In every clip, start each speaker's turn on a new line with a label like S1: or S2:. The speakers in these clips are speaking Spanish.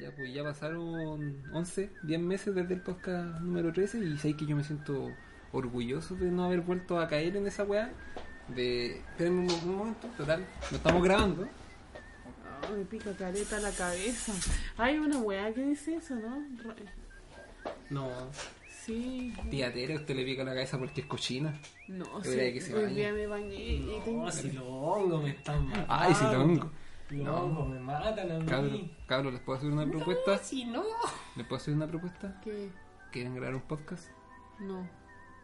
S1: Ya, pues ya pasaron 11, 10 meses desde el podcast número 13 y sé que yo me siento orgulloso de no haber vuelto a caer en esa weá. De... Espérenme un, mo- un momento, total, no estamos grabando.
S2: Ay, me pica careta la cabeza. Hay una weá que dice eso, ¿no? Ra- eh,
S1: No,
S2: Sí.
S1: tía Tere, usted le pica la cabeza porque es cochina.
S2: No,
S1: Debería
S2: sí.
S1: que se
S2: Hoy
S1: bañe.
S2: día me bañé y tengo...
S3: No, si los hongos me están matando.
S1: Ay, si los hongos.
S3: Los
S1: No.
S3: hongos me matan a mí.
S1: Cabros, cabros, ¿les puedo hacer una propuesta?
S3: si no.
S1: ¿Les puedo hacer una propuesta?
S2: ¿Qué?
S1: ¿Quieren grabar un podcast?
S2: No.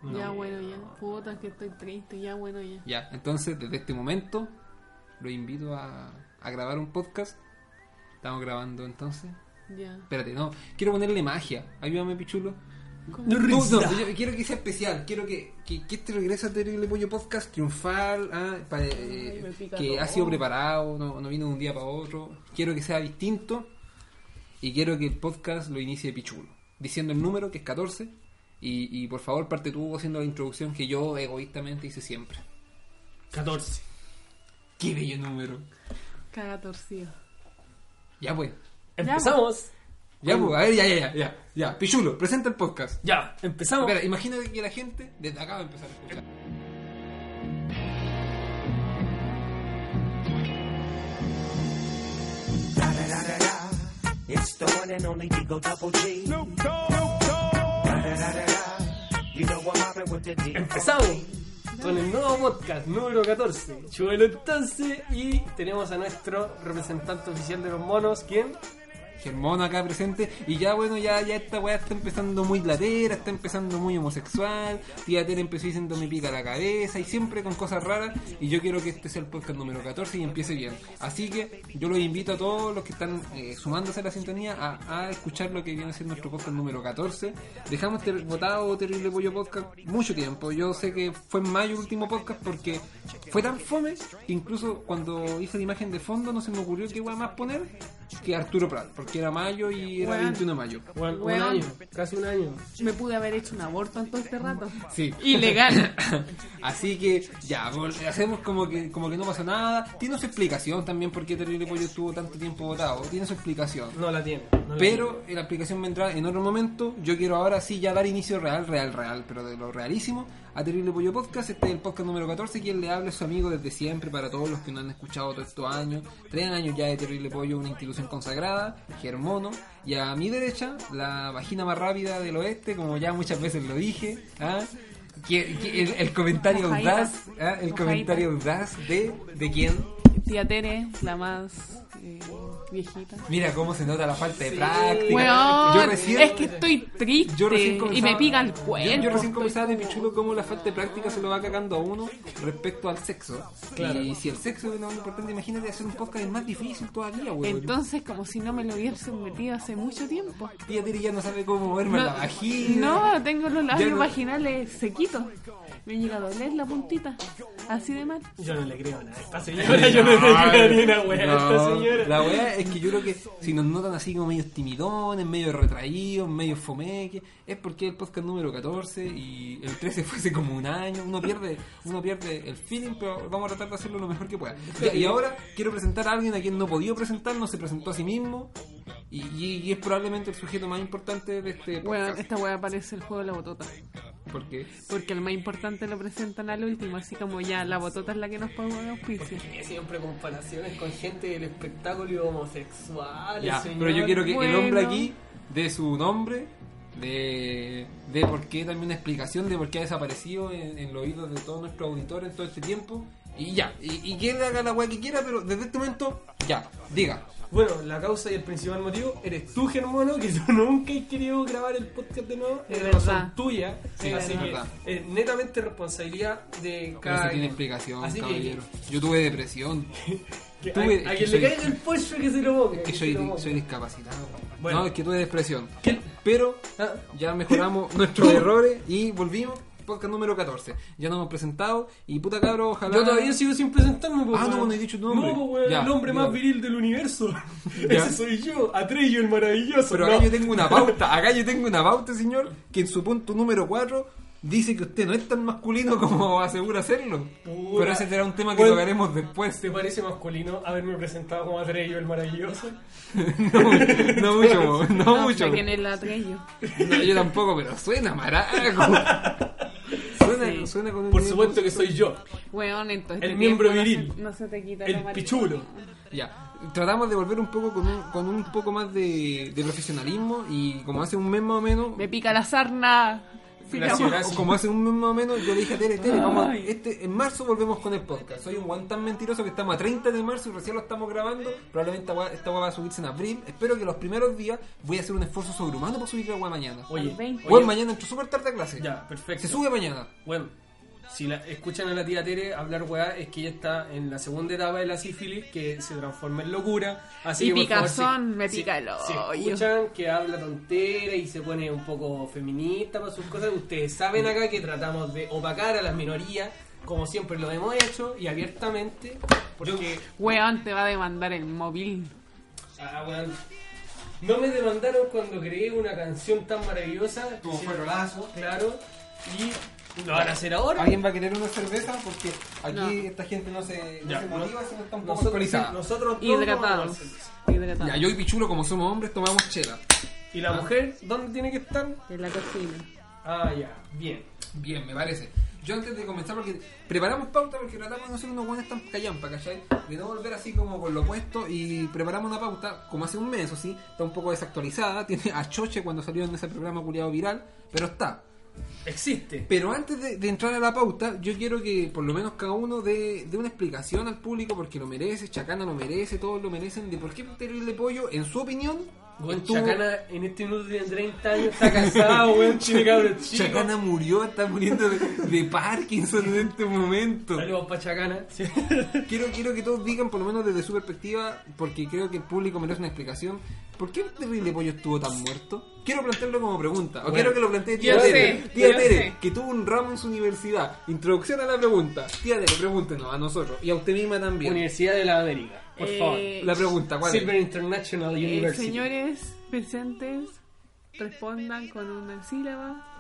S3: No.
S2: Ya bueno, ya. Puta, que estoy triste. Ya bueno, ya.
S1: Ya, entonces desde este momento los invito a, a grabar un podcast. Estamos grabando entonces.
S2: Ya.
S1: Espérate, no, quiero ponerle magia. Ayúdame, pichulo.
S2: ¿Cómo?
S3: No,
S1: No,
S3: risa.
S1: no, yo quiero que sea especial. Quiero que, que, que este regreso a Terrible Pollo Podcast triunfal, ah, pa- eh,
S2: me pica
S1: que
S2: todo.
S1: ha sido preparado, no, no vino de un día para otro. Quiero que sea distinto y quiero que el podcast lo inicie Pichulo, diciendo el número que es 14. Y, y por favor, parte tú haciendo la introducción que yo egoístamente hice siempre.
S3: 14.
S1: ¡Qué bello número!
S2: Caga torcido.
S1: Ya pues,
S3: Empezamos.
S1: ya pues, a ver, ya, ya, ya, ya, ya. Pichulo, presenta el podcast.
S3: Ya, empezamos.
S1: Espera, imagínate que la gente desde acá va a empezar a escuchar.
S4: It's the one and only Eagle Double G. No, You know what happened with the D.
S3: Empezamos con el nuevo podcast número 14. Chuelo entonces. Y tenemos a nuestro representante oficial de los monos. ¿Quién?
S1: Germón acá presente y ya bueno, ya, ya esta weá está empezando muy latera, está empezando muy homosexual, tía Tere empezó diciendo me pica la cabeza y siempre con cosas raras y yo quiero que este sea el podcast número 14 y empiece bien. Así que yo los invito a todos los que están eh, sumándose a la sintonía a, a escuchar lo que viene a ser nuestro podcast número 14. Dejamos ter- votado Terrible Pollo Podcast mucho tiempo, yo sé que fue en mayo el último podcast porque fue tan fome que incluso cuando hice la imagen de fondo no se me ocurrió qué weá más poner que Arturo Prat, porque era mayo y era
S2: Weón.
S1: 21 de mayo.
S3: Bueno, un
S2: Weón.
S3: año, casi un año.
S2: Me pude haber hecho un aborto en todo este rato.
S1: Sí.
S2: Ilegal.
S1: Así que ya, vol- hacemos como que como que no pasó nada. Tiene su explicación también por qué Terrible Pollo estuvo tanto tiempo votado. Tiene su explicación.
S3: No la tiene. no la
S1: Pero la aplicación vendrá en otro momento. Yo quiero ahora sí ya dar inicio real, real, real, pero de lo realísimo a Terrible Pollo Podcast. Este es el podcast número 14. Quien le habla es su amigo desde siempre para todos los que no han escuchado todos estos años. Tres años ya de Terrible Pollo, una institución consagrada, Germono. Y a mi derecha, la vagina más rápida del oeste, como ya muchas veces lo dije. ¿ah? Que- que el, el comentario audaz,
S2: Hojaitas.
S1: ¿ah? el
S2: Hojaitas.
S1: comentario audaz de, de quién.
S2: Tía Tere, la más eh, viejita.
S1: Mira cómo se nota la falta de práctica.
S2: Weón,
S1: Yo recién-
S2: es que estoy triste
S1: Yo recién
S2: Este, y
S1: comenzaba-
S2: me pica el
S1: yo-
S2: cuerpo.
S1: Yo, recién comenzaba de pichulo cómo la falta de práctica se lo va cagando a uno respecto al sexo.
S3: Claro.
S1: Y si el sexo es lo más importante, imagínate hacer un podcast es más difícil todavía, weón.
S2: Entonces, como si no me lo hubiesen metido hace mucho tiempo.
S1: Tía Tere ya no sabe cómo moverme la vagina.
S2: no, tengo los labios
S1: no-
S2: vaginales sequitos. Me llega a doler la puntita. Así de mal.
S3: Yo no le creo nada a esta señora. Yo no le creo ni una wea a esta
S1: No,
S3: señora.
S1: La weá es que yo creo que si nos notan así como medio timidones, medio retraídos, medio fomeque, es porque el podcast número 14 y el 13 fue hace como un año. Uno pierde, uno pierde el feeling, pero vamos a tratar de hacerlo lo mejor que pueda. Ya, y ahora quiero presentar a alguien a quien no podía presentar, no se presentó a sí mismo y, y- y es probablemente el sujeto más importante de este
S2: Weón,
S1: podcast.
S2: esta weá parece el juego de la botota.
S1: Porque
S2: Porque el más importante lo presentan al último. Así como ya, la botota es la que nos pagó el auspicio.
S3: Siempre comparaciones con gente del espectáculo y homosexual.
S1: Ya,
S3: señor.
S1: pero yo quiero que el hombre
S2: Bueno.
S1: aquí dé su nombre, de, de por qué, también una explicación de por qué ha desaparecido en, en los oídos de todos nuestros auditores en todo este tiempo. Y ya, y, y que él haga la weá que quiera, pero desde este momento, ya, diga.
S3: Bueno, la causa y el principal motivo eres tú, Germano, que yo nunca he querido grabar el podcast de nuevo.
S2: De
S3: Es
S2: verdad.
S3: razón tuya. eh,
S1: Sí,
S3: así
S1: es
S3: que
S1: verdad.
S3: es netamente responsabilidad de
S1: Pero
S3: cada
S1: eso tiene
S3: quien.
S1: explicación,
S3: Así que-
S1: caballero. Yo tuve depresión,
S3: que a-
S1: tuve-
S3: a,
S1: es que
S3: quien
S1: soy-
S3: le caiga el pollo que se lo ponga.
S1: que
S3: que se
S1: soy,
S3: lo ponga.
S1: soy discapacitado.
S3: Bueno.
S1: No, es que tuve depresión.
S3: ¿Qué?
S1: Pero
S3: Ah,
S1: ya mejoramos nuestros errores y volvimos. Podcast número 14. Ya nos hemos presentado y puta cabro, ojalá.
S3: Yo todavía sigo sin presentarme. po,
S1: Ah, no,
S3: weón.
S1: no he dicho tu nombre.
S3: No, po, weón,
S1: Ya,
S3: el hombre
S1: ya.
S3: más viril del universo.
S1: Ya.
S3: Ese soy yo, Atreyo el maravilloso.
S1: Pero
S3: No.
S1: acá yo tengo una pauta, acá yo tengo una pauta, señor, que en su punto número 4 dice que usted no es tan masculino como asegura serlo.
S3: Puta.
S1: Pero ese será un tema que
S3: Bueno.
S1: tocaremos después.
S3: ¿Te parece masculino haberme presentado como Atreyo el maravilloso?
S1: No, no mucho, po, no, mucho.
S2: sé quién es la Trello.
S1: No, yo tampoco, pero suena maraco. Suena,
S2: Sí.
S1: suena con un
S3: Por
S1: nivel-
S3: supuesto que soy yo,
S2: Weón, entonces.
S3: El
S2: este
S3: miembro
S2: tiempo no
S3: viril.
S2: se- No se te quita la
S3: el
S2: maricona.
S3: pichulo.
S1: Ya, tratamos de volver un poco con un, con un poco más de, de profesionalismo y como hace un mes más o menos...
S2: Me pica la sarna. Sí, la-
S3: Gracias.
S1: o Como hace un mes más o menos, yo le dije a Tere, Tere, vamos, a-
S2: Ay.
S1: este, en marzo volvemos con el podcast. Soy un guan tan mentiroso que estamos a 30 de marzo y recién lo estamos grabando. Probablemente esta gua- esta gua va a subirse en abril. Espero que los primeros días voy a hacer un esfuerzo sobrehumano para subir la gua mañana.
S3: Oye,
S2: Al veinte.
S1: Bueno,
S3: oye,
S1: mañana entro súper tarde a clase.
S3: ya, perfecto.
S1: Se sube mañana.
S3: Bueno, si la, escuchan a la tía Tere hablar weá, es que ella está en la segunda etapa de la sífilis que se transforma en locura. Así
S2: Y
S3: que, por favor,
S2: picazón,
S3: si-
S2: me
S3: si-
S2: pica el
S3: Si
S2: hoyo.
S3: escuchan que habla tontera y se pone un poco feminista para sus cosas, ustedes saben acá que tratamos de opacar a las minorías, como siempre lo hemos hecho, y abiertamente, porque...
S2: Weón, te va a demandar el móvil.
S3: Ah, weón. No me demandaron cuando creé una canción tan maravillosa.
S1: Como fue Rolazo.
S3: Claro. Y lo van a hacer ahora.
S1: ¿Alguien va a querer una cerveza? Porque aquí
S2: No.
S1: esta gente no se, no
S3: Ya,
S1: se
S3: no-
S1: motiva, sino está un poco
S3: Nosotros,
S1: alcoholizada.
S3: nosotros todos
S2: Hidratados.
S3: vamos a hacer.
S2: Hidratados.
S1: Ya, yo y Pichulo, como somos hombres, tomamos chela.
S3: ¿Y
S1: Ah.
S3: la mujer dónde tiene que estar?
S2: En la cocina.
S3: Ah, ya. Bien.
S1: Bien, me parece. Yo antes de comenzar, porque preparamos pauta porque tratamos de no ser unos buenos tan callampa, ¿cachai? De no volver así como con lo opuesto y preparamos una pauta, como hace un mes, o sí, está un poco desactualizada, tiene a Choche cuando salió en ese programa culiado viral, pero está.
S3: Existe.
S1: Pero antes de, de entrar a la pauta, yo quiero que por lo menos cada uno dé, dé una explicación al público, porque lo merece, Chacana lo merece, todos lo merecen, de por qué Terrible Pollo, en su opinión,
S3: Weón,
S1: estuvo- Ah,
S3: Chacana en este minuto tiene 30 años, está casado, weón, chile cabrón chico.
S1: Chacana murió, está muriendo de, de Parkinson en este momento.
S3: Saludos para Chacana. Sí.
S1: Quiero, quiero que todos digan, por lo menos desde su perspectiva, porque creo que el público merece una explicación. ¿Por qué Terrible Pollo estuvo tan muerto? Quiero plantearlo como pregunta. O
S3: Bueno.
S1: quiero que lo plantee tía
S2: Yo
S1: Tere.
S2: sé,
S1: tía
S2: yo
S1: Tere,
S2: sé.
S1: que tuvo un ramo en su universidad. Introducción a la pregunta. Tía Tere, pregúntenos a nosotros y a usted misma también.
S3: Universidad de la América, por
S2: Eh,
S3: favor.
S1: la pregunta, ¿cuál es?
S3: Silver International
S2: Eh,
S3: University.
S2: señores presentes, respondan con una sílaba.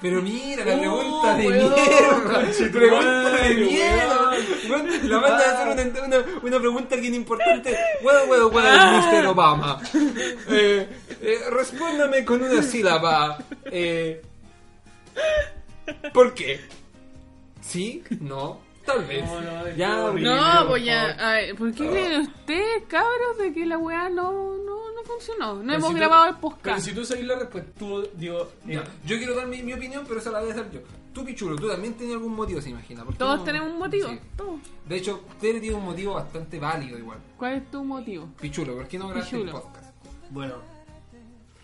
S1: Pero mira, la
S3: Oh,
S1: pregunta de
S3: weón,
S1: mierda.
S3: conchetumare,
S1: Pregunta de
S3: weón.
S1: mierda. Weón, La banda de hacer una, una, una pregunta bien importante. Weón, weón,
S3: Ah.
S1: weón, Mr. Obama. Eh, eh, respóndame con una sílaba. Eh, ¿Por qué? ¿Sí? ¿No? Tal vez.
S3: No, no, es
S1: ya,
S3: horrible.
S1: weón.
S2: No,
S3: por
S2: pues ya,
S3: favor. Ah.
S2: a ver, ¿por qué creen ustedes, cabros, de que la weá no, no, no funcionó? No
S3: Pero
S2: hemos
S3: si tú-
S2: grabado el
S3: Pero
S2: podcast.
S3: si tú sabes la respuesta, tú, digo, eh,
S1: Ya, Yo quiero dar mi, mi opinión, pero esa la voy a hacer yo. Tú, Pichulo, tú también tenías algún motivo, se imagina. ¿Por qué
S2: Todos
S1: no?
S2: tenemos un motivo.
S1: Sí.
S2: Todos.
S1: De hecho, Tere tiene un motivo bastante válido igual.
S2: ¿Cuál es tu motivo?
S1: Pichulo, ¿por qué no grabaste el
S2: Pichulo.
S1: podcast?
S3: Bueno,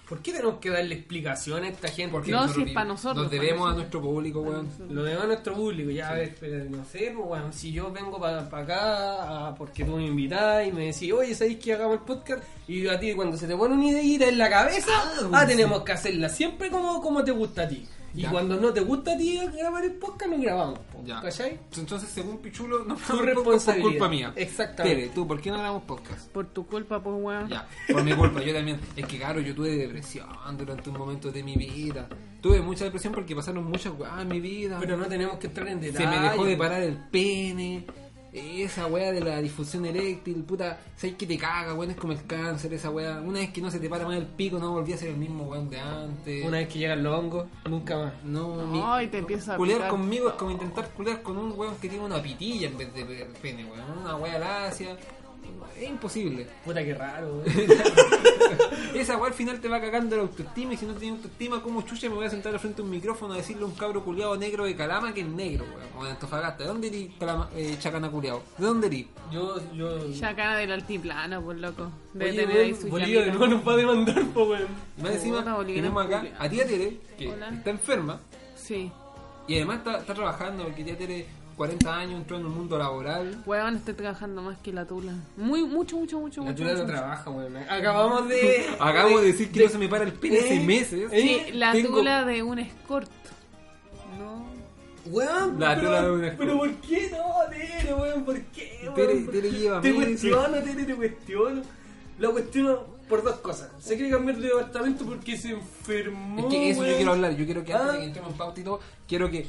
S3: ¿por qué tenemos que darle explicación a esta gente?
S1: Porque
S2: No, si es
S1: lo-
S2: pa' nosotros,
S1: Nos
S2: pa'
S1: debemos
S2: nosotros.
S1: a nuestro público, weón.
S3: Lo demás nuestro público, ya, a ver, pero no sé, pues, bueno, si yo vengo para acá ah, porque tú me invitás y me decís, oye, ¿sabéis que hagamos el podcast? Y yo a ti cuando se te pone una ideita en la cabeza, ah,
S1: bueno,
S3: tenemos que hacerla siempre como, como te gusta a ti. Y
S1: Ya.
S3: cuando no te gusta a ti grabar el podcast, no grabamos, po,
S1: Ya.
S3: ¿cachai?
S1: Entonces, según Pichulo, no grabamos
S3: Tu
S1: el podcast por
S3: responsabilidad.
S1: culpa mía.
S3: Exactamente.
S1: Tere, tú, ¿por qué no grabamos podcast?
S2: Por tu culpa, pues weón.
S1: Ya, por mi culpa, yo también. Es que, claro, yo tuve depresión durante un momento de mi vida. Tuve mucha depresión porque pasaron muchas weas en mi vida.
S3: Pero no tenemos que entrar en detalle.
S1: Se me dejó de parar el pene. Esa weá de la difusión eréctil, puta, sabes que te caga, weón, es como el cáncer, esa weá. Una vez que no se te para más el pico, no volví a ser el mismo weón de antes.
S3: Una vez que llegan los hongos, nunca más.
S1: No,
S2: No, y te empieza a
S1: Culear
S2: picar.
S1: conmigo es como intentar culear con un weón que tiene una pitilla en vez de pe- pene, weón. Una wea lacia. Es imposible.
S3: Puta, que raro, güey.
S1: Esa weá al final te va cagando la autoestima y si no tienes autoestima, como chucha me voy a sentar al frente a un micrófono a decirle a un cabro culiado negro de Calama que es negro, weón? O de Antofagasta. ¿De dónde eres Calama- eh, chacana culiado? ¿De dónde eres?
S3: Yo, yo.
S2: Chacana del altiplano, por loco. Debe
S3: Oye,
S2: tener ahí
S3: weón,
S2: su
S3: Bolivia de
S2: llamita.
S3: nuevo nos va a demandar, po, weón.
S1: Más encima,
S2: Hola, Bolivia,
S1: tenemos acá
S2: culiao.
S1: a tía Tere, que
S2: Hola.
S1: está enferma
S2: Sí.
S1: y además está, está trabajando porque tía Tere, 40 años, entró en el mundo laboral.
S2: Weón, estoy trabajando más que la tula. Muy, mucho, mucho, mucho,
S3: La
S2: mucho.
S3: chula no
S2: mucho.
S3: trabaja, weón. Acabamos de.
S1: Acabo de decir que no se me para el pene hace
S3: ¿Eh?
S1: meses.
S3: ¿Eh?
S2: Sí, la
S1: Tengo-
S2: tula de un escort. No.
S3: Weón,
S1: La
S3: pero,
S1: tula de una
S3: pero ¿por qué no, Tere, weón? ¿Por qué, weón?
S1: Tere- Tere lleva
S3: Te
S1: meses.
S3: cuestiono, Tere, te cuestiono. la cuestión por dos cosas. Se quiere cambiar de departamento porque se enfermó.
S1: Es que eso yo
S3: weón.
S1: quiero hablar, yo quiero que antes de que
S3: Ah.
S1: entremos en pauta y todo, quiero que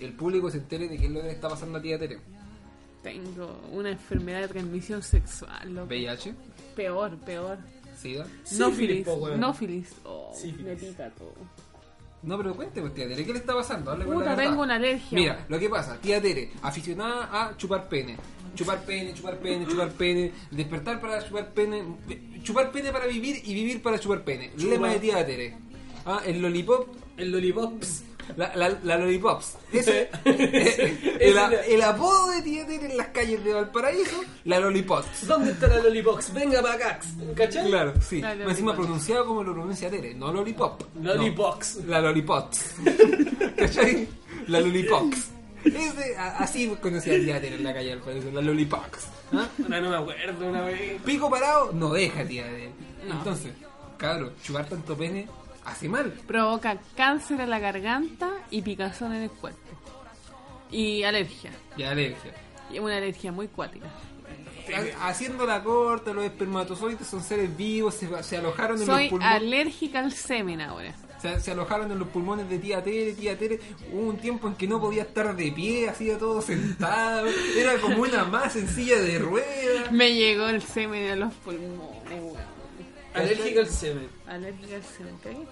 S1: el público se entere de qué es lo que le está pasando a tía Tere.
S2: Tengo una enfermedad de transmisión sexual, loco.
S1: VIH,
S2: Peor, peor.
S1: SIDA.
S3: Sífilis,
S2: Nófilis,
S3: po, weón.
S2: nófilis. Oh,
S3: Sífilis.
S2: me pica todo.
S1: No, pero cuénteme, tía Tere, ¿qué le está pasando? Hable con la
S2: Puta,
S1: verdad.
S2: tengo una alergia.
S1: Mira, lo que pasa, tía Tere, aficionada a chupar pene. Chupar pene, chupar pene, chupar pene. Despertar para chupar pene. Chupar pene para vivir y vivir para chupar pene. Lema de tía Tere. Ah, el lollipop.
S3: El lollipops.
S1: La, la, la lollipops. Ese, el,
S3: Ese-
S1: el apodo de tía Tere en las calles de Valparaíso, la lollipops.
S3: ¿Dónde está la lollipops? Venga para acá. ¿Cachai?
S1: Claro, sí.
S2: La lollipop.
S1: Encima pronunciado como lo pronuncia Tere, no lollipop.
S3: Lollipops.
S1: No, la lollipop. ¿Cachai? La lollipop. Ese, a- así conocía a Tere en la calle del Paraíso, la lollipop. ¿Ah?
S3: Ahora no me acuerdo una vez.
S1: Pico parado, no deja tía Tere.
S2: No.
S1: Entonces, cabrón, chupar tanto pene hace mal.
S2: Provoca cáncer en la garganta y picazón en el cuerpo. Y alergia.
S1: Y alergia.
S2: Y una alergia muy cuática.
S1: Ha- Haciendo la corta, los espermatozoides son seres vivos, se, se alojaron en los
S2: Soy
S1: pulmones.
S2: alérgica al semen ahora.
S1: Se, se alojaron en los pulmones de tía Tere, tía Tere. Hubo un tiempo en que no podía estar de pie, hacía todo sentado. Era como una más sencilla de ruedas.
S2: Me llegó el semen a los pulmones, weón.
S3: Alérgica al semen.
S2: Alérgica al semen, ¿ok?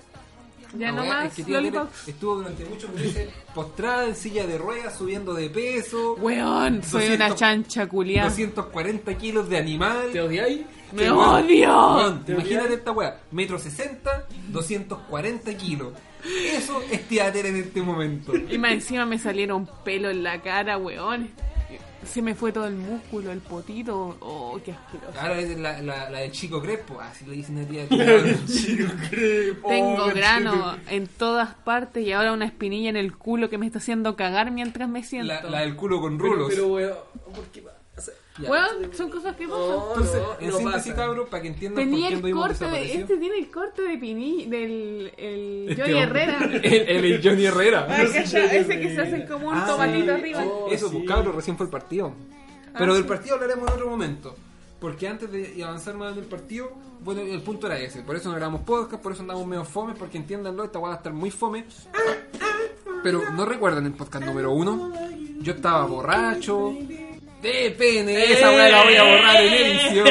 S2: Ya
S1: La
S2: no
S1: weá
S2: más
S1: Ah, es que tía Tere
S2: lollipops.
S1: Estuvo durante muchos meses postrada en silla de ruedas, subiendo de peso.
S2: Weón, soy
S1: 200,
S2: una chancha culiada.
S1: 240 kilos de animal.
S3: ¿Te odiáis?
S2: ¡Me
S1: Que, weón,
S2: odio!
S1: weón,
S3: Te
S1: imagínate
S3: odiaba.
S1: esta weá. Metro 60, 240 kilos. Eso es tía Tere en este momento.
S2: Y más encima me salieron pelo en la cara, weón. Se me fue todo el músculo, el potito. Oh, qué asqueroso.
S1: Ahora es la, la, la del chico Crespo, así le dicen a tía Tere.
S2: Tengo grano en todas partes y ahora una espinilla en el culo que me está haciendo cagar mientras me siento.
S1: La, la del culo con
S3: Pero,
S1: rulos.
S3: pero weón, ¿por qué pasa?
S1: Ya.
S2: Weón, son cosas que pasan.
S3: No,
S1: Entonces,
S3: no,
S1: en
S3: no
S1: síntesis,
S3: pasa.
S1: cabros, para que entiendan
S2: Tenía
S1: Oh, por qué
S2: el
S1: anduvimos
S2: corte de,
S1: desaparecidos.
S2: este tiene el corte de Pini del el
S1: Este
S2: Johnny
S1: hombre.
S2: Herrera.
S1: el, el Johnny Herrera.
S2: Ay, calla, ese que se hace como un
S1: Ah,
S2: tomatito
S1: sí.
S2: arriba.
S3: Oh,
S1: Eso,
S3: sí.
S1: pues, cabros, recién fue el partido.
S2: Ah,
S1: Pero del
S2: sí.
S1: partido hablaremos en otro momento. Porque antes de avanzar más en el partido, bueno, el punto era ese. Por eso no grabamos podcast, por eso andamos medio fome, porque entiéndanlo, esta guada va a estar muy fome. Pero no recuerdan el podcast número uno. Yo estaba borracho. De pene, esa weá la voy a borrar en edición.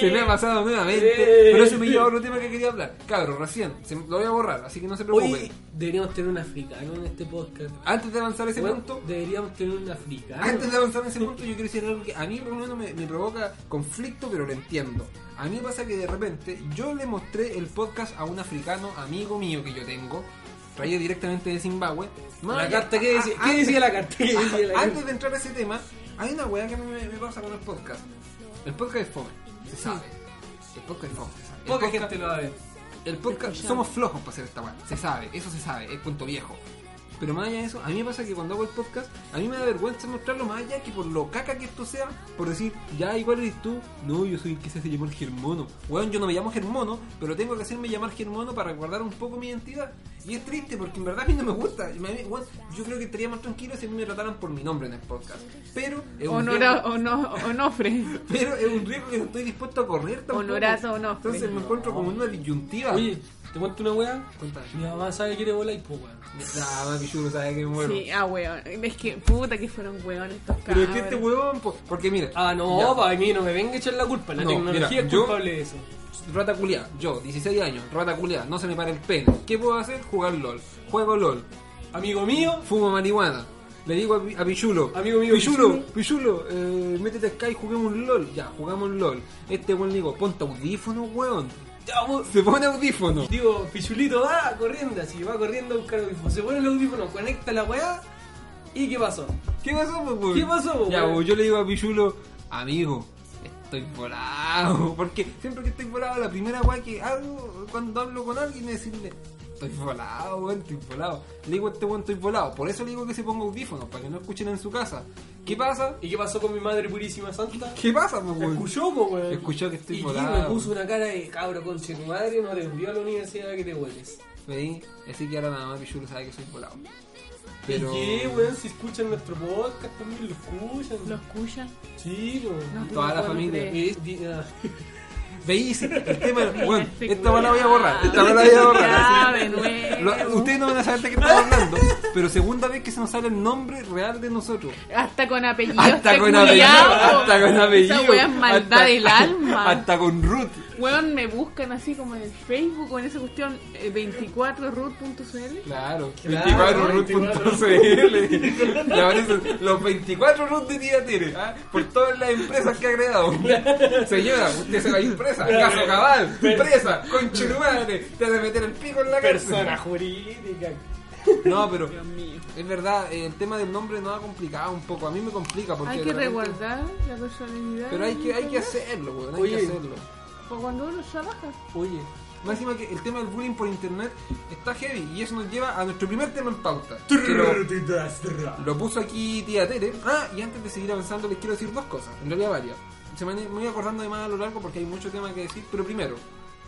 S1: Se me ha pasado nuevamente. Pero eso me lleva a otro tema que quería hablar. Cabros, recién, se- lo voy a borrar, así que no se preocupen.
S3: Hoy deberíamos tener un africano en este podcast.
S1: Antes de avanzar Ah, ese
S3: Weón,
S1: punto,
S3: Deberíamos tener un africano.
S1: Antes de avanzar en ese punto, yo quiero decir algo que a mí por lo menos me, me provoca conflicto, pero lo entiendo. A mí pasa que de repente yo le mostré el podcast a un africano amigo mío que yo tengo, traído directamente de Zimbabue. Más
S3: La
S1: allá-
S3: carta, ¿qué decía?
S1: a-
S3: ¿Qué
S1: antes-
S3: decía la carta? ¿Qué decía la carta?
S1: Ah, Antes de entrar a ese tema, hay una weá que a mí me, me pasa con los podcasts. El podcast es fome, se sabe. El podcast es fome, se sabe. El
S3: Poca
S1: podcast-
S3: gente lo sabe.
S1: el podcast, somos flojos para hacer esta weá. Se sabe, eso se sabe, es punto viejo. Pero más allá de eso, a mí me pasa que cuando hago el podcast, a mí me da vergüenza mostrarlo más allá que por lo caca que esto sea, por decir, ya igual eres tú, no, yo soy el que se hace llamar Germono. Weón, yo no me llamo Germono, pero tengo que hacerme llamar Germono para guardar un poco mi identidad. Y es triste porque en verdad a mí no me gusta. Y me- weón, yo creo que estaría más tranquilo si a mí me trataran por mi nombre en el podcast. Pero es un
S2: Honora, ono- onofre.
S1: pero es un riesgo que no estoy dispuesto a correr tampoco.
S2: Honorato, no.
S1: Entonces me encuentro como en una disyuntiva.
S3: Oye, ¿te cuento una weá?
S1: Cuéntame.
S3: Mi mamá sabe que eres bola y po, pues, weón.
S1: La mami Shuru sabe que me muero.
S2: Sí, ah, weón. Es que puta que fueron weones estos
S1: Pero
S2: cabros.
S1: es que este huevón, po- porque mira,
S3: Ah,
S1: ya,
S3: no, para mí no me venga a echar la culpa. La
S1: No,
S3: tecnología
S1: mira,
S3: es
S1: yo-
S3: culpable de eso.
S1: rata culiá, yo, 16 años, rata culiá, no se me para el pene. ¿Qué puedo hacer? Jugar LOL. Juego LOL,
S3: Amigo mío,
S1: fumo marihuana. Le digo a, Pi- a Pichulo,
S3: Amigo mío,
S1: Pichulo, Pichulo, eh, métete acá y juguemos un LOL. Ya, jugamos un LOL. Este weón le digo, ponte audífono, weón.
S3: ya, vos-
S1: Se pone audífono.
S3: Digo, Pichulito va corriendo, así va corriendo a buscar el audífono. Se pone el audífono, conecta la weá. ¿Y qué pasó?
S1: ¿Qué pasó, po, weón?
S3: ¿Qué pasó, po,
S1: Ya,
S3: weón?
S1: po, yo le digo a Pichulo, amigo, estoy volado. Porque siempre que estoy volado, la primera weá que hago cuando hablo con alguien es decirle, estoy volado, weón, estoy volado. Le digo a este weón, estoy volado. Por eso le digo que se ponga audífonos, para que no escuchen en su casa. ¿Qué pasa?
S3: ¿Y qué pasó con mi madre purísima santa?
S1: ¿Qué pasa, po, weón?
S3: Escuchó, po, weón.
S1: Escuchó que estoy
S3: y
S1: volado.
S3: Y me puso una cara de cabro conche tu madre, no te envió a la universidad que te vuelves.
S1: Vení, así que ahora nada más Pichulo sabe que soy volado. Pero...
S3: ¿Y qué, weón? Si escuchan nuestro podcast también lo escuchan.
S2: Los cuyas.
S3: Sí, weón.
S2: No,
S1: Toda
S2: no
S1: la
S2: puedo
S1: familia.
S2: creer.
S3: Eh, di- ah.
S1: veísimo. El tema, bueno, esta weá la voy a borrar. Esta weá la voy a
S2: Ya,
S1: borrar.
S2: de nuevo.
S1: Lo- ustedes no van a saber de qué estamos hablando, pero segunda vez que se nos sale el nombre real de nosotros.
S2: Hasta con apellido.
S1: Hasta
S2: este
S1: con
S2: culiao.
S1: apellido, hasta con apellido.
S2: Esa weá es maldad
S1: hasta-
S2: del alma.
S1: Hasta con Ruth.
S2: Weón, me buscan así como en el Facebook o en esa cuestión eh, 24root.cl.
S1: Claro,
S3: Claro,
S1: 24root.cl. Le aparecen los 24 root de Tía Tere, ¿ah? por todas las empresas que ha creado. Señora, usted se va a ir presa, caso cabal, presa, concha de tu madre, te vas a meter el pico en la
S3: Persona
S1: cárcel.
S3: jurídica.
S1: No, pero es verdad, eh, el tema del nombre nos ha complicado un poco, a mí me complica porque...
S2: Hay
S1: de
S2: que
S1: repente-
S2: resguardar la personalidad.
S1: Pero hay que, hay que hacerlo, weón, hay
S3: Oye.
S1: que hacerlo.
S2: Por cuando uno trabaja.
S3: Oye,
S1: Más encima que el tema del bullying por internet está heavy y eso nos lleva a nuestro primer tema en pauta. que lo- Lo puso aquí tía Tere. Ah, y antes de seguir avanzando les quiero decir dos cosas, en realidad varias. Se me, han- me voy acordando de más a lo largo porque hay mucho tema que decir, pero primero,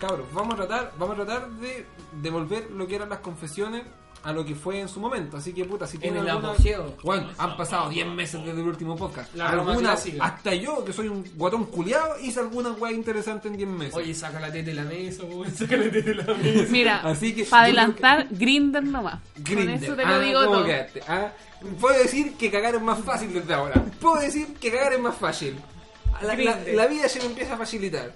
S1: cabros, vamos a tratar, vamos a tratar de devolver lo que eran las confesiones a lo que fue en su momento. Así que puta, si tienen
S3: el
S1: alguna-
S3: apogeo.
S1: Bueno, han pasado 10 meses desde el último podcast.
S3: La broma
S1: Alguna-
S3: clásica.
S1: hasta yo, que soy un guatón culiado, hice alguna weá interesante en 10 meses.
S3: oye, saca la teta de la mesa, weón, saca la teta de la mesa.
S2: Mira,
S1: Así que
S2: para
S1: yo creo
S2: adelantar, Grindr nomás. Con
S1: Grindr.
S2: eso te lo
S1: Ah,
S2: digo
S1: ¿cómo
S2: todo.
S1: quedaste? Ah, Puedo decir que cagar es más fácil desde ahora. Puedo decir que cagar es más fácil. La, la-
S3: Grindr.
S1: la vida se me empieza a facilitar.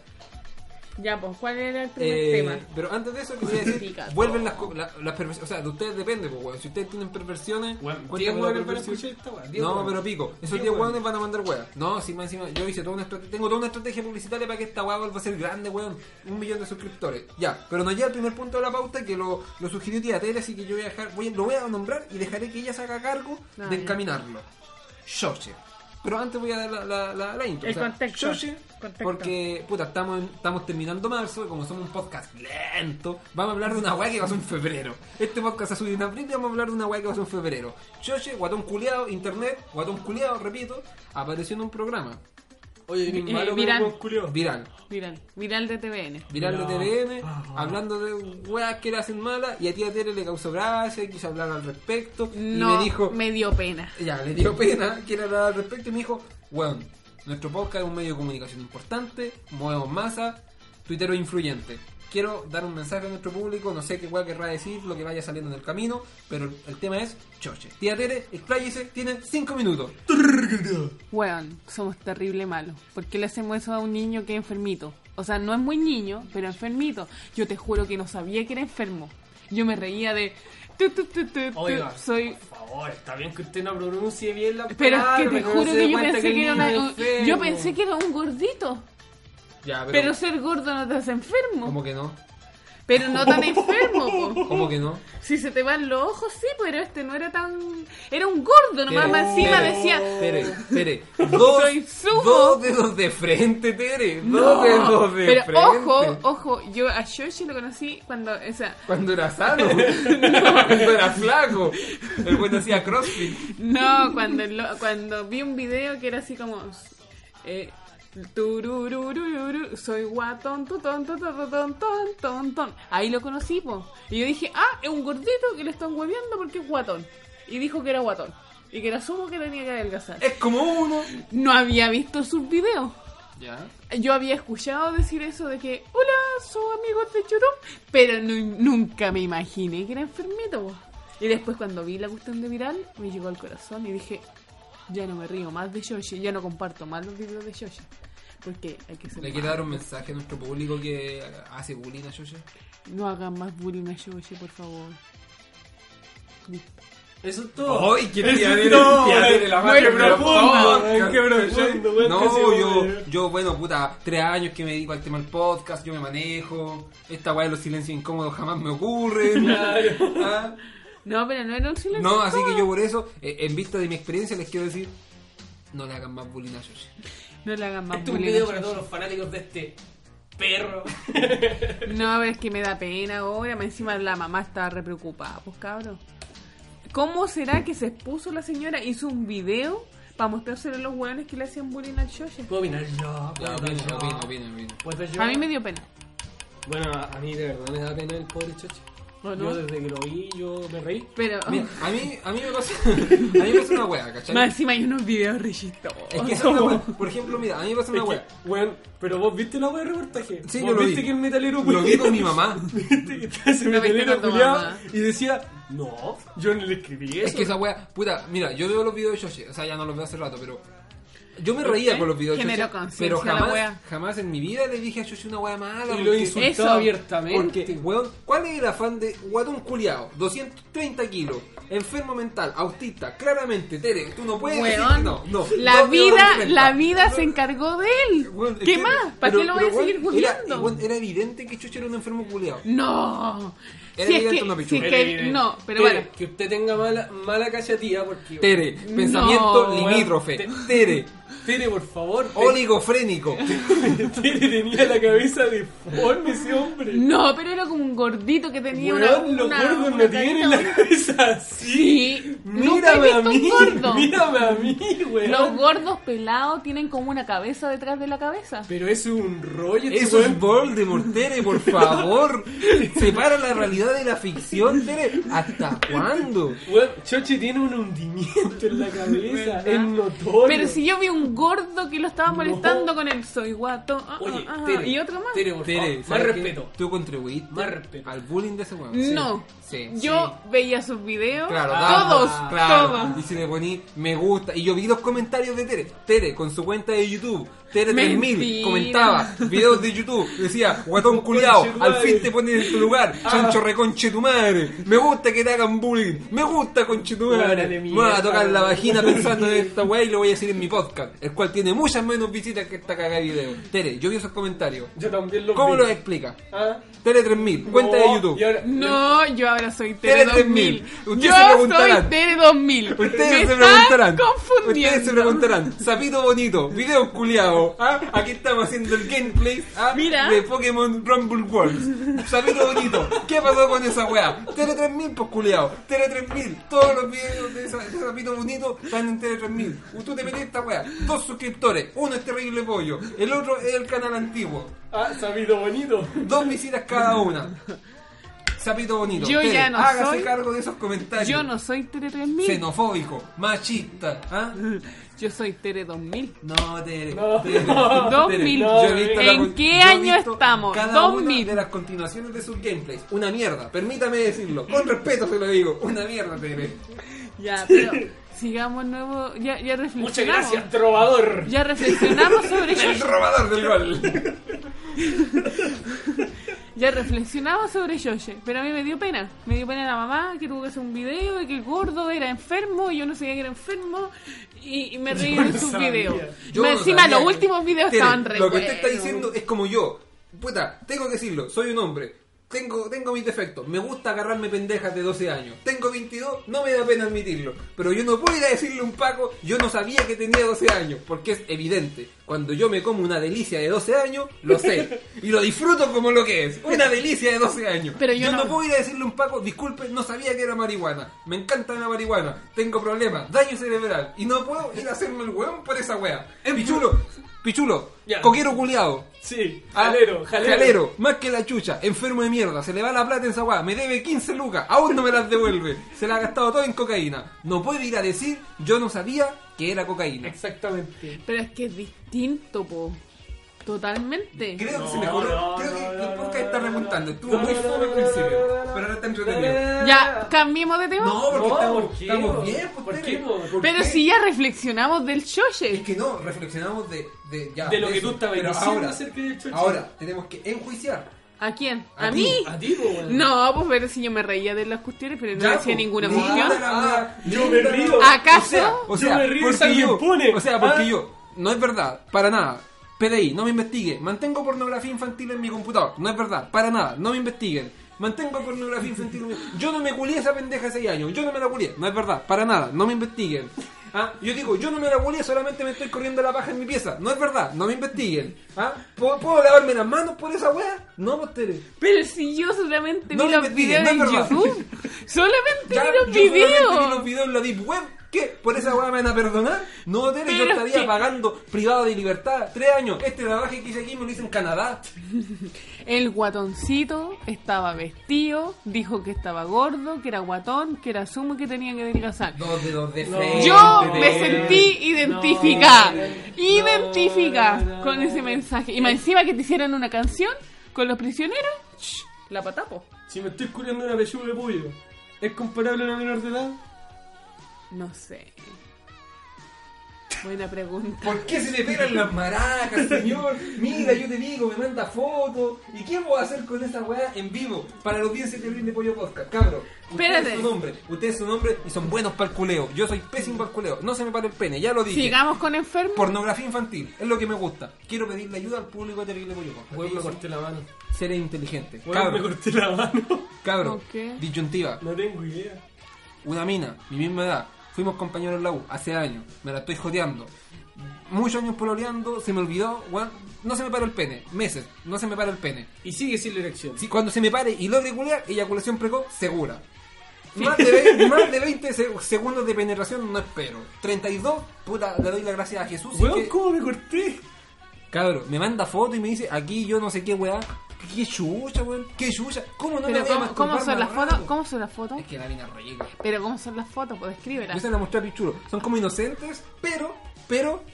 S2: Ya, pues, ¿cuál era el primer
S1: Eh,
S2: tema?
S1: pero antes de eso, quería decir:
S2: Pica
S1: vuelven
S2: todo.
S1: las, co- la- las perversiones. O sea, de ustedes depende, pues, weón. Si ustedes tienen perversiones,
S3: Weón,
S1: cuéntame
S3: diez
S1: la
S3: weones van a
S1: perversión.
S3: escuchar esta weá, diez
S1: No,
S3: weones.
S1: pero pico. Esos
S3: Diez
S1: 10
S3: weones.
S1: hueones van a mandar weas. No, si más encima, yo hice toda una estrategia. Tengo toda una estrategia publicitaria para que esta wea vuelva a ser grande, weón. Un millón de suscriptores. Ya, pero nos llega el primer punto de la pauta que lo, lo sugirió Tía Tele, así que yo voy a dejar, voy, lo voy a nombrar y dejaré que ella se haga cargo
S2: Ah,
S1: de
S2: ya.
S1: encaminarlo. Shoche. Pero antes voy a dar la, la, la, la intro.
S2: El contexto.
S1: Shoche,
S2: Contexto.
S1: porque, puta, estamos, en- estamos terminando marzo y como somos un podcast lento, vamos a hablar de una weá que pasó en febrero. Este podcast se subido en abril y vamos a hablar de una weá que pasó en febrero. Shoche, guatón culiado, internet, guatón culiado, repito, apareció en un programa
S3: Oye, ni
S2: Eh,
S3: malo,
S2: Virán.
S3: pero weón, culiao.
S1: viral.
S2: Viral. Viral de TVN.
S1: Viral
S3: No.
S1: de TVN,
S3: Ajá.
S1: hablando de weas que le hacen mala y a tía Tere le causó gracia, quiso hablar al respecto
S2: No,
S1: y me dijo,
S2: me dio pena.
S1: ya, le dio pena, quiere hablar al respecto y me dijo, weón, nuestro podcast es un medio de comunicación importante, movemos masa, tuitero influyente. Quiero dar un mensaje a nuestro público, no sé qué weá querrá decir, lo que vaya saliendo en el camino, pero el, el tema es choche. Tía Tere, expláyese, tiene 5 minutos.
S2: Weón, somos terrible malos. ¿Por qué le hacemos eso a un niño que es enfermito? O sea, no es muy niño, pero enfermito. Yo te juro que no sabía que era enfermo. Yo me reía de... tu, tu, tu, tu, tu.
S3: Oiga,
S2: soy...
S3: Por favor, está bien que usted no pronuncie bien la
S2: Pero es que
S3: palabra,
S2: te
S3: no
S2: juro
S3: se
S2: que
S3: dé
S2: yo
S3: cuenta
S2: pensé
S3: el
S2: que era una-
S3: niño es enfermo.
S2: Yo pensé que era un gordito.
S1: Ya,
S2: Pero, ser gordo no te hace enfermo.
S1: ¿Cómo que no?
S2: Pero no tan enfermo. po.
S1: ¿Cómo que no?
S2: Si se te van los ojos, sí, pero este no era tan... Era un gordo, nomás
S1: Tere,
S2: más encima
S1: Tere,
S2: decía...
S1: Tere, Tere, dos,
S2: Soy sumo.
S1: dos dedos de frente, Tere. Dos
S2: No,
S1: dedos de
S2: pero
S1: frente.
S2: ojo, ojo, yo a Yoshi lo conocí cuando, o sea,
S1: Cuando era sano, cuando era flaco. El buen hacía crossfit.
S2: no, cuando, lo- cuando vi un video que era así como, eh, turururururu, soy guatón, tutón, tutón, tutón, tutón, tutón, tutón. ahí lo conocí, po. y yo dije, ah, es un gordito que le están hueveando porque es guatón, y dijo que era guatón, y que era sumo que tenía que adelgazar.
S1: Es como uno.
S2: No había visto sus videos.
S1: Ya.
S2: Yo había escuchado decir eso de que, hola, soy amigos de YouTube, pero nu- nunca me imaginé que era enfermito. po. Y después cuando vi la cuestión de viral, me llegó al corazón y dije, ya no me río más de Yoshi, ya no comparto más los videos de Yoshi. Porque hay que ser...
S1: Le
S2: más.
S1: quiero dar un mensaje a nuestro público que hace bullying a Yoshi.
S2: No hagan más bullying a Yoshi, por favor. Listo.
S3: Eso es todo.
S1: ¡Ay, qué
S3: Eso
S1: tía
S3: es
S1: de
S3: todo,
S1: tía
S3: güey.
S1: de la
S3: Güey,
S1: madre, pero
S3: profundo,
S1: podcast,
S3: güey, qué profundo, güey, casi,
S1: No,
S3: güey.
S1: yo, yo, bueno, puta, tres años que me dedico al tema del podcast, yo me manejo. Esta weá de los silencios incómodos jamás me ocurre. Ah.
S2: No, pero no era un silencio.
S1: No, así que yo por eso, eh, en vista de mi experiencia, les quiero decir, no le hagan más bullying a Yoshi.
S2: No le hagan más
S3: Este es un
S2: bullying. a
S3: video
S2: Yoshi.
S3: para todos los fanáticos de este perro.
S2: No, pero es que me da pena ahora. más Encima la mamá está re preocupada, pues cabrón. ¿Cómo será que se expuso la señora? Hizo un video para mostrárselo a los hueones que le hacían bullying al Yoshi.
S3: ¿Puedo opinar yo?
S1: Ya,
S3: ¿Puedo
S1: opinen,
S3: opinar yo?
S1: opinen, opinen, opinen.
S3: ¿Puedo yo?
S2: A mí me dio pena.
S3: Bueno, a mí de verdad me da pena el pobre chocho.
S2: ¿O no?
S3: Yo desde que lo vi, yo me reí.
S2: Pero
S1: Mira, a mí, a mí me pasa, a mí me pasa una wea, ¿cachai?
S2: más encima hay unos videos re
S1: Es
S2: chistosos.
S1: que esa es la wea. Por ejemplo, mira, a mí me pasa una wea.
S3: Bueno, pero vos viste la wea de reportaje.
S1: Sí,
S3: ¿Vos
S1: yo lo
S3: viste
S1: vi.
S3: que el metalero
S1: Lo vi con mi mamá.
S3: Viste que estaba ese
S2: Lo viste
S3: metalero
S2: con tu
S3: culiao
S2: mamá.
S3: y decía, no, yo no le escribí eso.
S1: Es que esa wea, puta, mira, yo veo los videos de Yoshi, o sea, ya no los veo hace rato, pero yo me reía
S2: ¿Viste?
S1: con los videos de
S2: Generó
S1: Yoshi,
S2: conciencia
S1: pero
S2: la
S1: jamás,
S2: wea.
S1: jamás en mi vida le dije a Yoshi una wea mala.
S3: y lo
S1: porque-
S3: insultó
S2: Eso.
S3: abiertamente.
S1: Porque, weón, ¿cuál es el afán de guatón culiao? 230 kilos, enfermo mental, autista, claramente, Tere, tú no puedes decir que
S2: Weón,
S1: no, no.
S2: la
S1: no te
S2: vida,
S1: vas a enfrentar.
S2: la vida
S1: No,
S2: se encargó de él.
S1: weón, es
S2: ¿Qué
S1: que-
S2: más? ¿Para
S1: pero-
S2: qué lo voy
S1: pero,
S2: a seguir
S1: weón, era-
S2: jugando?
S1: weón, Era, evidente que Chucho era un enfermo culiao.
S2: No.
S1: Era
S2: Si es
S1: evidente
S2: que,
S1: una
S2: si
S1: pichula. Eh,
S2: es
S3: Era
S2: que
S3: evidente.
S2: no, pero
S3: Tere,
S2: bueno.
S3: Que usted tenga mala, mala cachatía porque.
S1: Tere, pensamiento
S2: weón,
S1: limítrofe,
S3: te-
S1: Tere,
S3: Tere, por favor. te-
S1: Oh, oligofrénico.
S3: Tere tenía la cabeza deforme ese hombre.
S2: No, pero era como un gordito que tenía
S3: Weón,
S2: una,
S3: los
S2: una,
S3: gordos
S2: una
S3: no tienen
S2: carita-
S3: la cabeza así.
S2: Sí, nunca
S3: Mírame
S2: he
S3: a
S2: visto
S3: mí.
S2: un gordo.
S3: Mírame a mí, weón.
S2: Los gordos pelados tienen como una cabeza detrás de la cabeza.
S3: Pero es un rollo. este
S1: Eso
S3: weón.
S1: es Voldemort, Tere, por favor. Separa la realidad de la ficción, Tere. ¿Hasta cuándo?
S3: Weón, Choche tiene un hundimiento en la cabeza.
S2: ¿Verdad?
S3: es notorio.
S2: Pero si yo vi un gordo que lo estaba molestando con el soy guato. ah, ah,
S3: Oye,
S2: ah,
S3: Tere,
S2: y otro más.
S3: Tere, por favor,
S1: Tere,
S3: más
S1: ¿sabes qué?
S3: respeto.
S1: Tú contribuiste
S3: Más respeto.
S1: al bullying de ese weón.
S2: No,
S1: Sí. sí,
S2: yo veía sus videos,
S1: Claro,
S2: Ah. todos,
S1: damos, claro.
S2: todos.
S1: Y si le poní me gusta. Y yo vi los comentarios de Tere. Tere, con su cuenta de YouTube. Tere 3000
S2: Mentira.
S1: comentaba videos de YouTube. Decía, guatón culiao,
S3: Conche tu
S1: al
S3: madre.
S1: fin te pones en tu lugar.
S3: Ah.
S1: Chancho reconche tu madre. Me gusta que te hagan bullying. Me gusta conche tu
S3: Buena
S1: madre.
S3: de
S1: Me voy a
S3: mierda,
S1: tocar la
S3: weón.
S1: vagina pensando en esta weá y lo voy a decir en mi podcast. El cual tiene muchas menos visitas que esta cagada de video. Tere, yo vi esos comentarios.
S3: Yo también lo
S1: ¿Cómo
S3: vi.
S1: lo explica?
S3: Ah,
S1: Tele 3000, cuenta de
S3: no, y
S1: YouTube.
S3: ahora-
S2: No, yo ahora soy Tere
S1: Tere
S2: 2000.
S1: 3000.
S2: Yo
S1: Ustedes se
S2: soy
S1: preguntarán.
S2: Tere 2000.
S1: Ustedes
S2: Me
S1: se
S2: están
S1: preguntarán.
S2: confundiendo.
S1: Ustedes se preguntarán. Sapito bonito, video culiao. ¿ah? Aquí estamos haciendo el gameplay ¿ah?
S2: Mira.
S1: de Pokémon Rumble Worlds. Sapito bonito, ¿qué pasó con esa weá? Tele 3000, pues culiao. Tele 3000, todos los videos de, esa- de Sapito bonito están en Tele 3000. Tú te metes esta weá. Dos suscriptores, uno es terrible pollo, el otro es el canal antiguo.
S3: Ah, sabido bonito.
S1: Dos visitas cada una. Sapito bonito.
S2: Yo
S1: Tele,
S2: ya no
S1: hágase
S2: soy-
S1: cargo de esos comentarios.
S2: Yo no soy Tere 3000.
S1: Xenofóbico, machista, ¿ah?
S2: Yo soy Tere 2000.
S1: No, Tere.
S3: No.
S1: Tere,
S3: Dos
S1: Tere,
S2: mil.
S1: yo he visto la
S2: ¿En
S1: con-
S2: qué
S1: yo he
S2: año
S1: visto
S2: estamos?
S1: Cada
S2: Dos
S1: una
S2: mil.
S1: de las continuaciones de sus gameplays. Una mierda, permítame decirlo. Con respeto se lo digo. Una mierda, Tere.
S2: Ya, pero sigamos nuevo. Ya, ya reflexionamos.
S3: Muchas gracias, trovador.
S2: Ya reflexionamos sobre
S1: El
S2: Yoshi.
S1: robador del gol.
S2: Ya reflexionamos sobre Yoshi. Pero a mí me dio pena. Me dio pena la mamá que tuvo que hacer un video de que el gordo era enfermo. Y yo no sabía que era enfermo. Y, y me reí
S3: no
S2: de sus
S3: sabía.
S2: videos.
S1: Yo
S2: Me-
S1: no
S2: encima,
S1: sabía
S2: los
S1: que-
S2: últimos videos
S1: Tere,
S2: estaban re
S1: Lo que usted está
S2: buenos.
S1: diciendo es como yo. Puta, tengo que decirlo. Soy un hombre. Tengo, tengo mis defectos. Me gusta agarrarme pendejas de 12 años. Tengo 22, no me da pena admitirlo. Pero yo no puedo ir a decirle a un Paco, yo no sabía que tenía 12 años. Porque es evidente. Cuando yo me como una delicia de 12 años, lo sé. Y lo disfruto como lo que es. Una delicia de 12 años.
S2: Pero yo
S1: no...
S2: no-
S1: puedo ir a decirle a un Paco, disculpe, no sabía que era marihuana. Me encanta la marihuana. Tengo problemas, daño cerebral. Y no puedo ir a hacerme el hueón por esa wea. Es pichulo. Pichulo,
S3: Ya.
S1: coquero culiado.
S3: Sí,
S1: Ah,
S3: jalero, jalero.
S1: jalero, más que la chucha, enfermo de mierda, se le va la plata en esa weá, me debe 15 lucas, aún no me las devuelve, se la ha gastado todo en cocaína. No puede ir a decir, yo no sabía que era cocaína.
S3: Exactamente.
S2: Pero es que es distinto, po. Totalmente.
S1: Creo que se
S3: No,
S1: mejoró,
S3: no,
S1: creo
S3: no,
S1: que
S3: no,
S1: el podcast
S3: no,
S1: está
S3: no,
S1: remontando,
S3: no,
S1: estuvo
S3: no,
S1: muy
S3: no,
S1: fome al
S3: no,
S1: principio,
S3: no, no, no,
S1: pero ahora está
S3: no,
S1: entretenido.
S3: no,
S2: Ya, cambiemos de tema.
S1: No, porque
S3: No,
S1: estamos,
S3: ¿por qué,
S1: estamos
S3: po?
S1: bien, pues,
S3: ¿Por qué,
S1: Tere,
S3: po?
S1: ¿por
S2: Pero
S1: qué?
S2: si ya reflexionamos del
S1: Es
S2: Yoshi.
S1: que no, reflexionamos de, de, ya,
S3: De lo que
S1: eso.
S3: tú estabas
S1: Pero
S3: diciendo
S1: ahora,
S3: acerca del chocho.
S1: Ahora, tenemos que enjuiciar.
S2: ¿A quién?
S1: A
S2: ¿A,
S1: ti,
S2: mí?
S3: A ti, po, weón.
S2: No, pues pero si yo me reía de las cuestiones, pero no
S1: Ya, pues,
S2: decía
S3: pues,
S1: po.
S2: ninguna
S1: Ni
S2: cuestión.
S1: nada, nada.
S3: Yo me río.
S2: ¿Acaso?
S1: O sea, o sea,
S3: Yo me río y
S1: porque
S3: alguien
S1: yo,
S3: pone,
S1: o sea, porque
S3: ¿ah?
S1: yo, no es verdad, para nada. PDI, no me investigue. Mantengo pornografía infantil en mi computador. No es verdad, para nada, no me investiguen. Mantengo pornografía infantil. en mi- Yo no me culié esa pendeja hace 6 años. Yo no me la culié. No es verdad, para nada, no me investiguen. ¿Ah? Yo digo, yo no me la culié, solamente me estoy corriendo la paja en mi pieza. No es verdad, no me investiguen. ¿Ah? ¿Puedo, puedo lavarme las manos por esa wea? No, pues Tere.
S2: Pero si yo solamente
S1: No
S2: vi
S1: me
S2: los
S1: investigues,
S2: videos
S1: no
S2: en
S1: es verdad.
S2: YouTube. Solamente
S1: Ya,
S2: vi los
S1: yo solamente vi
S2: videos.
S1: los videos en la Deep Web ¿Qué? ¿Por esa weá me van a perdonar? No, Tere, yo
S2: Pero
S1: estaría
S2: que-
S1: pagando privado de libertad tres años. Este trabajo que hice aquí me lo hice en Canadá.
S2: El guatoncito estaba vestido, dijo que estaba gordo, que era guatón, que era sumo y que tenía que adelgazar.
S1: Dos dedos de
S3: No.
S1: frente.
S2: Yo
S3: Gente,
S2: me
S3: no.
S2: sentí identificada.
S3: No,
S2: identificada
S3: no, no,
S2: con
S3: no.
S2: ese mensaje. Y más encima que te hicieran una canción con los prisioneros. ch, La patapo.
S3: Si me estoy curiando una pechuga de pollo, ¿es comparable a una menor de edad?
S2: No sé. Buena pregunta.
S1: ¿Por qué se le pegan las maracas, señor? Mira, yo te digo, me manda fotos. ¿Y qué voy a hacer con esa weá en vivo? Para los 10 de abril de Pollo Podcast, cabro. Ustedes
S2: Espérate.
S1: su nombre, ustedes su nombre y son buenos para el culeo. Yo soy pésimo para el culeo. No se me para el pene, ya lo dije.
S2: Sigamos con enfermos.
S1: Pornografía infantil, es lo que me gusta. Quiero pedirle ayuda al público de Terrible Pollo Podcast.
S3: Weón, me corté la mano.
S1: Ser inteligente.
S3: Weón, me
S1: Cabro,
S3: corté la mano.
S1: cabro.
S2: ¿Por qué?
S1: Disyuntiva.
S3: No tengo idea.
S1: una mina, mi misma edad, fuimos compañeros en la U hace años, me la estoy jodeando. Muchos años pololeando, se me olvidó, weón, no se me paró el pene, meses, no se me para el pene.
S3: Y sigue sin la erección.
S1: Si cuando se me pare y logre culiar, eyaculación precoz, segura. Más de, ve- más de 20 se- segundos de penetración no espero. 32, puta, le doy la gracia a Jesús. y
S3: Weón,
S1: que-
S3: ¿cómo me corté?
S1: Cabro, me manda foto y me dice, aquí yo no sé qué weá. Qué chucha, weón, qué chucha. ¿Cómo no me
S2: Pero
S1: voy a
S2: ¿cómo, cómo
S1: masturbar
S2: son
S1: más
S2: las fotos?
S1: rato?
S2: ¿Cómo son las fotos?
S1: Es que la mina es rica.
S2: Pero ¿cómo son las fotos? Pues
S1: Yo
S2: escríbelas.
S1: se la mostré a Pichuro. Son como inocentes, pero, pero.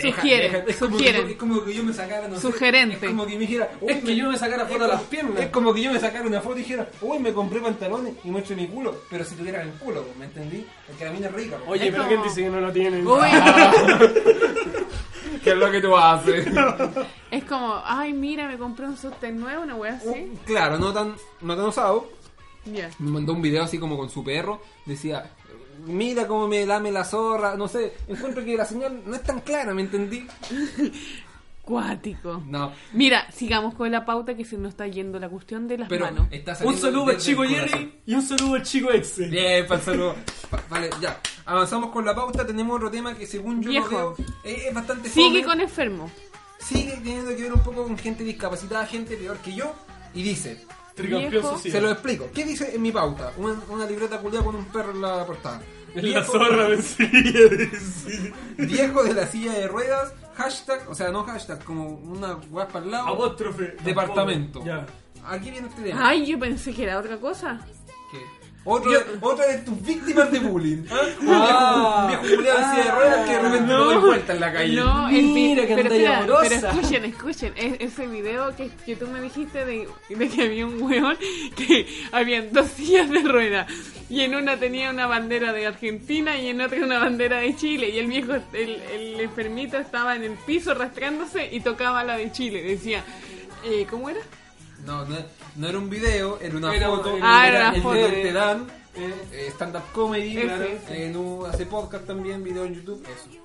S2: Sugieren,
S1: es, como
S2: sugieren.
S1: Que, es como que yo me sacara. No sé,
S2: Sugerente.
S1: es como que me dijera. "Uy,
S3: Es que yo me sacara foto a
S1: es
S3: las
S1: como-
S3: piernas.
S1: Es como que yo me sacara una foto y dijera, uy, me compré pantalones y muestro mi culo. Pero si tuviera el culo, pues, ¿me entendí? Porque la mina es rica. pues.
S3: Oye,
S2: Es
S3: pero
S2: como-
S3: ¿quién dice que no lo Ah, tienen?
S2: Uy,
S1: ¿qué es lo que tú haces?
S2: es como, ay, mira, me compré un sostén nuevo, una wea así.
S1: Claro, no tan, no tan osado.
S2: Ya.
S1: Me mandó un video así como con su perro. Decía. Mira cómo me lame la zorra, no sé, encuentro que la señal no es tan clara, ¿me entendí?
S2: Cuático.
S1: No,
S2: Mira, sigamos con la pauta que se nos está yendo la cuestión de las
S1: pero
S2: manos.
S1: está
S3: Un
S1: saliendo
S3: saludo al
S1: desde el
S3: chico
S1: corazón.
S3: Jerry y un saludo al chico Excel.
S1: Bien, para el saludo. Pa- Vale, ya. Avanzamos con la pauta. Tenemos otro tema que, según yo
S2: Viejo.
S1: lo veo, eh, es, es bastante
S2: Sigue
S1: fome.
S2: con enfermo.
S1: Sigue teniendo que ver un poco con gente discapacitada, gente peor que yo. Y dice,
S3: Tricampeón
S2: Viejo.
S1: se lo
S3: social.
S1: explico. ¿Qué dice en mi pauta? Una, una libreta culiada con un perro en la portada.
S3: En la
S1: Viejo-
S3: zorra vencida de decir.
S1: Viejo de la silla de ruedas, hashtag, o sea, no hashtag, como una guapa al lado.
S3: Apóstrofe.
S1: Departamento.
S3: Ya.
S1: Aquí viene este tema.
S2: Ay, yo pensé que era otra cosa.
S1: ¿Qué? Otro, de, otra de tus víctimas de bullying. ¿Ah?
S3: Ah.
S1: Un viejo- un viejo culiado en silla de ruedas que de repente
S2: No.
S1: no doy vuelta en la calle.
S2: No, el vi-
S3: Mira que
S2: pero,
S3: andai
S2: espera,
S3: amorosa.
S2: pero escuchen, escuchen, es- ese video que, que tú me dijiste de, de que había un weón que habían dos sillas de rueda y en una tenía una bandera de Argentina y en otra una bandera de Chile y el viejo, el, el enfermito estaba en el piso rastreándose y tocaba la de Chile, decía, eh, ¿cómo era?
S1: No, no, no era un video, era una
S3: Era-
S1: foto.
S2: Ah, era una
S1: el
S2: foto.
S1: video que te dan, eh, stand-up comedy,
S2: Ese,
S1: claro,
S2: ese.
S1: en un- hace podcast también, video en YouTube, eso.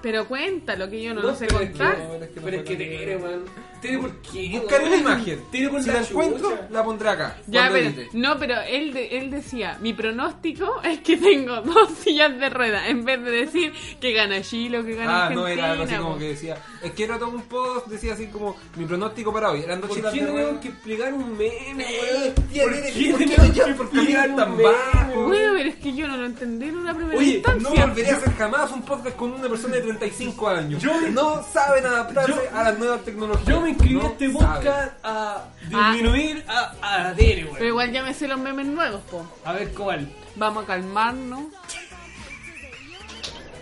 S2: Pero cuéntalo que yo no,
S3: No,
S2: lo sé
S3: pero es
S2: contar.
S1: No,
S3: que-
S1: es que no
S3: Pero es
S1: fue
S3: que
S1: tan
S3: Tere,
S1: bien.
S3: weón. Tere, ¿por qué?
S1: Buscaré una
S3: weón?
S1: imagen.
S3: Tere, por
S1: si la encuentro,
S3: chucha.
S1: la pondré acá.
S2: Ya,
S1: cuando
S2: pero,
S1: edite.
S2: no, pero él, de- él decía, mi pronóstico es que tengo dos sillas de rueda, en vez de decir que gana Chile o que gana
S1: Ah,
S2: Argentina.
S1: no, era algo así como
S2: po.
S1: que decía. Es que era todo un post, decía así como mi pronóstico para hoy. Eran dos
S3: ¿Por
S1: chicas
S3: qué
S1: de
S3: tenemos
S1: ruedas.
S3: que explicar un meme,
S1: Eh,
S3: weón?
S1: tía,
S3: ¿Por
S1: Tere,
S3: qué
S1: ¿por qué
S3: tenemos
S1: no
S3: que
S1: llevas por caminos
S3: explicar
S1: tan
S3: un meme,
S1: bajos?
S3: weón?
S2: Bueno, pero es que yo no lo entendí en una primera
S3: Oye,
S1: No
S2: instancia.
S1: volveré a hacer jamás un podcast con una persona de 35 años.
S3: Yo-
S1: no saben adaptarse
S3: yo-
S1: a las nuevas tecnologías.
S3: Yo me inscribí a
S1: No
S3: este
S1: saben.
S3: podcast
S2: Ah.
S3: a disminuir a, a la tele, weón.
S2: Pero igual ya me sé los memes nuevos, po.
S3: A ver cuál.
S2: Vamos a calmarnos.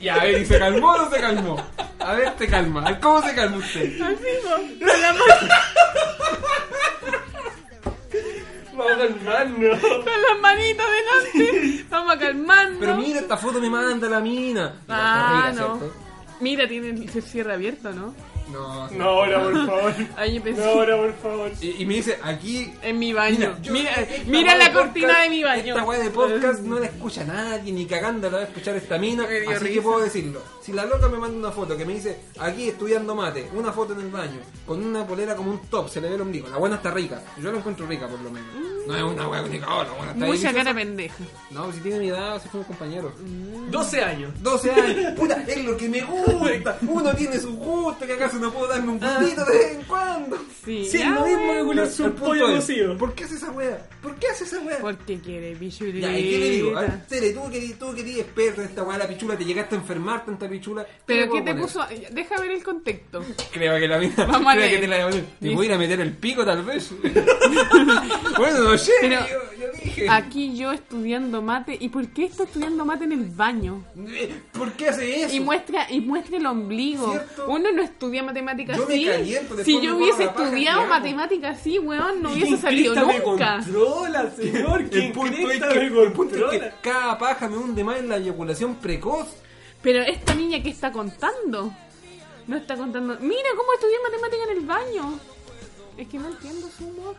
S1: Ya, a ver, ¿y se calmó o no se calmó? A ver, te calma. A ver, ¿Cómo se calma usted?
S2: Así, po.
S3: Vamos a calmarnos.
S2: Con las manitas delante. Vamos a calmarnos.
S1: Pero mira, esta foto me manda la mina.
S2: Ah,
S1: Está rica,
S2: no.
S1: ¿cierto?
S2: Mira, tiene el se cierre abierto, ¿no?
S1: No. sí.
S3: No, ahora, por favor.
S2: Ahí empecé.
S3: No, ahora, por favor.
S1: Y, y me dice, aquí...
S2: En mi baño. Mira,
S1: yo- esta
S2: mira
S1: weá
S2: la
S1: de
S2: cortina
S1: podcast-
S2: de mi baño.
S1: Esta weá de podcast no la escucha nadie, ni cagando la va a escuchar esta mina.
S2: Me dio
S1: Así que
S2: risa.
S1: puedo decirlo. Si la loca me manda una foto que me dice, aquí estudiando mate, una foto en el baño, con una polera como un top, se le ve el ombligo. La buena está rica. Yo la encuentro rica, por lo menos. No es una weá única, oh, la buena está
S2: Mucha
S1: deliciosa.
S2: cara pendeja.
S1: No, si tiene mi edad, si fuimos compañeros.
S3: 12 años.
S1: 12 años, puta, es lo que me gusta. Uno tiene su gusto, que acá acaso no puedo darme un gustito de vez en cuando?
S2: Sí,
S3: Sí,
S2: ya,
S3: lo mismo
S2: güey.
S3: que culiar
S1: El
S3: su
S1: punto
S3: pollo
S1: es,
S3: cocido.
S1: ¿Por qué hace esa wea? ¿Por qué hace esa wea?
S2: Porque quiere pichulita.
S1: Ya, ¿y qué le digo? A ver, Tere, tú que tú que eres experta en esta weá, la pichula, te llegaste a enfermar tanta pichula.
S2: ¿Pero
S1: le
S2: qué
S1: puedo
S2: te
S1: poner?
S2: puso? Deja ver el contexto.
S1: Creo que la mina.
S2: Vamos a
S1: creo
S2: leer.
S1: que te la Te
S2: Dice-
S1: voy a ir a meter el pico, tal vez. bueno, no sé.
S2: Pero-
S1: yo, yo dije.
S2: Aquí yo estudiando mate. ¿Y por qué está estudiando mate en el baño?
S1: eh, ¿Por qué hace eso?
S2: Y muestra, y muestra el ombligo.
S1: ¿Cierto?
S2: Uno no estudia matemáticas
S1: Yo me
S2: así.
S1: caliento, después
S2: Si
S1: me
S2: yo
S1: pongo
S2: hubiese
S1: la paja,
S2: estudiado
S1: ¿qué hago?
S2: matemáticas así, weón, no
S3: ¿Quién
S2: hubiese salido
S3: cresta me
S2: nunca.
S3: controla, señor?
S1: el
S3: ¿Quién
S1: punto, es
S3: cresta
S1: que,
S3: me
S1: el punto es que
S3: controla?
S1: cada paja me hunde más en la eyaculación precoz.
S2: Pero esta niña que está contando, no está contando. Mira cómo estudié matemáticas en el baño. Es que no entiendo su humor.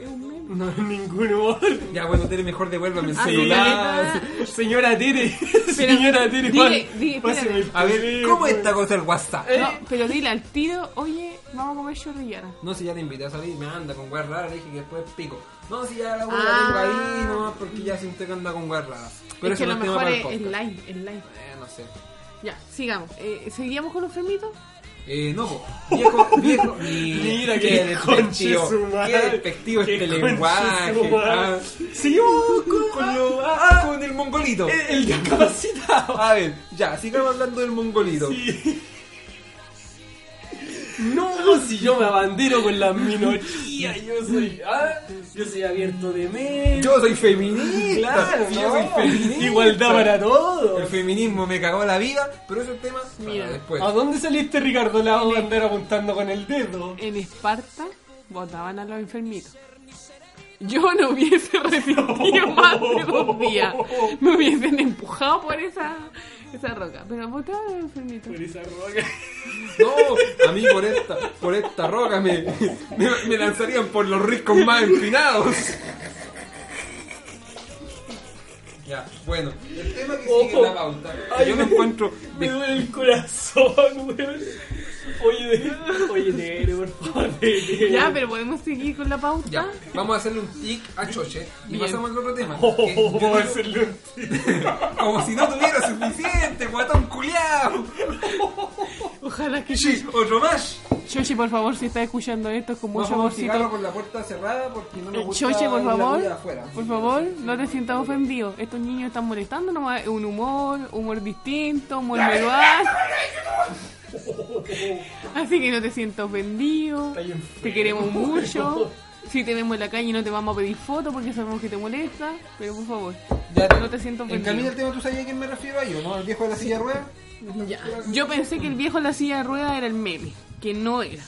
S2: Es un meme.
S3: No, ningún humor.
S1: Ya, bueno, Tere, mejor devuélvame el
S2: Ah,
S1: celular.
S3: Señora Tere, señora Tere,
S2: dile,
S3: pásame-
S2: dile,
S3: pásame el
S2: espérate.
S1: A ver,
S3: teléfono.
S1: ¿cómo es esta cosa el WhatsApp?
S2: No, pero dile al tiro, oye, vamos a comer chorrillana.
S1: No, si ya la invité a salir, me anda con weas raras, le dije que después pico. No, si ya la wea
S2: Ah.
S1: la tengo ahí nomás porque ya siento que anda con weas raras. Pero
S2: es que
S1: eso no
S2: lo
S1: es tema
S2: mejor
S1: para el
S2: es, es
S1: podcast.
S2: live, es live.
S1: Eh, no sé.
S2: Ya, sigamos. Eh, ¿Seguíamos con los enfermitos?
S1: Eh, no, po. viejo, viejo,
S3: Mira
S1: qué
S3: que
S1: despectivo,
S3: conche su madre.
S1: qué despectivo
S3: Qué
S1: este
S3: conche
S1: lenguaje.
S3: su madre.
S1: ah.
S3: Sigamos con, con lo- ah,
S1: con el mongolito.
S3: el, el discapacitado.
S1: A ver, ya, sigamos hablando del mongolito.
S3: Sí. No, si yo me abandero con las minorías, yo soy, ah, yo soy abierto de mente.
S1: Yo soy feminista,
S3: claro,
S1: sí,
S3: no.
S1: yo soy feminista.
S3: Igualdad para todos.
S1: El feminismo me cagó la vida, pero esos temas para
S2: Mira.
S1: después.
S3: ¿A dónde saliste, Ricardo Lago, de andar apuntando con el dedo?
S2: En Esparta votaban a los enfermitos. Yo no hubiese resistido más de dos días. Me hubiesen empujado por esa, esa roca. Pero votaban a los enfermitos.
S3: Por esa roca.
S1: No, a mí por esta, por esta roca me, me, me lanzarían por los riscos más empinados. Ya, bueno, el tema que sigue
S3: Ojo.
S1: en la pauta, que
S3: Ay,
S1: yo me
S3: me-
S1: encuentro
S3: Me
S1: de-
S3: duele el corazón, weón. Oye, de- oye, negro, por favor, negro.
S2: Ya, pero podemos seguir con la pauta.
S1: Ya, vamos a hacerle un tic a Choche y
S2: Bien.
S1: pasamos al otro tema.
S3: Oh,
S1: que yo
S3: vamos a
S1: creo-
S3: hacerle un
S1: como si no tuviera suficiente, guatón culiao.
S2: Ojalá que
S1: Sí, otro más.
S2: Chochi, por favor, si estás escuchando esto, con
S1: Vamos
S2: mucho
S1: a
S2: amorcito.
S1: masticarlo con la puerta cerrada porque no nos
S2: Eh,
S1: gusta
S2: Choche, por
S1: la
S2: favor,
S1: vida afuera.
S2: por favor, no te sientas ofendido. Estos niños están molestando nomás. Es Un humor, humor distinto, humor medieval. Así que no te sientas ofendido.
S3: Está bien
S2: Te
S3: feo.
S2: queremos mucho. Si te vemos en la calle no te vamos a pedir fotos porque sabemos que te molesta. Pero por favor,
S1: Ya
S2: no te sientas
S1: Encamina
S2: ofendido.
S1: el tema, tú sabías a quién me refiero a yo, ¿no? Al viejo de la silla de ruedas.
S2: Ya. Yo pensé que el viejo en la silla de ruedas era el meme, que no era.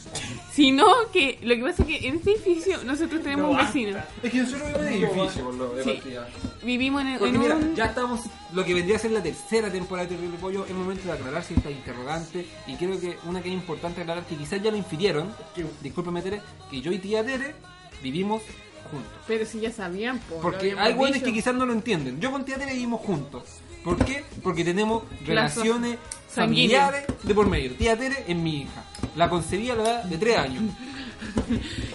S2: Sino que lo que pasa es que en este edificio nosotros tenemos
S3: No
S2: un
S3: basta.
S2: vecino.
S1: Es que nosotros vivimos en un edificio, por lo de
S2: Sí.
S1: partida.
S2: Vivimos en,
S1: Porque
S2: en
S1: mira,
S2: un...
S1: ya estamos, lo que vendría a ser la tercera temporada de Terrible Pollo, es momento de aclarar ciertas interrogantes y creo que una que es importante aclarar, que quizás ya lo infirieron,
S3: ¿Qué?
S1: discúlpeme Tere, que yo y tía Tere vivimos juntos.
S2: Pero si ya sabían, po,
S1: Porque
S2: lo habíamos
S1: hay güeyes
S2: dicho.
S1: que quizás no lo entienden. Yo con tía Tere vivimos juntos. ¿Por qué? Porque tenemos
S2: Lazos
S1: relaciones
S2: sanguíneos.
S1: familiares de por medio. Tía Tere es mi hija. La concebí a la edad de 3 años.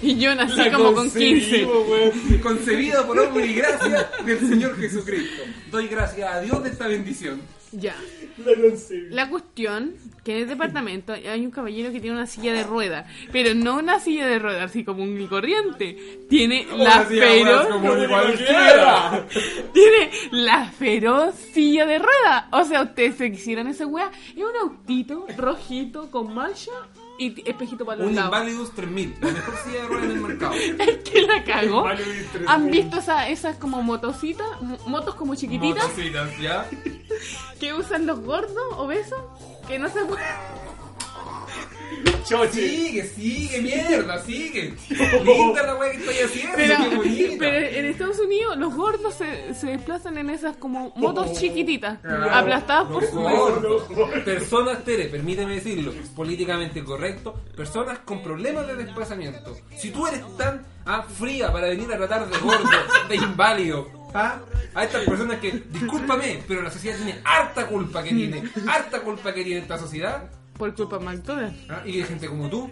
S2: Y yo nací
S3: La
S2: como con 15.
S3: concebimos, weón.
S1: concebida por obra y gracia del Señor Jesucristo. Doy gracias a Dios de esta bendición.
S2: Ya.
S3: La concebimos.
S2: La cuestión, que en el departamento hay un caballero que tiene una silla de ruedas. Pero no una silla de ruedas, así como un corriente. Tiene la
S1: Así, abuelas,
S2: feroz...
S1: como de cualquiera.
S3: cualquiera.
S2: Tiene la feroz silla de rueda. O sea, ustedes se quisieran esa weá. Es un autito rojito con mancha y t- espejito para los
S1: Un
S2: lados.
S1: Invalidus 3000, la mejor silla de ruedas en el mercado.
S2: Es que la cagó.
S3: Invalidus 3000.
S2: ¿Han visto esa- esas como motocitas? mo- Motos como chiquititas
S1: Motocitas, ¿ya?
S2: que usan los gordos obesos que no se pueden.
S3: Choche.
S1: Sigue, sigue, mierda, sigue. Linda la wea que estoy haciendo,
S2: Pero,
S1: qué bonita.
S2: pero en Estados Unidos los gordos se, se desplazan en esas como motos
S1: Oh.
S2: chiquititas
S1: Claro.
S2: aplastadas por
S1: Los
S2: su
S1: gordos. Personas, Tere, permíteme decirlo, políticamente correcto, personas con problemas de desplazamiento. Si tú eres tan ah, fría para venir a tratar de gordo, de inválido, ¿ah? a estas personas que, discúlpame, pero la sociedad tiene harta culpa que tiene, harta culpa que tiene esta sociedad.
S2: por culpa de McDonald's.
S1: Ah, Y de gente como tú,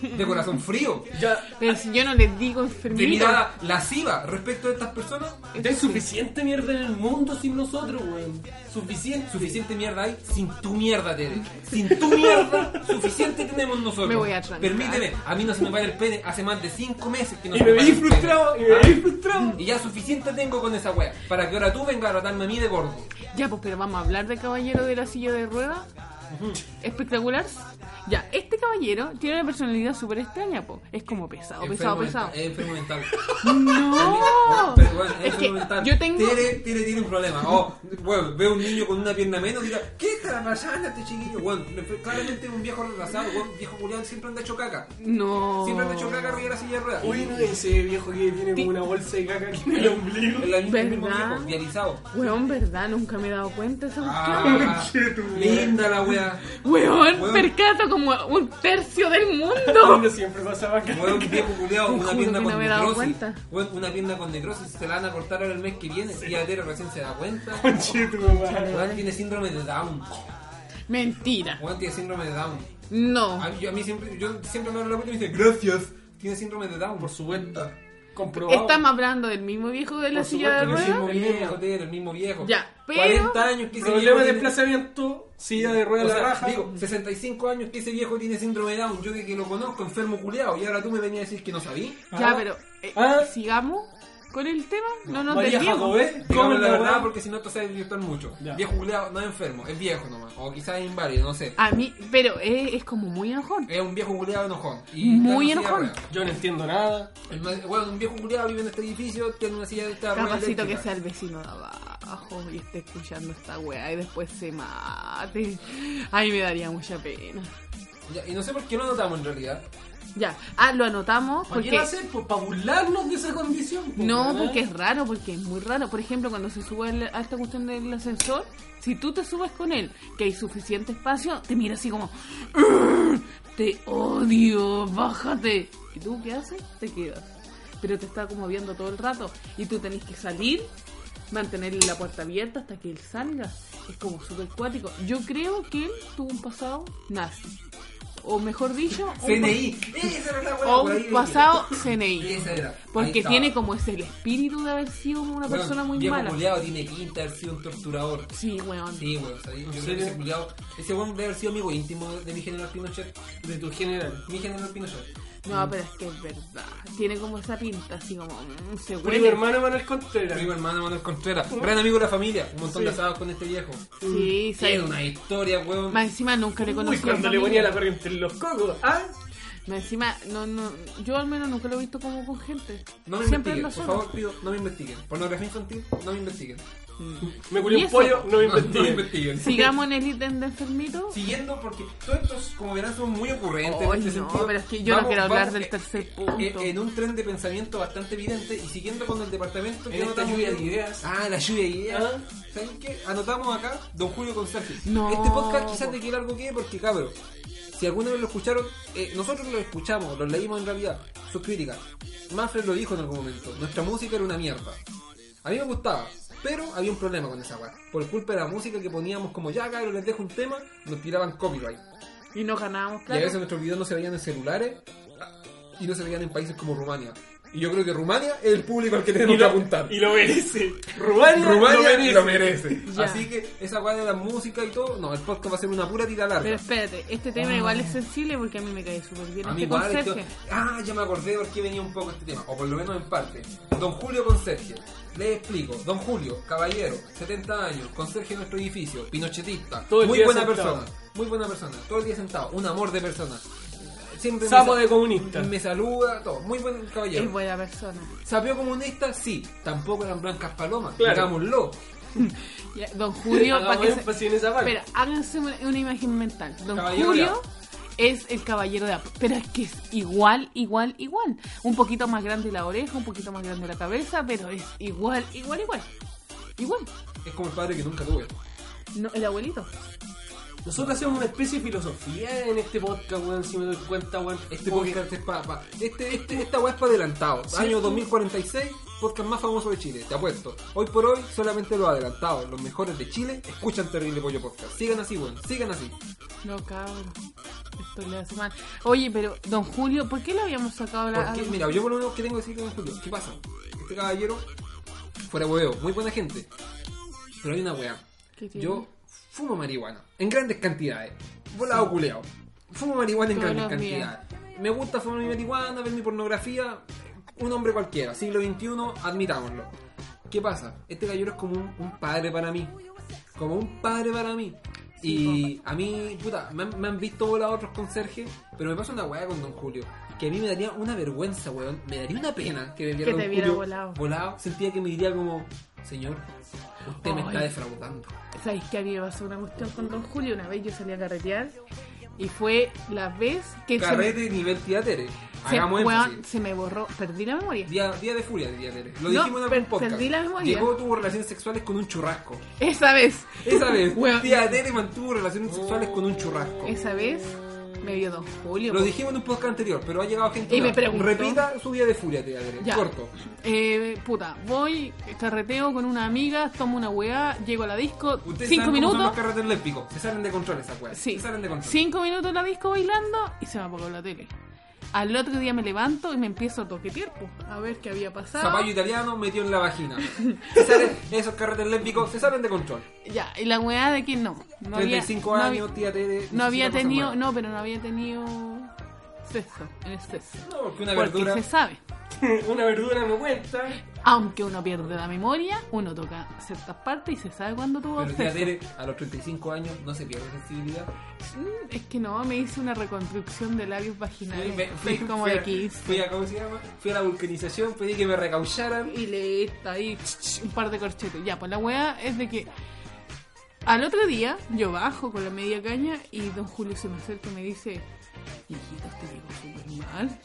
S1: de corazón frío,
S3: Ya,
S2: Pero si yo no les digo
S1: de
S2: enfermita.
S1: mirada lasciva respecto de estas personas.
S3: ya es suficiente mierda en el mundo sin nosotros, weón. Suficiente.
S1: Suficiente mierda hay sin tu mierda, Tere. Sin tu mierda, suficiente tenemos nosotros.
S2: Me voy a trancar.
S1: Permíteme, a mí no se me para el pene hace más de 5 meses que no
S3: Y
S1: se
S3: me
S1: para
S3: veí
S1: el pene.
S3: frustrado, y me
S1: Ah,
S3: veí frustrado.
S1: Y ya suficiente tengo con esa wea. Para que ahora tú vengas a tratarme a mí de gordo.
S2: Ya, pues, pero vamos a hablar de caballero de la silla de ruedas. Espectacular. Ya, este caballero tiene una personalidad súper extraña, po. Es como pesado, pesado,
S1: Enfermo
S2: pesado.
S1: mental, eh, enfermo mental.
S2: No.
S1: Pero bueno,
S2: es
S1: enfermo
S2: que
S1: mental.
S2: yo tengo.
S1: Tere, Tere tiene un problema. Oh, weón, veo un niño con una pierna menos y diga, ¿qué está pasando este chiquillo? Weón, claramente es un viejo retrasado, weón, viejo culiado siempre anda hecho caca.
S2: No.
S1: Siempre anda hecho caca arriba de la silla de ruedas.
S3: Uy, no, ese viejo que tiene como una bolsa de caca aquí en el ombligo.
S1: El, el mismo
S2: ¿Verdad?
S1: viejo, dializado.
S2: Weón, ¿verdad? Nunca me he dado cuenta de esa cuestión.
S1: Ah, linda la wea.
S2: Weón,
S1: Weón.
S2: percato como un tercio del
S3: No,
S2: mundo.
S3: siempre pasaba acá.
S1: Weón, viejo culiado,
S2: Te
S1: una
S2: juro
S1: pierna
S2: que no
S1: con
S2: me he dado
S1: necrosis.
S2: cuenta.
S1: Weón, una pierna con necrosis se la van a cortar ahora el mes que viene. Y a Tere recién se da cuenta.
S3: Conche tu mamá.
S1: Weón tiene síndrome de Down.
S2: Mentira.
S1: Weón tiene síndrome de Down.
S2: No.
S1: A mí, yo- a mí siempre, yo siempre me hablo la puerta y me dice, gracias. Tiene síndrome de Down. Por supuesto.
S3: Comprobado.
S2: Estamos hablando del mismo viejo de la
S3: Por
S2: silla de
S3: supuesto,
S1: El
S3: ¿Rueda?
S1: mismo
S2: ruedas.
S1: viejo, Tere, el mismo viejo.
S2: Ya, pero-
S1: 40 años que ese viejo
S3: Problema de
S1: tiene-
S3: desplazamiento, silla de rueda
S1: O
S3: la
S1: sea,
S3: raja.
S1: digo, 65 años que ese viejo tiene síndrome de Down. Yo que, que lo conozco, enfermo culiado. Y ahora tú me venías a decir que no sabí.
S2: Ya, pero eh,
S3: Ah.
S2: sigamos con el tema. No nos
S3: María
S2: desviemos.
S3: Jacobé, come
S1: Digamos la
S3: ¿eh? la
S1: verdad
S3: weá.
S1: porque si no esto se va a disfrutar mucho.
S3: Ya.
S1: Viejo culiado no es enfermo, es viejo nomás. O quizás es inválido, no sé.
S2: A mí, pero eh, es, es como muy enojón.
S1: Es un viejo culiado enojón. Y
S2: Muy
S1: está en una
S2: enojón.
S1: silla
S3: Yo no entiendo nada.
S1: de ruedas. El ma- Bueno, un viejo culiado vive en este edificio, tiene una silla de esta rueda
S2: Capacito que
S1: eléctrica.
S2: sea el vecino de abajo y esté escuchando esta weá y después se mate. Ay, me daría mucha pena.
S1: Ya, Y no sé por qué no notamos en realidad.
S2: Ya, ah, lo anotamos
S3: ¿Para qué
S2: porque...
S3: lo hacer? Pues para burlarnos de esa condición. pues,
S2: No,
S3: ¿verdad?
S2: porque es raro, porque es muy raro. Por ejemplo, cuando se sube al- a esta cuestión del ascensor, si tú te subes con él, que hay suficiente espacio, te mira así como, "Ur, te odio, bájate. ¿Y tú qué haces? Te quedas. Pero te está como viendo todo el rato y tú tenés que salir, mantenerle la puerta abierta hasta que él salga. Es como súper cuático. Yo creo que él tuvo un pasado nazi. O mejor dicho, un
S1: CNI. Esa era
S2: pa-
S1: la weá,
S2: o
S1: por ahí
S2: un
S1: venía.
S2: pasado CNI.
S1: Esa era. Ahí
S2: Porque
S1: estaba.
S2: tiene como ese el espíritu de haber sido una
S1: Bueno,
S2: persona muy
S1: viejo
S2: mala.
S1: culiado tiene pinta de haber sido un torturador.
S2: Sí, weón.
S1: Sí, weón, ¿sabes? Yo creo que
S3: serio?
S1: ese culiado. Ese weón debe haber sido amigo íntimo de mi general Pinochet.
S3: De tu general.
S1: Mi general Pinochet.
S2: No, pero es que es verdad. Tiene como esa pinta, así como mm, se
S3: Primo
S2: huele.
S3: hermano Manuel Contreras.
S1: Primo hermano Manuel Contreras, gran amigo de la familia, un montón de
S3: Sí.
S1: asados con este viejo.
S2: Sí, sí.
S1: Tiene una historia, weón.
S2: Más encima nunca le
S3: Uy,
S2: conocí.
S3: cuando le ponía la corriente en los cocos. Ah,
S2: Más encima, no, no, yo al menos nunca lo he visto como con gente.
S1: No me
S2: Siempre
S1: investiguen, por
S2: solo.
S1: favor, pido, no me investiguen. Pornografía infantil, no me investiguen.
S3: me
S2: ¿Y
S3: culé un
S2: eso?
S3: pollo, no me
S1: No, no me
S3: investigué.
S1: investiguen.
S2: Sigamos en el ítem de enfermito.
S1: Siguiendo, porque todos estos, como verán, son muy ocurrentes. en
S2: Ay,
S1: este
S2: no,
S1: sentido.
S2: pero es que yo no quiero hablar del tercer
S1: eh,
S2: punto.
S1: eh, En un tren de pensamiento bastante evidente y siguiendo con el departamento
S3: En esta lluvia de ideas.
S1: Ah, la lluvia de ideas.
S3: Ah.
S1: ¿Saben qué? Anotamos acá Don Julio Conserje.
S2: No.
S1: Este podcast quizás de que largo quede porque, cabrón, si alguna vez lo escucharon, eh, nosotros lo escuchamos, lo leímos en realidad, sus críticas. Manfred lo dijo en algún momento, nuestra música era una mierda. A mí me gustaba, pero había un problema con esa weá. Por culpa de la música que poníamos como ya, cabrón, les dejo un tema, nos tiraban copyright.
S2: Y no ganábamos,
S1: Y a veces
S2: claro.
S1: nuestros videos no se veían en celulares ah, y no se veían en países como Rumania. Y yo creo que Rumania es el público al que tenemos
S3: Y
S1: que
S3: lo,
S1: apuntar.
S3: y lo merece. Rumania,
S1: Rumania
S3: lo merece.
S2: Ya.
S1: Así que esa weá de la música y todo, no, el podcast va a ser una pura tira larga.
S2: Pero espérate, este tema igual es sensible porque a mí me cae súper bien.
S1: Ah. A mí
S2: Este
S1: igual, esto-
S2: conserje.
S1: Ah, ya me acordé por qué venía un poco este tema, o por lo menos en parte. Don Julio Conserje, le explico. Don Julio, caballero, 70 años, conserje de nuestro edificio, pinochetista,
S3: Todo el
S1: muy
S3: día
S1: buena
S3: sentado.
S1: persona, muy buena persona, todo el día sentado, un amor de persona. Siempre me
S3: Sapo
S1: sa-
S3: de comunista.
S1: Me saluda, todo, muy buen caballero.
S2: Es buena persona.
S1: ¿Sabió comunista? Sí, tampoco eran blancas palomas,
S3: Claro.
S1: digámoslo.
S2: Ya, Don Julio,
S3: Hagamos
S2: para que se-
S3: énfasis en esa parte.
S2: Espera, háganse una, una imagen mental. Don
S1: Caballero
S2: Julio es el caballero de Apo. Pero es que es igual, igual, igual. Un poquito más grande la oreja, un poquito más grande la cabeza, pero es igual, igual, igual. Igual.
S1: Es como el padre que nunca tuve.
S2: No, el abuelito.
S3: Nosotros hacemos una especie de filosofía en este podcast, weón, si me doy cuenta, weón.
S1: Este
S3: Como que-
S1: podcast es pa- pa- este, este- esta weá es para adelantado. Año 2046, podcast más famosos de Chile, te apuesto. Hoy por hoy, solamente los adelantados, los mejores de Chile, escuchan Terrible Pollo Podcast. Sigan así, weón, sigan así.
S2: No, cabrón. Esto le hace mal. Oye, pero, don Julio, ¿por qué le habíamos sacado la.?
S1: Porque, mira, yo por lo menos que tengo que decir con Julio, ¿qué pasa? Este caballero, fuera huevo, muy buena gente. Pero hay una weá.
S2: ¿Qué tiene?
S1: Yo fumo marihuana, en grandes cantidades. Volado culeado. Fumo marihuana en
S2: Todos
S1: grandes
S2: los días.
S1: cantidades. Me gusta fumar mi marihuana, ver mi pornografía. Un hombre cualquiera, siglo XXI, admitámoslo. ¿Qué pasa? Este gallero es como un, un padre para mí. Como un padre para mí. Y a mí, puta, me han, me han visto volar otros conserjes, pero me pasa una weá con Don Julio. Que a mí me daría una vergüenza, weón. Me daría una pena que me viera
S2: Que te
S1: Don
S2: viera
S1: Julio
S2: volado.
S1: volado. Sentía que me diría como, señor, usted me
S2: Ay.
S1: está defraudando.
S2: ¿Sabéis que a mí me pasó una cuestión con Don Julio? Una vez yo salí a carretear y fue la vez que se-
S1: Carrete nivel tía Tere.
S2: se,
S1: Hagamos
S2: weón,
S1: énfasis.
S2: se me borró, perdí la memoria.
S1: Día, día de furia de tía Tere.
S2: No,
S1: Lo dijimos en algún
S2: per-
S1: podcast.
S2: perdí la memoria.
S1: Llegó tuvo relaciones sexuales con un churrasco.
S2: Esa vez,
S1: Esa vez,
S2: Weón.
S1: tía Tere mantuvo relaciones sexuales con un churrasco.
S2: esa vez me vio Don Julio.
S1: Lo
S2: po.
S1: dijimos en un podcast anterior, pero ha llegado gente.
S2: Y me
S1: nueva.
S2: preguntó.
S1: Repita su día de furia, tía Tere.
S2: Ya.
S1: Corto.
S2: Eh, puta, voy, carreteo con una amiga, tomo una weá, llego a la disco,
S1: Ustedes
S2: cinco
S1: saben cómo son
S2: minutos.
S1: los carretes lésbicos. Se salen de control esas weas.
S2: Sí.
S1: Se salen de control.
S2: Cinco minutos en la disco bailando y se me apagó la tele. Al otro día me levanto y me empiezo a toquetear, po, a ver qué había pasado.
S1: Zapallo italiano metió en la vagina. Se salen- esos carretes lésbicos se salen de control.
S2: Ya, y la weá de que no. no había-
S1: 35
S2: no había-
S1: años, tía Tere.
S2: No había
S1: necesita cosas
S2: tenido,
S1: nuevas.
S2: no, pero no había tenido sexo en exceso.
S1: No, porque una
S2: porque
S1: verdura.
S2: se sabe.
S3: Una verdura no cuenta.
S2: Aunque uno pierde la memoria, uno toca ciertas partes y se sabe cuándo tuvo
S1: Pero tía
S2: sexo.
S1: Tere, a los 35 años no se pierde sensibilidad.
S2: Mm, Es que no, me hice una reconstrucción de labios vaginales.
S1: Fui-
S2: Fui como
S1: fui
S2: de
S1: a-
S2: 15.
S1: Fui a, ¿cómo se llama? Fui a la vulcanización, pedí que me recaucharan.
S2: Y le está ahí ch, ch, un par de corchetes. Ya, pues la weá es de que al otro día yo bajo con la media caña y don Julio se me acerca y me dice, hijito, te digo súper mal.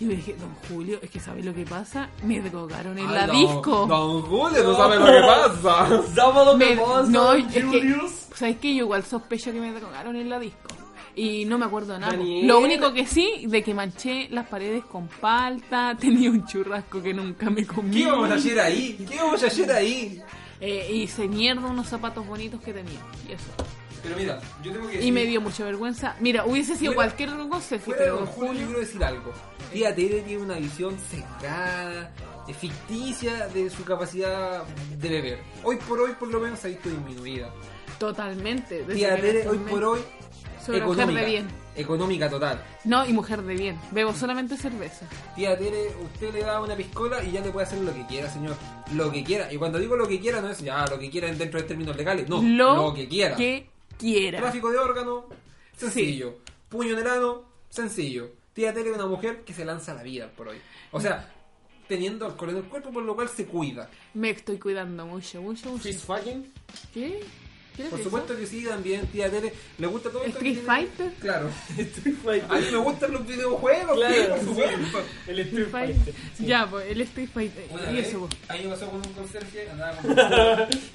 S2: Y yo le dije, don Julio, es que ¿sabes lo que pasa? Me drogaron en la
S1: Ay, don-
S2: disco.
S1: Don Julio, no sabe lo que pasa.
S3: Damos lo
S2: Me-
S3: que pasa,
S2: no, es que-
S3: Julius.
S2: ¿Sabes qué? Yo igual sospecho que me drogaron en la disco. Y no me acuerdo nada.
S3: Daniela.
S2: Lo único que sí, de que manché las paredes con palta, tenía un churrasco que nunca me comí.
S1: ¿Qué vamos a hacer ahí? ¿Qué vamos a hacer ahí?
S2: Eh, hice mierda unos zapatos bonitos que tenía. Y eso.
S1: Pero mira, yo tengo que decir.
S2: Y me dio mucha vergüenza. Mira, hubiese sido
S1: Fuera-
S2: cualquier cosa, sí,
S1: Fuera de
S2: pero
S1: Don
S2: Julio-
S1: Julio, yo quiero decir algo. Tía Tere tiene una visión sesgada, eh, ficticia de su capacidad de beber. Hoy por hoy, por lo menos, se ha visto disminuida.
S2: totalmente. desde
S1: Tía
S2: que
S1: Tere,
S2: nací
S1: hoy
S2: en
S1: por
S2: México.
S1: hoy,
S2: Soy una mujer
S1: económica.
S2: de bien.
S1: Económica total.
S2: No, y mujer de bien. Bebo solamente cerveza.
S1: Tía Tere, usted le da una piscola y ya le puede hacer lo que quiera, señor. Lo que quiera. Y cuando digo lo que quiera, no es ya lo que quiera dentro de términos legales. No, lo, que quiera.
S2: que quiera.
S1: Tráfico de órgano, sencillo. Puño en el ano, sencillo. Tía Tere es una mujer que se lanza a la vida por hoy. O sea, teniendo alcohol en el cuerpo, por lo cual se cuida.
S2: Me estoy cuidando mucho, mucho, mucho.
S3: Chris fucking.
S2: ¿Qué? ¿Qué es
S1: Por
S2: eso?
S1: supuesto que sí, también, tía Tere. Le gusta todo esto que
S2: ¿Street
S1: tiene-
S2: Fighter?
S1: Claro.
S3: Street
S1: A mí
S3: Fighter.
S1: me gustan los videojuegos,
S3: Claro,
S1: tío, por
S3: sí.
S1: supuesto.
S2: Este
S3: El Street
S2: Fight-
S3: Fighter. sí.
S2: Ya, pues el Street Fighter.
S1: Una
S2: y
S1: vez,
S2: eso, pues.
S1: ahí me pasó con un conserje, andaba con...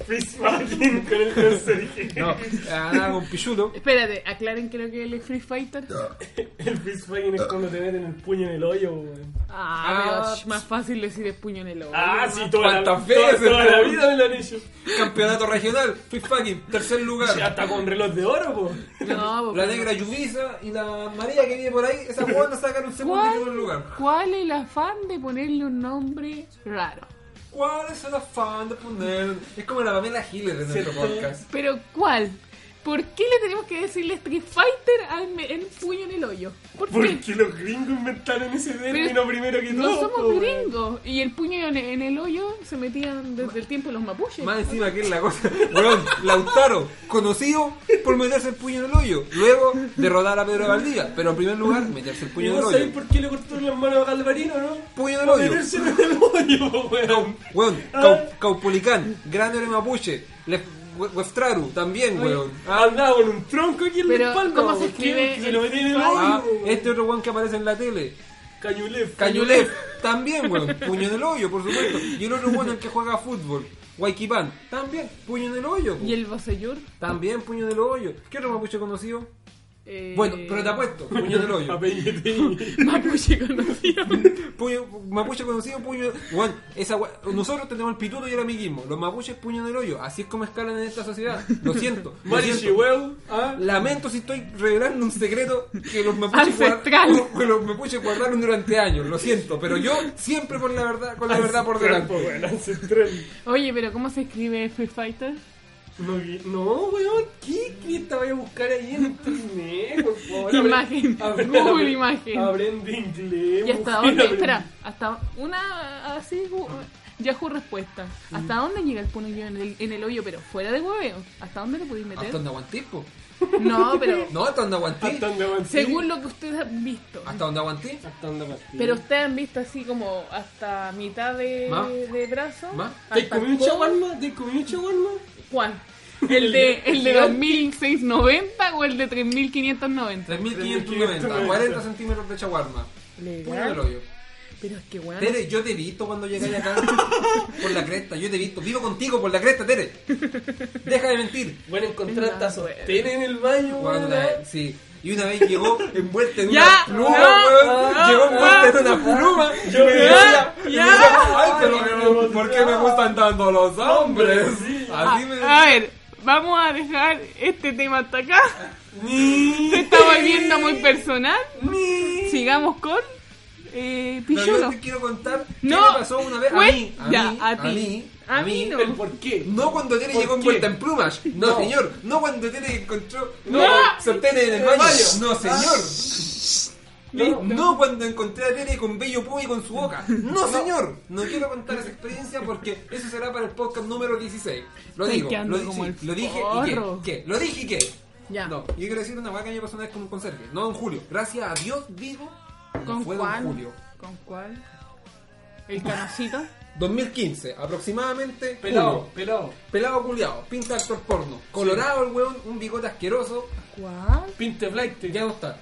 S3: Chris fucking con el conserje.
S1: No, andaba con pichulo.
S2: Espérate, aclaren creo que el Street Fighter.
S3: El Chris fucking es cuando te meten el puño en el hoyo, weón.
S2: Ah,
S1: Ah,
S2: pero es más fácil decir el puño en el ojo.
S3: Ah, sí, toda la,
S1: ¿Cuántas
S3: toda-
S1: veces,
S3: toda la
S1: weón?
S3: vida me lo han hecho.
S1: Campeonato regional, Free Fucking, tercer
S3: Sí,
S1: lugar.
S3: Hasta con reloj de oro, po.
S2: No,
S1: La
S2: pues,
S1: negra Yubisa y la María que viene por ahí, esas jugadas sacan un segundo y primer lugar.
S2: ¿Cuál, ¿Cuál el afán de ponerle un nombre raro?
S1: ¿Cuál es el afán de poner? Es como la Pamela Giles de nuestro podcast.
S2: Pero ¿cuál? ¿Por qué le tenemos que decirle Street Fighter al me- el puño en el hoyo? ¿Por qué?
S3: Porque los gringos inventaron ese término primero que
S2: No
S3: todo, po,
S2: somos
S3: weón.
S2: gringos. Y el puño en, en el hoyo se metían desde el tiempo de los mapuches.
S1: Más encima que es la cosa. Weón, Lautaro, conocido por meterse el puño en el hoyo. Luego derrotar a Pedro Valdía. Pero en primer lugar, meterse el
S3: ¿Y
S1: puño en el
S3: vos sabés
S1: hoyo.
S3: por qué le cortaron las manos a Galvarino, no?
S1: Puño en el
S3: Por
S1: hoyo.
S3: meterse Ah. en el hoyo, weón.
S1: Weón, Cau- Caupolicán, Granero Mapuche, Lef- We- Weftraru, también, weón.
S3: Andaba con un tronco aquí en
S2: Pero,
S3: la espalda.
S2: ¿cómo se
S3: weón,
S2: escribe
S3: que Se
S2: el
S3: lo metí en el
S2: Fight?
S1: Ah,
S3: hoyo. weón.
S1: este otro weón que aparece en la tele,
S3: Cañulef.
S1: Cañulef, también, weón. Puño en el hoyo, por supuesto. Y el otro weón el que juega a fútbol, Guayquipán, también, puño en el hoyo. po.
S2: ¿Y el Boseyur?
S1: También, puño en el hoyo. ¿Qué otro mapuche conocido?
S2: Eh,
S1: Bueno, pero te apuesto, puño del hoyo.
S2: Mapuche conocido.
S1: Puño, mapuche conocido, puño. Bueno, esa, gua- nosotros tenemos el pituto y el amiguismo. Los mapuches, puño del hoyo. Así es como escalan en esta sociedad. Lo siento. lo
S3: Mari
S1: siento.
S3: Chihueu, ¿ah?
S1: Lamento si estoy revelando un secreto que los mapuches, guar-
S2: Ancestral.
S1: que los mapuches guardaron durante años. Lo siento, pero yo siempre con la verdad, con la verdad por delante.
S3: Campo, weón, ancestral.
S2: Oye, pero ¿cómo se escribe Street Fighter?
S3: No, vi- no, weón, ¿qué cripta voy a buscar ahí en internet? Por favor,
S2: Imagen, Google imagen.
S3: Aprende inglés.
S2: ¿Y hasta
S3: mujer,
S2: dónde?
S3: aprende-
S2: Espera, hasta una así u- Yahoo respuesta. ¿Hasta dónde llega el puño en el, en el hoyo, pero fuera de hueveo? ¿Hasta dónde lo pudiste
S1: ¿Hasta
S2: meter?
S1: donde aguanté, po?
S2: No, pero
S1: No, hasta donde aguanté.
S3: Hasta donde avancé.
S2: según lo que ustedes han visto.
S1: Hasta donde aguanté.
S3: Hasta donde avancé.
S2: Pero ustedes han visto así como hasta mitad de,
S1: ¿Más?
S2: de brazo.
S1: ¿Más?
S2: hasta
S3: ¿Te comí un
S2: codo.
S3: chaguarma? ¿Te comí un chaguarma?
S2: ¿Cuál? ¿El de, el de 2690 o el de 3590?
S1: 3.590, 40 centímetros de chaguarma. Puño del hoyo.
S2: Pero es que weón.
S1: Tere, yo te he visto cuando llegáis acá por la cresta, yo te he visto, vivo contigo por la cresta, Tere. Deja de mentir.
S3: Bueno, encontré
S2: Nada,
S3: hasta
S2: weón.
S3: sostén en el baño,
S1: Cuando
S3: weón.
S1: la- sí. Y una vez llegó envuelta en
S2: Ya,
S1: una pluma,
S2: no,
S1: weón.
S2: no,
S1: llegó envuelta en una pluma.
S3: Yo
S1: Y me decía-
S3: ya,
S1: y me
S2: ya.
S1: decía, ay, pero
S3: Ay,
S1: que me-
S3: no,
S1: ¿por qué me
S3: no.
S1: gustan tanto los hombres?
S3: Sí.
S1: Así me
S2: Ah, A ver, vamos a dejar este tema hasta acá.
S1: Ni-
S2: Se está volviendo muy personal.
S1: ni-
S2: Sigamos con eh,
S1: Pero yo
S2: Picholo.
S1: te quiero contar
S2: No,
S1: qué me pasó una vez a
S2: pues,
S1: mí, a
S2: ya,
S1: mí,
S2: a
S1: a
S2: ti.
S1: mí,
S2: A mí no.
S3: ¿El por qué?
S1: No cuando Tere
S3: ¿Por
S1: llegó
S3: qué?
S1: envuelta en plumas. No,
S3: No.
S1: señor. No cuando Tere encontró. No.
S2: No.
S1: Se obtiene en el baño.
S3: baño.
S1: No, señor.
S3: Listo.
S1: No cuando encontré a Tere con bello público en su boca. No, señor. No quiero contar esa experiencia porque eso será para el podcast número 16. Lo
S2: Estoy
S1: digo.
S2: quedando
S1: Lo, di-
S2: como
S1: sí,
S2: el
S1: lo dije
S2: forro.
S1: y qué. ¿Qué? Lo dije y qué.
S2: Ya.
S1: No, yo quiero decir una cosa que me pasó una vez con un conserje. No, en julio. Gracias a Dios, digo. no
S2: ¿Con
S1: fue
S2: cuál?
S1: en julio.
S2: ¿Con cuál? ¿El canocito?
S1: 2015, aproximadamente.
S3: Pelado,
S1: julio.
S3: pelado.
S1: Pelado culiado, pinta de actor porno. Colorado el weón, un bigote asqueroso.
S2: ¿Cuál?
S3: Pinte flight.
S1: Ya no está.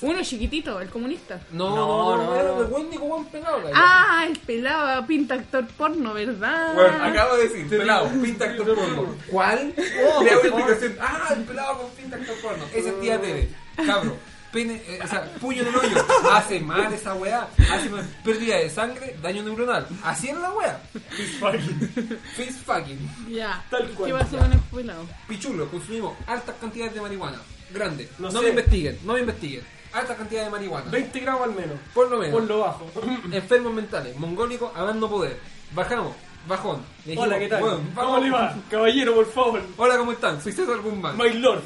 S2: Uno chiquitito, el comunista.
S1: No,
S3: No,
S1: no,
S3: no,
S1: no, era
S3: no.
S1: el weón Nico Juan pelado. la
S2: Ah, el pelado pinta actor porno, ¿verdad?
S1: Bueno, acabo de decir,
S3: Te
S1: pelado,
S3: digo.
S1: pinta actor porno. ¿Cuál?
S3: Oh,
S1: Le hago
S3: por
S1: explicación. Ah, el pelado con pinta actor porno. Ese es
S3: Oh.
S1: tía Tere. Cabro. Pene, eh, o sea, puño en el hoyo. Hace mal esa weá. Hace mal. Pérdida de sangre, daño neuronal. Así era la weá. Face fucking.
S2: Ya.
S3: Tal cual.
S2: ¿Qué pasó con el pelado?
S1: Pichulo, consumimos altas cantidades de marihuana. Grande.
S3: No
S1: No,
S3: sé.
S1: me investiguen, no me investiguen. Altas cantidades de marihuana.
S3: 20 gramos al menos.
S1: Por lo menos.
S3: Por lo bajo.
S1: Enfermos mentales, mongólicos, a más no poder. Bajamos, bajón. Le dijimos,
S3: Hola, ¿qué tal?
S1: "Weón,
S3: ¿Cómo
S1: vamos".
S3: le va? Caballero, por favor.
S1: Hola, ¿cómo están? Soy César Guzmán.
S3: My lord.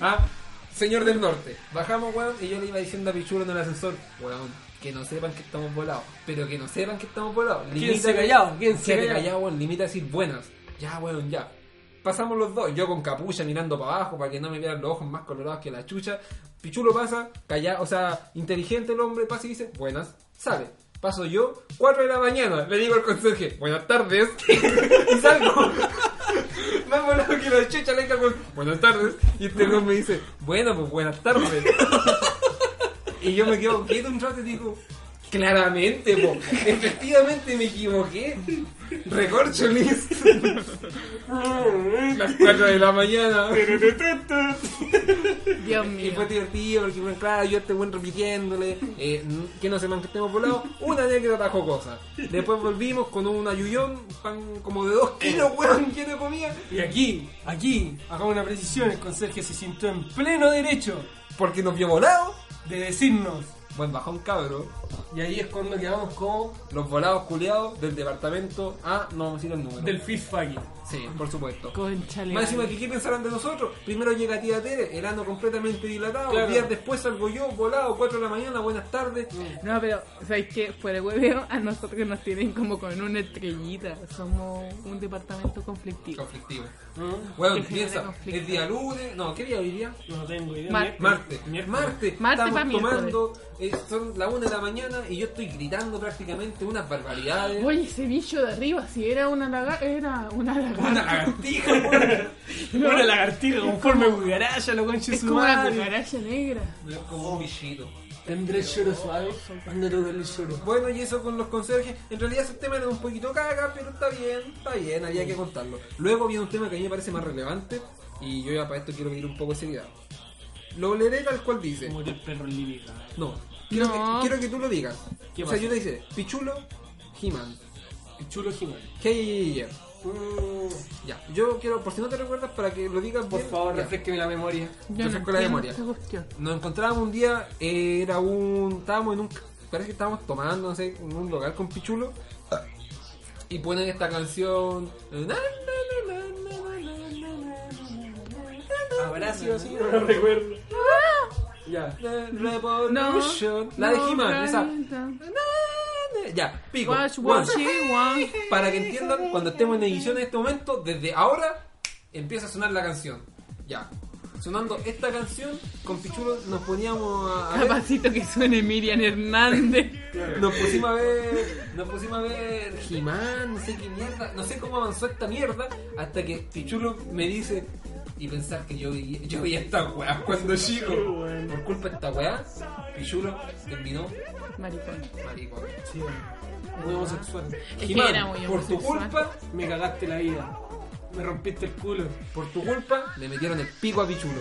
S1: Ah, señor del norte. Bajamos, weón, y yo le iba diciendo a Pichulo en el ascensor, weón, que no sepan que estamos volados. Pero que no sepan que estamos volados.
S3: Quédense callados, quédense
S1: Quédate
S3: callados.
S1: callado, weón, limita a decir buenas. Ya, weón, ya. Pasamos los dos, yo con capucha mirando para abajo para que no me vieran los ojos más colorados que la chucha. Pichulo pasa, callado, o sea, inteligente el hombre, pasa y dice, buenas, sale. Paso yo, 4 de la mañana, le digo al conserje, buenas tardes, y salgo. Más volado que la chucha le digo, buenas tardes, y este hombre me dice, bueno, pues buenas tardes. Y yo me quedo quieto un rato y digo, claramente, po, efectivamente me equivoqué. Recorcho list. Las 4 de la mañana.
S2: Dios
S1: Y
S2: mío.
S1: fue divertido porque, bueno, claro, yo este buen repitiéndole, eh, n- que no se manquetemos por lado, una anécdota jocosa. Después volvimos con un ayuyón, pan como de 2 kilos, weón, lleno de comida,
S3: Y aquí, aquí, hagamos una precisión. El conserje se sintió en pleno derecho
S1: porque nos vio volados.
S3: de decirnos.
S1: Buen bajón, cabro.
S3: Y ahí es cuando quedamos como
S1: Los volados culiados del departamento A, no vamos a decir el número.
S3: del fist fucking.
S1: Sí, por supuesto.
S2: Concha
S1: Más encima que qué pensarán de nosotros. Primero llega tía Tere, el ano completamente dilatado.
S3: Claro.
S1: Días después salgo yo, volado, 4 de la mañana, buenas tardes.
S2: No, pero, ¿sabéis qué? Fuera de hueveo, a nosotros nos tienen como con una estrellita. Somos un departamento conflictivo.
S1: Conflictivo.
S3: ¿Mm?
S1: Bueno,
S2: Qué genera
S1: piensa,
S2: conflicto.
S1: es día lunes. No, ¿qué día hoy día?
S3: No tengo idea.
S2: Mar-
S1: Marte,
S3: Miércoles.
S1: Marte,
S2: Marte pa'
S1: estamos
S2: miércoles.
S1: tomando, eh, son las 1 de la mañana y yo estoy gritando prácticamente unas barbaridades.
S2: Oye, ese bicho de arriba, si era una laga... Era una lagarta.
S1: Una lagartija, weón.
S3: Una lagartija conforme cucaracha, lo conche
S2: Es
S3: su
S2: como una
S3: madre.
S2: cucaracha negra.
S1: como un bichito.
S3: Tendré el lloro suave cuando toque el lloro.
S1: Bueno, y eso con los conserjes. En realidad esos temas eran un poquito caga, pero está bien, está bien, había que contarlo. Luego viene un tema que a mí me parece más relevante y yo ya para esto quiero pedir un poco de seriedad. Lo leeré tal cual dice.
S3: Murió el perro en Libia.
S1: No. Quiero,
S2: No.
S1: Que, quiero que tú lo digas.
S3: ¿Qué
S1: o sea,
S3: pasa?
S1: yo le hice Pichulo, He-Man.
S3: El chulo He-Man.
S1: Hey, Mm, Ya. Yo quiero, por si no te recuerdas, para que lo digas
S3: Por
S1: bien,
S3: favor,
S1: ya.
S3: refresqueme la memoria.
S1: Yo saco la memoria.
S2: esta cuestión.
S1: Nos encontrábamos un día, eh, era un. Estábamos en un. Parece que estábamos tomando, no sé, en un lugar con Pichulo. Y ponen esta canción.
S3: ¿Habrá sido así? No lo recuerdo.
S1: Ya. Revolution. la de He-Man, esa. Ya, pico.
S2: Watch,
S1: One.
S2: watch, it, watch.
S1: Para que entiendan, cuando estemos en edición en este momento, desde ahora empieza a sonar la canción. Ya. Sonando esta canción, con Pichulo nos poníamos a- a ver-
S2: Capacito que suene Miriam Hernández.
S1: nos pusimos a ver. Nos pusimos a ver. He-Man, no sé qué mierda. No sé cómo avanzó esta mierda. Hasta que Pichulo me dice. Y pensar que yo veía, yo veía esta weá cuando chico. Por culpa de esta weá, Pichulo terminó
S2: Maricón.
S1: maricón.
S3: Muy homosexual.
S2: que
S1: He-Man,
S2: era muy
S1: por tu
S2: homosexual.
S1: culpa,
S3: Me cagaste la vida. Me rompiste el culo.
S1: por tu culpa, le metieron el pico a Pichulo.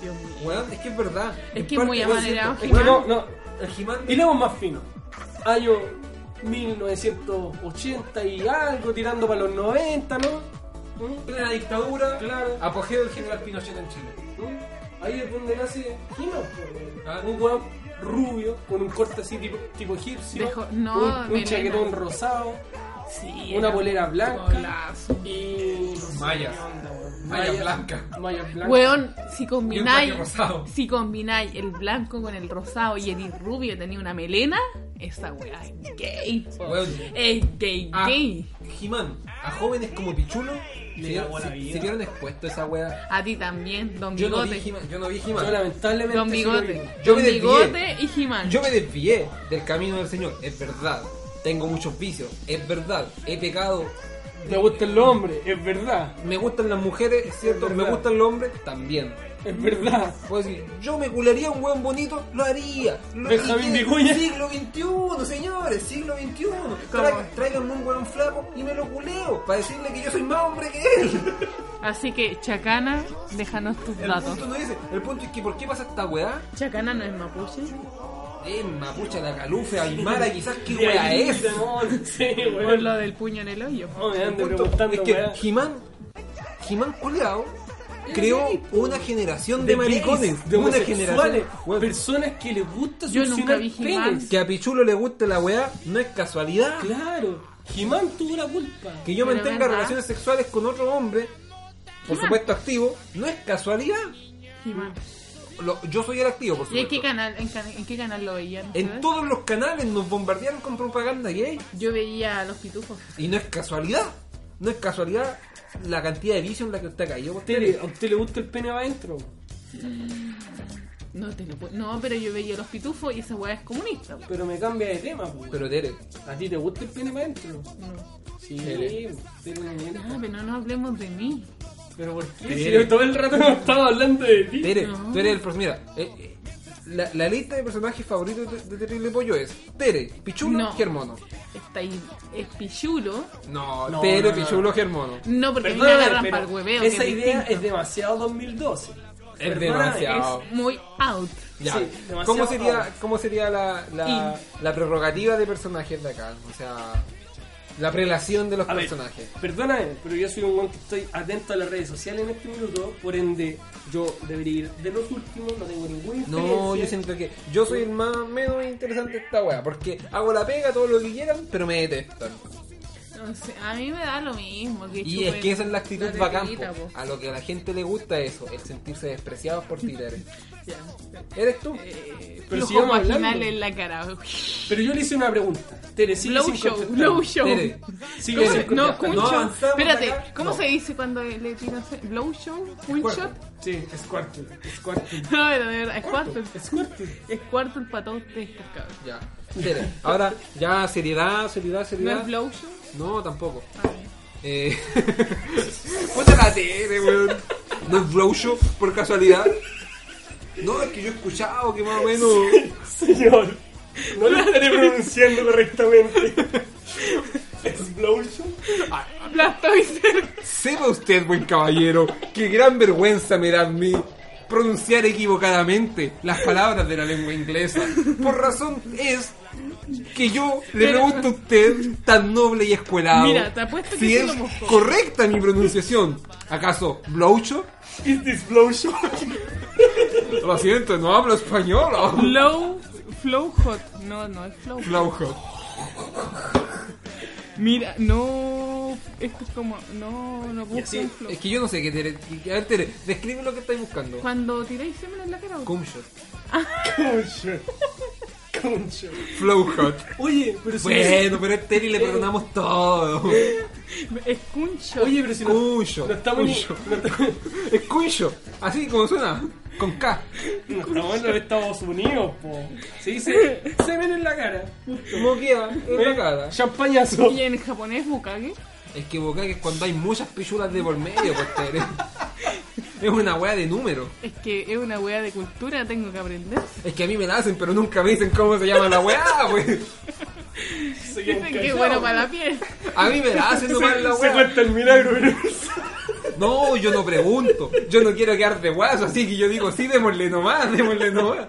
S2: Dios mío.
S1: Weón, es que es verdad.
S2: Es
S1: En
S2: que es
S1: parte,
S2: muy
S1: weón,
S2: amanerado,
S1: siento-
S2: He-Man.
S3: No, no, no.
S1: El He-Man
S3: Dilemos más fino. Año 1980 y algo, tirando para los 90, ¿no? ¿Mm?
S1: en la dictadura,
S3: Claro.
S1: apogeo del general Pinochet en Chile.
S3: ¿Mm? Ahí es donde nace He-Man, po,
S1: Ah.
S3: Un weón rubio, con un corte así tipo, tipo egipcio.
S2: Dejo- no,
S3: un- un,
S2: melena.
S3: chaquetón rosado.
S2: Sí,
S3: Una
S2: era
S3: polera blanca.
S2: golazo.
S3: Y. no sé
S1: Mallas.
S3: qué onda, weón.
S1: Malla blanca.
S3: Malla blanca.
S2: Weón, si
S1: Y un traje
S2: combináis,
S1: rosado.
S2: si combináis el blanco con el rosado y el rubio tenía una melena, esa weá es gay. po.
S1: Weón.
S2: Es gay,
S1: A
S2: gay.
S1: Ah, He-Man, a jóvenes como Pichulo, se,
S3: Le cagó
S1: se-
S3: la vida.
S1: se vieron expuestos a esa wea.
S2: A ti también, Don
S1: Yo no vi
S2: Bigote.
S1: He-Man. Yo, no vi
S3: Yo
S1: He-Man.
S3: lamentablemente.
S2: Don
S3: sí lo
S2: Bigote.
S1: Yo
S2: Don
S1: me
S2: Bigote y He-Man.
S1: Yo me desvié del camino del Señor, es verdad. Tengo muchos vicios, es verdad. He pecado.
S3: vi. Te gusta el hombre, es verdad.
S1: Me gustan las mujeres, es cierto.
S3: Es
S1: me
S3: verdad.
S1: gustan los hombres, también.
S3: Es verdad.
S1: Puedo decir, yo me cularía a un weón bonito, lo haría. Lo
S3: Benjamín
S1: haría.
S3: Vicuña.
S1: Siglo XXI, señores, siglo XXI.
S2: ¿Cómo?
S1: Tra- Tráiganme un weón flaco y me lo culeo para decirle que yo soy más hombre que él.
S2: Así que, Chacana, déjanos tus
S1: El
S2: datos.
S1: punto no es, ese. el punto es que ¿por qué pasa esta weá?
S2: Chacana no es mapuche.
S1: Eh, mapucha, la calufe, aymara, quizás qué
S3: De
S1: wea
S3: ahí,
S1: es.
S3: No, no sé,
S2: Por
S3: weón.
S2: lo del puño en el hoyo.
S3: No, me
S1: El
S3: ande
S1: punto
S3: preguntando,
S1: es que
S3: weá.
S1: Jimán, Jimán Colgado creó una generación de maricones,
S3: gays, de
S1: una
S3: homosexuales,
S1: generación Weón,
S3: personas que les gusta
S2: Yo nunca vi
S3: succionar
S2: He-Man.
S3: penes.
S1: que a Pichulo le guste la weá, no es casualidad.
S3: Claro, He-Man tuvo la culpa.
S1: Que yo
S2: Pero
S1: mantenga
S2: ¿verdad?
S1: relaciones sexuales con otro hombre, por
S2: Jimán.
S1: supuesto activo, no es casualidad.
S2: He-Man.
S1: Lo- yo soy el activo, por
S2: ¿Y ¿Eh? en qué
S1: supuesto.
S2: canal, en, can- en qué canal lo veían?
S1: En
S2: ustedes?
S1: todos los canales nos bombardearon con propaganda gay.
S2: Yo veía a los pitufos.
S1: Y no es casualidad. No es casualidad la cantidad de vicio en la que usted ha caído.
S3: ¿A usted, le- a usted le gusta el pene adentro?
S2: No, te lo puedo- no, pero yo veía a los pitufos y esa weá es comunista. weón.
S3: Pero me cambia de tema, pues.
S1: Pero Tere,
S3: ¿A ti te gusta el pene adentro? Sí,
S1: Tere.
S3: Tere,
S2: Ah,
S3: mierda.
S2: pero no hablemos de mí.
S3: Pero ¿por qué?
S1: Tere.
S3: Si yo todo el rato no estaba hablando de ti.
S1: Tere,
S2: No.
S1: tú eres el... pers- Mira, eh, eh, la, la lista de personajes favoritos de, de Terrible Pollo es Tere, Pichulo,
S2: No.
S1: Germono.
S2: Está ahí, es pichulo.
S1: No,
S3: No,
S1: Tere,
S3: no, no.
S1: Pichulo, Germono.
S2: No, porque a mí me
S3: Perdóname,
S2: agarran
S3: pero
S2: para el hueveo.
S3: Esa
S2: que es
S3: idea
S2: distinto.
S3: es demasiado 2012.
S1: Es
S3: Perdóname,
S1: demasiado.
S2: Es muy out.
S1: Ya.
S3: Sí, demasiado
S1: ¿Cómo sería, cómo sería la, la, la prerrogativa de personajes de acá? O sea, la prelación de los
S3: A ver,
S1: personajes.
S3: perdóname, pero yo soy un guan que estoy atento a las redes sociales en este minuto, por ende, yo debería ir de los últimos, no tengo ninguna
S1: No, yo
S3: experiencia.
S1: siento que yo soy el más menos interesante de esta wea, porque hago la pega, todo lo que quieran, pero me detestan.
S2: No sé, a mí me da lo mismo. Que
S1: Y es que esa es la actitud bacán,
S2: vacante.
S1: po. a lo que a la gente le gusta eso, el sentirse despreciados por ti, eres.
S2: Ya.
S1: Eres tú.
S2: Eh,
S3: Pero
S2: flujo
S3: sigamos hablando.
S2: vaginal en la cara.
S3: Pero yo le hice una pregunta. Tere, sigue
S2: Blow
S3: sin
S2: show,
S3: contestar.
S2: blow show.
S1: Tere.
S3: Sigue
S2: ¿Cómo
S3: sin
S2: se-
S1: Tere,
S2: no,
S1: ya,
S2: cun
S1: no
S2: shot.
S1: avanzamos
S2: Espérate,
S1: acá.
S2: ¿cómo
S1: No.
S2: se dice cuando le tiran se- blow show? ¿Un
S1: Cuarto.
S2: shot?
S3: Sí, Squirtle. Squirtle.
S2: No, pero de verdad, es cuarto.
S3: Squirtle.
S2: Es cuarto el patón de este estos cabros.
S1: Ya, Tere. Ahora, ya, seriedad, seriedad,
S2: ¿No es
S1: seriedad.
S2: blow show?
S1: No, tampoco.
S2: Ah, ya.
S1: Eh... Puta la tele, weón. No es blow show, por casualidad. No, es que yo he escuchado que más o menos.
S3: Señor, no lo estaré pronunciando correctamente. ¿Es blow show?
S2: Blastoise.
S1: Sepa usted, buen caballero, qué gran vergüenza me da a mí pronunciar equivocadamente las palabras de la lengua inglesa. Por razón es que yo le
S2: Pero-
S1: pregunto a usted, tan noble y escuelado,
S2: Mira, te apuesto que
S1: si
S2: sí
S1: es
S2: lo buscó.
S1: correcta mi pronunciación. ¿Acaso blowcho?
S5: Is this blow show?
S1: Lo siento, no hablo español. oh.
S2: Flow, flow hot. No, no es flow.
S1: Blowjo.
S2: Mira, no. Esto es como. No, no busquen
S1: Sí,
S2: flow.
S1: es que yo no sé qué Tere. A ver, Tere, describe lo que estáis buscando.
S2: Cuando tiráis semen en la cara.
S1: Cumshot.
S5: Concha. Concha.
S1: Flowhot.
S3: Oye, pero si
S1: Bueno, pero a Terry le perdonamos todo.
S2: Es cuncho.
S3: Oye, pero si no,
S1: Cuyo.
S3: no estamos ni- no estamos-
S1: Es cuyo. Así como suena. Con K.
S5: No estamos en los Estados Unidos, po.
S3: se dice semen en la cara.
S1: Moquea en la cara.
S5: Champañazo.
S2: Y en japonés, bukage.
S1: Es que Bokake es cuando hay muchas pichulas de por medio, pues Tere. Es una wea de número.
S2: Es que es una wea de cultura, tengo que aprender.
S1: Es que a mí me la hacen, pero nunca me dicen cómo se llama la wea, pues.
S2: Dicen que es bueno para la piel.
S1: A mí me la hacen nomás la
S5: Se, se
S1: wea.
S5: cuenta el milagro, pero
S1: No, yo no pregunto. Yo no quiero quedar de guaso, así que yo digo, sí, démosle nomás, démosle nomás.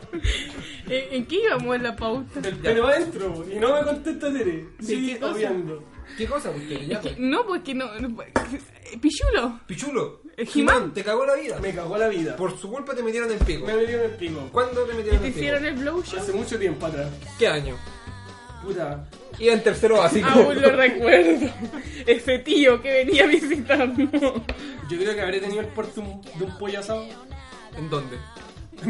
S2: ¿En, en qué íbamos en la pauta?
S3: Pero adentro, po, y no me contesta Tere. Sí,
S2: qué cosa?
S3: obviando.
S1: ¿Qué cosa, pues Tere? Ya, pues.
S2: No, porque no. no, eh, pichulo.
S1: Pichulo.
S2: Eh,
S1: Jimán, te cagó la vida.
S3: Me cagó la vida.
S1: Por su culpa te metieron el pico.
S3: Me metió en el pico.
S1: ¿Cuándo te
S2: ¿Y
S1: metieron
S2: te
S1: el
S2: hicieron
S1: pico?
S2: el blow show?
S3: Hace mucho tiempo atrás.
S1: ¿Qué año?
S3: Puta.
S1: Iba en tercero básico.
S2: Aún Ah, lo recuerdo. Ese tío que venía a visitarnos.
S3: Yo creo que habré tenido el puerto un- de un pollo asado.
S1: ¿En dónde?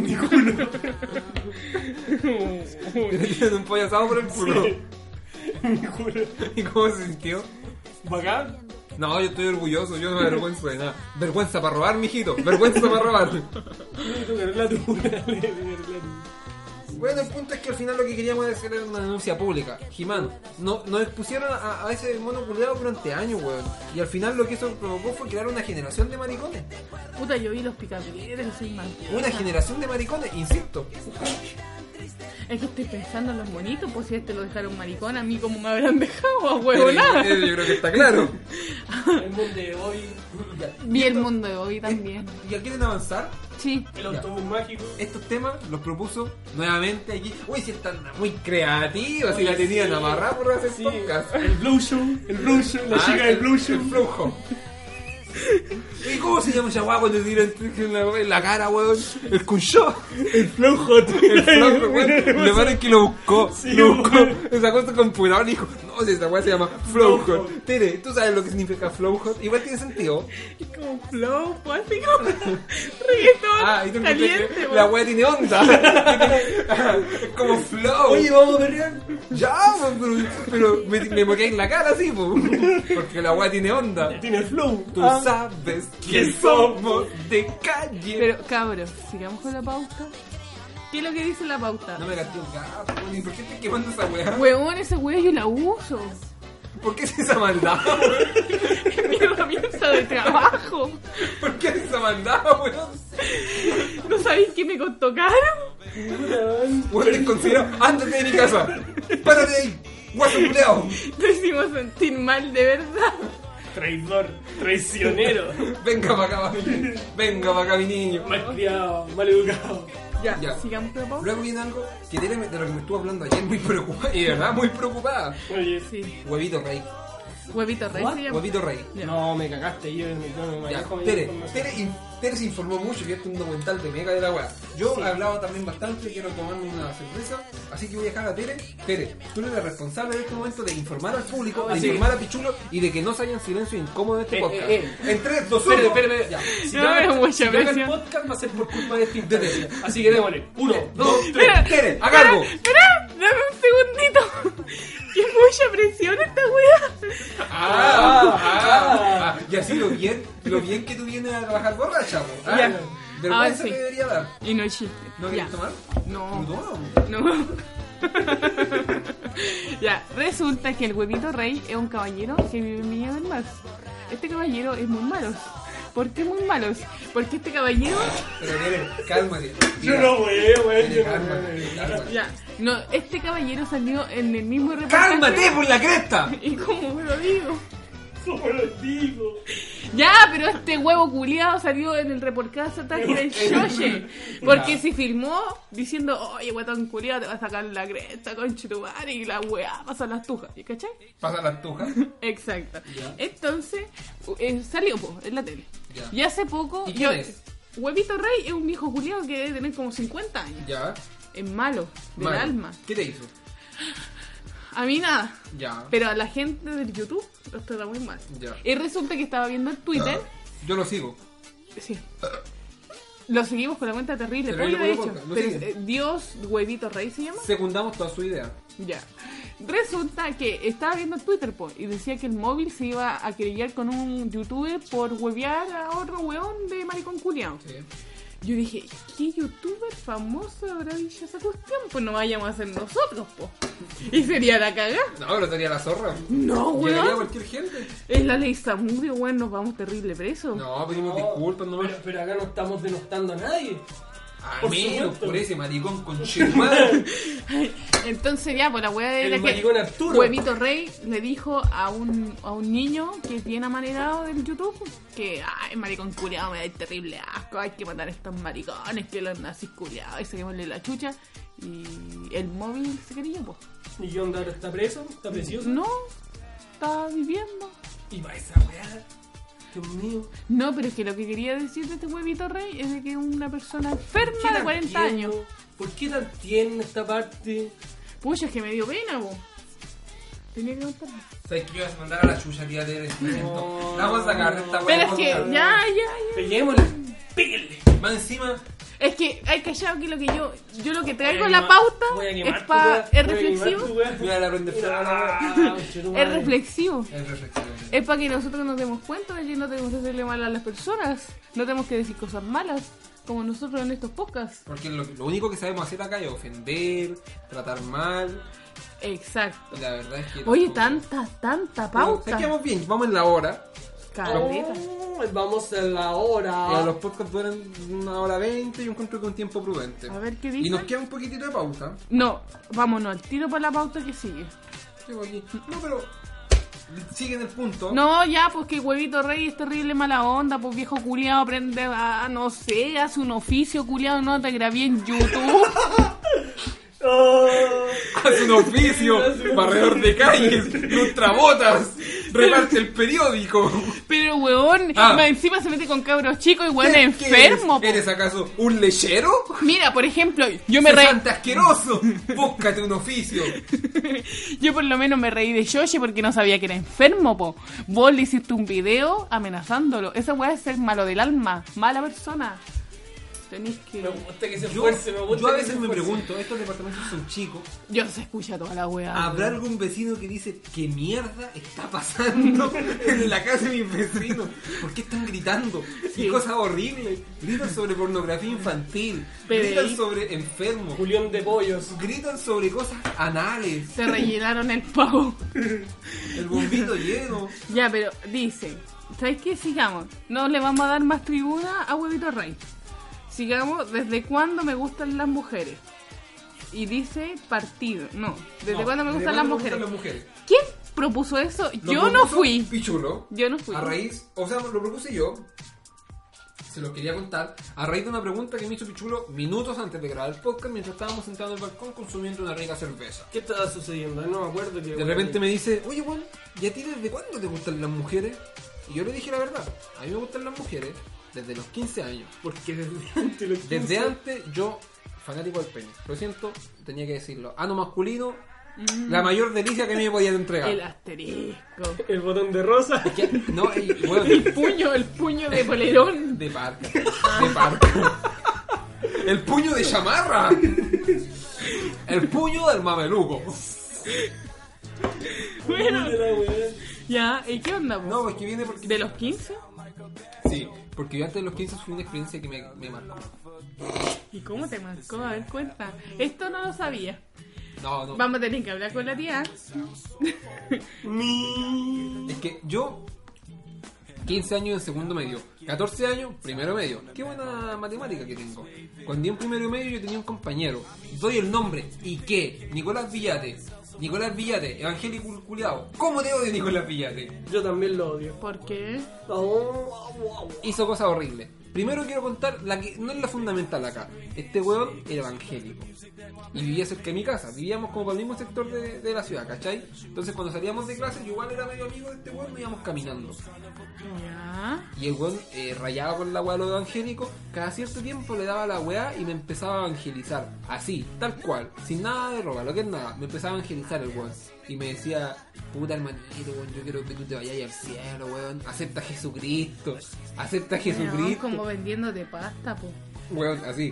S2: Uy.
S1: Le metieron un pollo asado por el culo. ¿Y cómo se sintió?
S3: Bacán.
S1: No, yo estoy orgulloso, yo no me avergüenzo de nada. Vergüenza para robar, mijito. Vergüenza para robar.
S3: Y tú, Carla, tú, dale, Carla,
S1: Bueno, el punto es que al final lo que queríamos hacer era una denuncia pública. Jimán, no, nos expusieron a, a ese mono culiado durante años, weón. Y al final lo que eso provocó fue crear una generación de maricones.
S2: Puta, yo vi los picapiedras, soy mal.
S1: Una generación de maricones, insisto.
S2: Es que estoy pensando en los monitos, pues si a este lo dejaron maricón, a mí como me habrán dejado, a huevo
S1: Pero
S2: nada.
S1: eh, yo creo que está claro.
S3: tú. El mundo de hoy.
S1: Ya.
S2: Vi el mundo de hoy también.
S1: ¿Ya quieren avanzar?
S2: Sí.
S3: El autobús mágico.
S1: Estos temas los propuso nuevamente aquí. Uy, si están muy creativos, si
S3: Oye,
S1: la tenían
S3: sí.
S1: amarrada por hacer
S3: Sí,
S1: podcast.
S3: el Blue Show, el Blue Show, la
S1: Ah,
S3: chica del Blue Show.
S1: el flujo. ¿Y cómo se llama esa guagua cuando tira el trick en la, en la cara, weón? El cunchó.
S5: el flow hot.
S1: El flujo, weón. Le parece que lo buscó.
S5: Sí,
S1: lo buscó.
S5: weón.
S1: Sacó su computador y dijo: No, si esta weá se llama Flowhot. Tere, ¿tú sabes lo que significa Flowhot? Igual tiene sentido.
S2: Es como flow, pues así como reggaetón
S1: Ah, y tú encontraste
S2: caliente,
S1: que
S2: pues.
S1: la weá tiene onda. Es como flow.
S3: Oye, vamos a perrear.
S1: Ya, po, pero, pero me, me moqué en la cara así, po. porque la weá tiene onda.
S5: Tiene flow.
S1: Tú
S5: Ah.
S1: sabes que somos de calle.
S2: Pero cabros, sigamos con la pauta. ¿Qué es lo que dice la pauta?
S1: No me gasté un gato, ni por qué te quemando esa weá.
S2: Huevón, esa wea yo la uso.
S1: ¿Por qué es esa maldad? weón?
S2: Mi herramienta de trabajo.
S1: ¿Por qué es esa maldad, weón?
S2: ¿No sabéis qué me costó caro?
S1: Weón, te considero, ándate de mi casa. Párate de ahí, guaso culeado.
S2: Te hicimos sentir mal de verdad.
S5: Traidor. Traicionero.
S1: Venga pa' acá, mi niño. Venga pa' acá, mi niño.
S5: Malcriado. Maleducado.
S2: Ya,
S1: Ya.
S2: sigamos con la pauta.
S1: Luego viene algo que tiene de lo que me estuvo hablando ayer, muy preocupada, y de verdad, muy preocupada.
S5: Oye.
S2: Sí.
S1: Huevito rey,
S2: Huevito rey se llama.
S1: huevito rey.
S2: Ya.
S3: No, me cagaste, yo me yo me
S1: Ya,
S3: manejo mi
S1: Tere,
S3: información.
S1: Tere, in- Tere se informó mucho y este es un documental de mega de la weá. Yo he hablado también bastante, quiero tomarme una cerveza, así que voy a dejar a Tere. Tere, tú eres la responsable en este momento de informar al público, de
S3: Así es.
S1: informar a Pichulo y de que no se hayan silencio incómodo en este
S3: Ah, Eh,
S1: podcast.
S3: eh,
S1: En 3, 2, 1.
S3: Espera, espera, espera. Si
S2: No,
S3: yo hago-
S2: es mucha
S3: si yo hago el
S2: presión.
S3: podcast va a ser por culpa de este imbécil. Así que démosle. Uno, dos,
S1: Dos,
S2: Espera,
S1: tres, Tere, a cargo.
S2: Espera, espera, dame un segundito. Qué mucha presión esta wea.
S1: Ah, ah, ah. y así lo bien, lo bien que tú vienes a trabajar borracha, po. Ah,
S2: Ya. Ahora
S1: Vergüenza
S2: sí.
S1: te debería dar.
S2: Y no es chiste.
S1: ¿No
S2: ya.
S1: quieres tomar?
S2: No.
S1: No.
S2: No. ya, resulta que el huevito rey es un caballero que vive en Viña del Mar. Este caballero es muy malo. ¿Por qué muy malos? Porque este caballero.
S1: Pero Tere, cálmate.
S5: Yo no, weón, weón.
S1: Tere,
S5: Yo no,
S1: cálmate, cálmate.
S2: Ya, no, este caballero salió en el mismo reportaje.
S1: ¡Cálmate por la cresta!
S2: Y como lo digo.
S5: ¿Cómo lo digo?
S2: Ya, pero este huevo culiado salió en el reportaje del Shoche. Porque se filmó diciendo, oye, guatón culiado, te va a sacar la cresta con chitubar y la weá pasa las tujas. ¿Y cachai?
S1: Pasa las tujas.
S2: Exacto. Entonces, eh, salió po, en la tele.
S1: Ya.
S2: Y hace poco.
S1: ¿Y
S2: yo-
S1: quién es?
S2: Huevito Rey es un viejo culiado que debe tener como 50 años.
S1: Ya.
S2: Es malo, del
S1: Mal.
S2: alma.
S1: ¿Qué te hizo?
S2: A mí nada.
S1: Ya.
S2: Pero a la gente del YouTube los trata muy mal.
S1: Ya.
S2: Y resulta que estaba viendo en Twitter.
S1: Yo lo sigo.
S2: Sí. Lo seguimos con la cuenta terrible.
S1: Terrible
S2: Pollo, de
S1: Pollo
S2: hecho.
S1: Podcast, lo
S2: Pero,
S1: sigue.
S2: eh, Dios, huevito rey se llama.
S1: Secundamos toda su idea.
S2: Ya. Resulta que estaba viendo Twitter po, y decía que el móvil se iba a querellar con un youtuber por huevear a otro weón de maricón culiao.
S1: Sí.
S2: Yo dije, ¿qué youtuber famoso habrá dicho esa cuestión? Pues no vayamos a ser nosotros, po. Y sería la cagada.
S1: No, pero sería la zorra.
S2: No,
S1: Llegaría
S2: weón.
S1: cualquier gente.
S2: Es la ley Samudio, weón, nos vamos terrible preso.
S1: No, pedimos disculpas nomás.
S3: Pero, pero acá no estamos denostando a nadie.
S1: A
S3: por
S1: menos
S3: supuesto.
S1: por ese maricón con madre.
S2: Entonces ya, pues la weá era
S3: El
S2: que
S3: maricón Arturo.
S2: Huevito Rey le dijo a un, a un niño que es bien amanerado del YouTube que, ay, maricón culiado, me da terrible asco, hay que matar a estos maricones, que los nazis culiados, y saquémosle la chucha. Y el móvil se quería, pues.
S3: Y John Daro está preso, está precioso.
S2: No, estaba viviendo.
S3: Y va esa weá. Dios mío.
S2: No, pero es que lo que quería decir de este huevito rey es de que es una persona
S3: ¿Por qué
S2: enferma de
S3: tan
S2: 40
S3: tierno?
S2: años.
S3: ¿Por qué tan tierna esta parte?
S2: Pucha, es que me dio pena, vos. Tenía que contarlo.
S1: ¿Sabes qué? Ibas a mandar a la chucha, tía, de este momento. La vamos a sacar de esta
S2: Pero
S1: weá.
S2: es que, ya, ya, ya.
S3: Peguémosle.
S1: Más encima,
S2: Es que, hay callado que lo que yo, yo lo que
S5: Voy a
S2: traigo en la
S5: quemar-
S2: pauta
S3: voy a quemar
S2: es
S3: tu
S2: pa,
S3: weá,
S2: es
S5: Voy a
S2: reflexivo,
S5: quemar tu weá.
S1: mira la prende fuego a la weá.
S3: Ah, conchetumare.
S2: es reflexivo.
S1: Es reflexión.
S2: Es para que nosotros nos demos cuenta de que no tenemos que hacerle mal a las personas, no tenemos que decir cosas malas, como nosotros en estos podcasts.
S1: Porque lo, lo único que sabemos hacer acá es ofender, tratar mal.
S2: Exacto.
S1: Y la verdad es que.
S2: Oye,
S1: tampoco-
S2: tanta, tanta
S1: Pero,
S2: pauta.
S1: ¿sabes qué? Vamos bien, vamos en la hora.
S2: Caleta.
S3: Oh, Vamos a la hora.
S2: Ah.
S1: Eh, los podcasts duran una hora veinte. Yo encuentro que es un tiempo prudente.
S2: A ver qué
S1: Y nos
S2: dicen.
S1: queda un poquitito de pausa.
S2: No, vámonos al tiro para la pauta que sigue.
S1: Llego aquí. No, pero. Siguen el punto.
S2: No, ya, pues que huevito rey es terrible mala onda, pues viejo culiado aprende a, no sé, hace un oficio culiado, no te grabé en YouTube.
S5: Oh,
S1: Hace un oficio, barredor de calles, lustrabotas, reparte el periódico.
S2: Pero weón,
S1: Ah.
S2: más encima se mete con cabros chicos y weón es
S1: ¿Qué
S2: enfermo. po.
S1: ¿Eres, ¿Eres acaso un lechero?
S2: Mira, por ejemplo, yo me reí,
S1: ¡Cesante asqueroso! ¡Búscate un oficio!
S2: yo por lo menos me reí de Yoshi porque no sabía que era enfermo, po. Vos le hiciste un video amenazándolo. Esa weá es ser malo del alma, mala persona. Tenés que.
S3: Me gusta que se
S1: Yo,
S3: esfuerce, me gusta
S1: yo a
S3: que
S1: veces
S3: se
S1: me
S3: esfuerce.
S1: pregunto, estos departamentos son chicos,
S2: Yo se escucha toda la weá.
S3: Ah,
S1: ¿habrá
S2: weón.
S1: algún vecino que dice qué mierda está pasando en la casa de mis vecinos? ¿Por qué están gritando?
S2: Sí.
S1: ¡Qué cosa horrible! Gritan sobre pornografía infantil,
S2: Pero
S1: gritan
S2: ahí-
S1: sobre enfermos,
S3: Julián de pollos.
S1: gritan sobre cosas anales.
S2: Se rellenaron el pavo.
S1: El bombito lleno.
S2: Ya, pero dice, ¿sabes qué? Sigamos. No le vamos a dar más tribuna a Huevito Rey. Sigamos, ¿desde cuándo me gustan las mujeres? Y dice partido. No, ¿desde
S1: No,
S2: cuándo me
S1: ¿desde
S2: gustan las
S1: cuándo
S2: mujeres?
S1: me gustan las mujeres?
S2: ¿Quién propuso eso?
S1: Lo
S2: Yo no
S1: propuso
S2: fui.
S1: Pichulo.
S2: Yo no fui.
S1: A raíz, o sea, lo propuse yo. Se los quería contar. A raíz de una pregunta que me hizo Pichulo minutos antes de grabar el podcast, mientras estábamos sentados en el balcón consumiendo una rica cerveza.
S3: ¿Qué estaba sucediendo? No me acuerdo que.
S1: De repente me dice, oye Juan, ¿y a ti desde cuándo te gustan las mujeres? Y yo le dije la verdad, a mí me gustan las mujeres desde los 15 años.
S3: Porque desde antes los
S1: Desde
S3: 15.
S1: antes yo, fanático del pene. Lo siento, tenía que decirlo. Ano masculino, la mayor delicia que a mí me podían entregar.
S2: Mm. El asterisco.
S5: el botón de rosa.
S1: Que- No, y, bueno,
S2: El puño, el puño de polerón.
S1: De parca. De parca. El puño de chamarra. El puño del mameluco.
S2: Bueno,
S5: De la weá.
S2: ya, ¿y qué onda? po?
S1: No, es que viene porque.
S2: ¿De los 15?
S1: Sí, porque yo antes de los 15 fue una experiencia que me, me marcó.
S2: ¿Y cómo te marcó? A ver, cuenta. Esto no lo sabía.
S1: No, no.
S2: Vamos a tener que hablar con la tía.
S1: Es que yo. 15 años en segundo medio, 14 años primero medio. Qué buena matemática que tengo. Cuando iba en primero medio yo tenía un compañero. Doy el nombre y qué, Nicolás Villate. Nicolás Villate, evangélico culiado. ¿Cómo te odio, Nicolás Villate?
S3: Yo también lo odio.
S2: ¿Por qué?
S3: Oh, wow, wow.
S1: Hizo cosas horribles. Primero quiero contar la que no es la fundamental acá. Este weón era evangélico. Y vivía cerca de mi casa. Vivíamos como por el mismo sector de, de la ciudad, ¿cachai? Entonces cuando salíamos de clase, yo igual era medio amigo de este weón, nos íbamos caminando.
S2: Ya.
S1: Y el weón eh, rayaba con la weá de los evangélicos, cada cierto tiempo le daba la weá y me empezaba a evangelizar. Así, tal cual, sin nada de roba, lo que es nada. Me empezaba a evangelizar el weón. Y me decía, puta hermanito, weón, yo quiero que tú te vayas al cielo, weón. Acepta a Jesucristo, acepta a
S2: Weón,
S1: Jesucristo.
S2: como vendiéndote pasta, po.
S1: Weón, así.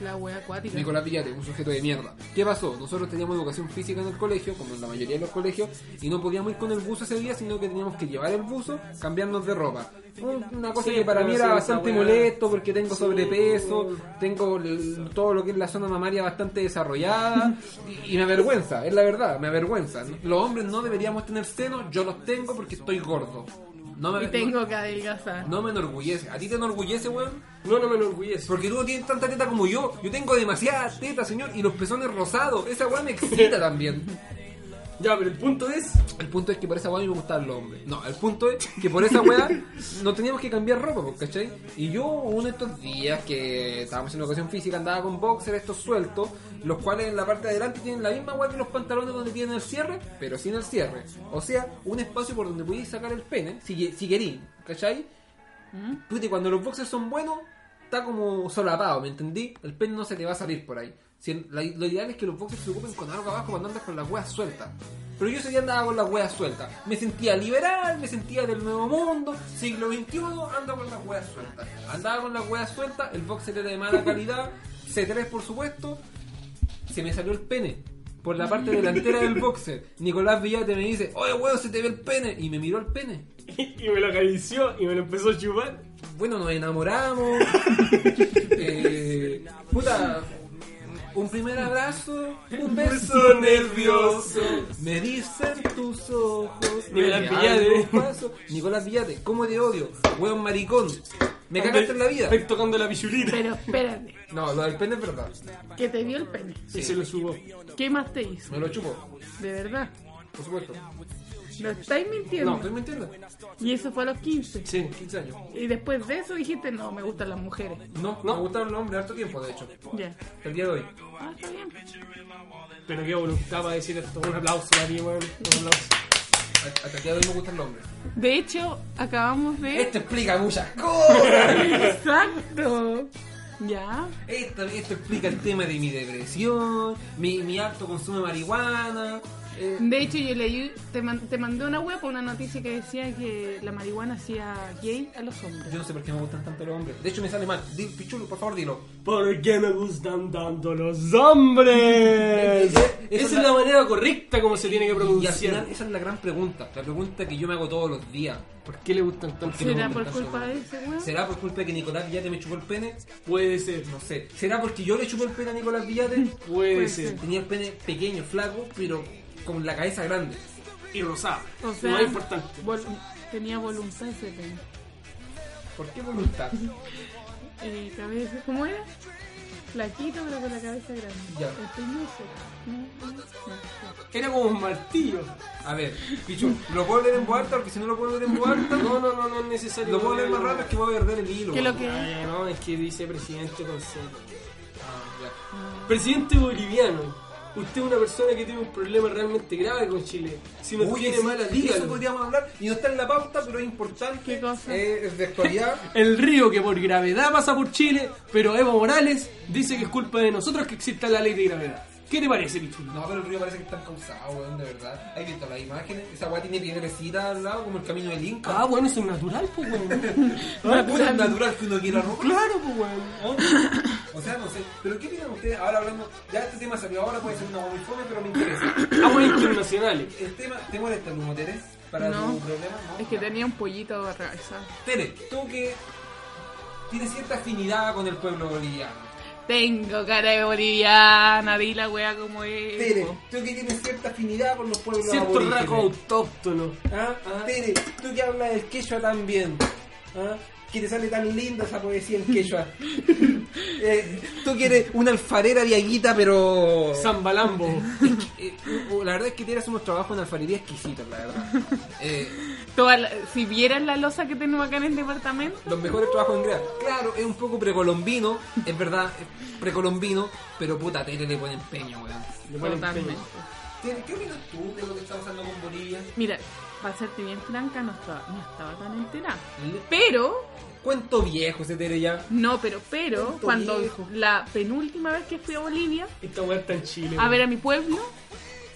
S2: La wea acuática.
S1: Nicolás Villate, un sujeto de mierda. ¿Qué pasó? Nosotros teníamos educación física en el colegio, como en la mayoría de los colegios, y no podíamos ir con el buzo ese día, sino que teníamos que llevar el buzo, cambiarnos de ropa. Un- Una cosa
S3: Sí,
S1: que para
S3: pero
S1: mí era
S3: sí, esa
S1: bastante
S3: weá.
S1: molesto porque tengo sobrepeso, tengo el- todo lo que es la zona mamaria bastante desarrollada y, y me avergüenza, es la verdad, me avergüenza. Los hombres no deberíamos tener senos, yo los tengo porque estoy gordo. No me,
S2: Y tengo que adelgazar.
S1: no me enorgullece. ¿A ti te enorgullece, weón?
S3: No, no me enorgullece.
S1: Porque tú no tienes tanta teta como yo. Yo tengo demasiada teta, señor, y los pezones rosados. Esa weá me excita también.
S3: Ya, pero el punto es.
S1: El punto es que por esa weá a mí me gustaban los hombres. No, el punto es que por esa weá no teníamos que cambiar ropa, pues, ¿cachai? Y yo, uno de estos días que estábamos en educación física, andaba con boxer estos sueltos, los cuales en la parte de adelante tienen la misma weá que los pantalones donde tienen el cierre, pero sin el cierre. O sea, un espacio por donde podéis sacar el pene, si, si queréis, ¿cachai? Puta, y cuando los boxers son buenos, está como solapado, ¿me entendí? El pene no se te va a salir por ahí. Si el- la- lo ideal es que los boxers se ocupen con algo abajo cuando andas con las weas sueltas. Pero yo ese día andaba con las weas sueltas. Me sentía liberal, me sentía del nuevo mundo, siglo XXI, ando con las weas sueltas. Andaba con las weas sueltas, el boxer era de mala calidad, C3 por supuesto, se me salió el pene. Por la parte delantera del boxer. Nicolás Villate me dice, oye weón, se te ve el pene. Y me miró el pene.
S5: Y me lo acarició y me lo empezó a chupar.
S1: Bueno, nos enamoramos. Eh, puta, un primer abrazo, un beso
S5: beso
S1: nervioso. Me dicen tus ojos.
S3: Nicolás
S1: me
S3: Villate.
S1: dan un paso. Nicolás Villate, ¿cómo te odio? Hueón maricón. Me cagaste en la vida.
S3: Estoy tocando la pichulina.
S2: Pero espérate,
S1: No, lo del pene es verdad.
S2: que te vio el pene.
S3: Y se lo subo.
S2: ¿Qué más te hizo?
S1: Me lo chupo,
S2: De verdad.
S1: por supuesto.
S2: Lo estáis
S1: No,
S2: mintiendo.
S1: estoy mintiendo.
S2: Y eso fue a los 15.
S3: Sí.
S1: 15 años.
S2: Y después de eso dijiste, no, me gustan las mujeres.
S1: No, no, me gustaron los hombres harto tiempo, de hecho.
S2: Ya.
S1: Hasta el día de hoy.
S2: Ah, está bien.
S3: Pero qué voluntad para decir esto. Un aplauso para ti, weón. Un aplauso.
S1: Hasta el día de hoy me gustan los hombres.
S2: De hecho, acabamos de...
S1: Esto explica muchas cosas.
S2: ¡Exacto! Ya.
S1: Esto, esto explica el tema de mi depresión, mi, mi alto consumo de marihuana. eh,
S2: De hecho, yo leí, te, man- te mandé una web con una noticia que decía que la marihuana hacía gay a los
S1: yo
S2: hombres.
S1: no sé por qué me gustan tanto los hombres. De hecho, me sale mal. Di, Pichulo, por favor, dilo.
S5: ¿Por qué me gustan tanto los hombres?
S3: Eh, Esa es
S1: la-
S3: la... manera correcta como se tiene que
S1: Y al final,
S3: pronunciar.
S1: esa es la gran pregunta. La pregunta que yo me hago todos los días.
S3: ¿Por qué le gustan tanto?
S1: que me
S2: ¿Será
S1: gustan
S2: por
S1: tanto los
S2: culpa de
S1: hombres.
S2: ese weón?
S1: ¿Será por culpa de que Nicolás Villate me chupó el pene?
S3: Puede ser,
S1: No sé. ¿Será porque yo le chupé el pene a Nicolás Villate?
S3: puede
S2: Puede
S3: ser.
S2: ser.
S1: Tenía el pene pequeño, flaco, pero con la cabeza grande.
S3: Y rosado.
S2: O sea,
S3: lo más importante.
S2: vol- tenía voluntad ese pene.
S1: ¿Por qué voluntad?
S2: Eh, cabeza, ¿cómo era? Flaquito pero con la cabeza grande.
S1: Ya.
S2: Espinoso. No, no, no.
S3: Era como un martillo.
S1: A ver, Pichu, ¿lo puedo leer en voz alta? Porque si no lo puedo leer en voz alta,
S3: No, no, no, no es necesario.
S1: lo puedo leer más rápido, es que voy a perder el hilo.
S2: ¿Qué lo que es?
S3: Ay, no, es que dice presidente consejo.
S1: Ah, ya.
S3: Presidente boliviano, usted es una persona que tiene un problema realmente grave con Chile. Si no
S1: Oye,
S3: tiene
S1: sí,
S3: mala,
S1: de
S3: dígalo.
S1: Eso podríamos hablar y no está en la pauta, pero es importante.
S2: ¿Qué cosa?
S1: Eh, es de actualidad.
S3: El río que por gravedad pasa por Chile, pero Evo Morales dice que es culpa de nosotros que exista la ley de gravedad. ¿Qué te parece, Pichulo?
S1: No, pero el río parece que está causado, weón, de verdad. ¿Has visto las imágenes? Esa weá tiene piedrecita al lado, como el camino del Inca.
S3: Ah, bueno, eso es natural, pues, weón.
S1: Ah, puta, es natural que uno quiera robar.
S3: claro, pues, weón.
S1: O sea, no sé. Pero ¿qué opinan ustedes? Ahora hablando, ya este tema salió ahora, puede ser una weá muy fome, pero me interesa.
S3: Aguas internacionales.
S1: El tema, ¿te molesta el humo, Tere? Para
S2: No.
S1: tu problema, ¿no?
S2: Es que
S1: Ya.
S2: tenía un pollito atravesado.
S1: Tere, tú que tienes cierta afinidad con el pueblo boliviano.
S2: Tengo cara de boliviana, di la wea como es.
S1: Tere,
S2: po.
S1: tú que tienes cierta afinidad con los pueblos
S3: Cierto
S1: aborígenes.
S3: rasgo autóctono.
S1: ¿Ah? Tere, tú que hablas del quechua también. ¿Ah? que te sale tan linda esa poesía en quechua. Eh, tú quieres una alfarera viaguita, pero...
S3: Zambalambo.
S1: Eh, eh, la verdad es que tienes unos trabajos en alfarería exquisitos, la verdad. Eh,
S2: Toda la- si vieras la losa que tenemos acá en el departamento,
S1: los mejores trabajos en grado. Claro, es un poco precolombino, es verdad, es precolombino, pero puta tele le pone empeño, weón.
S3: Le ponen
S2: totalmente.
S3: peña.
S1: ¿Qué qué opinas tú de lo que está pasando con Bolivia?
S2: Mira, para serte bien franca, no estaba, no estaba tan enterada.
S1: ¿Mm?
S2: Pero,
S1: Cuento viejo ese tele ya.
S2: no, pero, pero,
S1: Tanto
S2: cuando
S1: viejo.
S2: la penúltima vez que fui a Bolivia,
S5: Esta weá está en Chile.
S2: a ver a mi pueblo,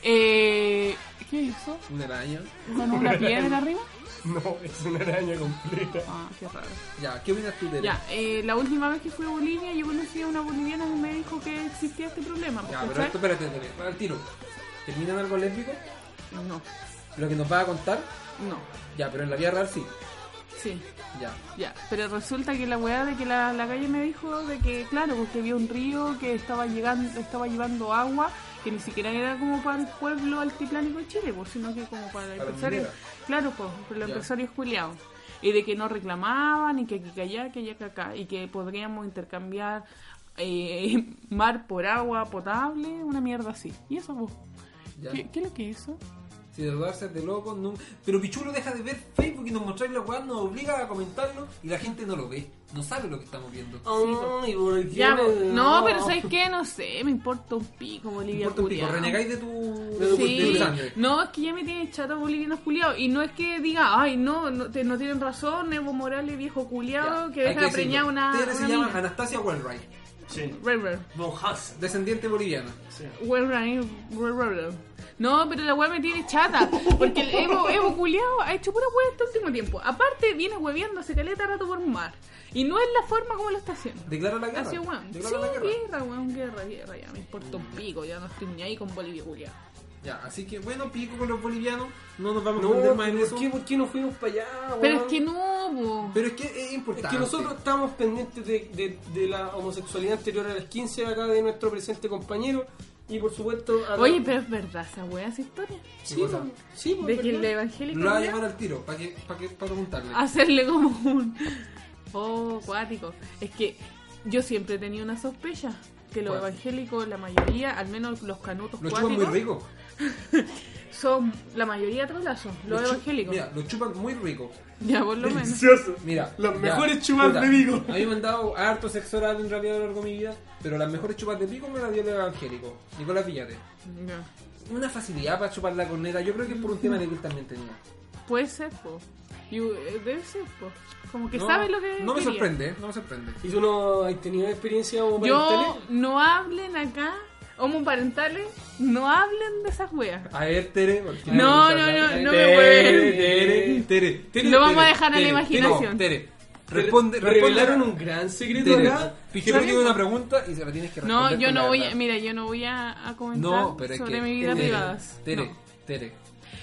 S2: eh, ¿qué hizo?
S1: Una araña.
S2: ¿Con una piedra arriba?
S5: No, es una araña completa.
S2: Ah, qué raro.
S1: Ya, ¿qué opinas tú, Tere?
S2: Ya, eh, la última vez que fui a Bolivia, yo conocí a una boliviana que me dijo que existía este problema.
S1: Ya,
S2: ¿cachai?
S1: pero esto, espérate, Tere, para el tiro. ¿Terminan algo lésbico?
S2: No,
S1: Lo que nos va a contar,
S2: no,
S1: ya, pero en la vida real sí.
S2: sí.
S1: Ya.
S2: Ya, pero resulta que la weá de que la, la calle me dijo de que, claro, porque había un río que estaba llegando, estaba llevando agua, que ni siquiera era como para el pueblo altiplánico de Chile, pues, sino que como para,
S1: Para
S2: empresarios.
S1: minera.
S2: Claro, pues, para los
S1: Ya.
S2: empresarios juliados. Y de que no reclamaban, y que aquí, que allá, que allá, que acá, y que podríamos intercambiar eh, mar por agua potable, una mierda así. ¿Y eso, vos?
S1: Ya.
S2: ¿Qué, qué es lo que es eso?
S1: Si dudarse de loco, no. Pero Pichulo deja de ver Facebook y nos mostráis la weá, nos obliga a comentarlo y la gente no lo ve. No sabe lo que estamos viendo.
S2: Oh,
S3: Ay, ¿por qué
S2: pues. Ya, vos. no, pero
S3: soy
S2: ¿sabes qué? No sé, me importa un pico, Bolivia.
S1: Importa un pico,
S2: culiao.
S1: renegáis de tu.
S3: De tu
S1: de tu
S2: Sí,
S1: sangre.
S2: no, es que ya me tiene chato bolivianos culiados. Y no es que diga, ay, no, no, te- no tienen razón, Evo Morales, viejo culiado,
S1: Ya,
S2: que
S1: hay
S2: deja de
S1: decirlo.
S2: preñar una.
S1: Tere se
S2: una
S1: llama
S2: mina.
S1: Anastasia Wainwright,
S5: Sí.
S2: River.
S5: Von Hass.
S1: descendiente boliviana.
S5: Sí.
S2: River, River, River. No, pero la weá me tiene chata. Porque el Evo, Evo culiado ha hecho pura weá este último tiempo. Aparte, viene hueveando, se caleta rato por mar. Y no es la forma como lo está haciendo.
S1: Declara la
S2: Ha
S1: guerra.
S2: sido weón. Sí,
S1: Declara la guerra.
S2: guerra, weón, guerra, guerra. Ya me importa un pico, ya no estoy ni ahí con Bolivia culiado.
S1: Ya, así que bueno, pico con los bolivianos. No nos vamos a
S3: No,
S1: poner más en
S3: ¿por
S1: eso.
S3: qué, ¿por qué no fuimos para allá?
S2: Pero es
S3: weón?
S2: que no, po.
S1: Pero es que es
S3: Es
S1: importante.
S3: que nosotros estamos pendientes de, de- de la homosexualidad anterior a las 15 acá de nuestro presente compañero y por supuesto... a la-
S2: Oye, pero es verdad esa wea, esa historia.
S3: Sí, po, sí, po,
S2: De que el
S3: ¿verdad?
S2: evangélico.
S1: Lo va a
S2: wea,
S1: llamar al tiro para que, para que, para preguntarle.
S2: Hacerle como un. Oh, cuático. Es que yo siempre he tenido una sospecha que los
S1: ¿Cuál?
S2: evangélicos, la mayoría, al menos los canutos
S1: Lo chupan muy
S2: cuáticos,
S1: rico.
S2: son la mayoría trolazos, los
S1: Lo chu-
S2: evangélicos.
S1: Mira, lo chupan muy rico.
S2: Ya por lo menos.
S5: Delicioso.
S1: Mira,
S5: Las
S1: ya,
S5: mejores chupas
S1: puta,
S5: de pico.
S1: A mí me han dado harto sexo oral en realidad a lo largo de mi vida, pero las mejores chupas de pico me las dio el evangélico, Nicolás Villate.
S2: Ya.
S1: Una facilidad para chupar la corneta, yo creo que es por un tema de que él también tenía.
S2: Puede ser, po. Y, eh, debe ser, po. Como que
S1: No,
S2: sabe lo que.
S1: No me
S2: quería.
S1: sorprende, no me sorprende.
S3: ¿Y tú no has tenido experiencia
S2: Yo
S3: homoparentales?
S2: no hablen acá, homoparentales, no hablen de esas weas.
S1: A ver, Tere, porque-
S2: No, no, no, no me hueven.
S1: Tere, Tere, Tere,
S2: Lo vamos a
S1: Tere,
S2: dejar a la
S1: Tere,
S2: imaginación.
S1: Tere, Tere, responde,
S3: Re- revelaron
S1: responde.
S3: un gran secreto
S1: Tere,
S3: acá.
S1: Pichero tiene una pregunta y se la tienes que
S2: No,
S1: responder.
S2: yo
S1: con
S2: no
S1: la
S2: voy,
S1: verdad.
S2: a, mira, yo no voy a, a comentar
S1: No, pero es
S2: sobre
S1: que.
S2: mi vida
S1: Tere,
S2: privada.
S1: Tere,
S2: No.
S1: Tere.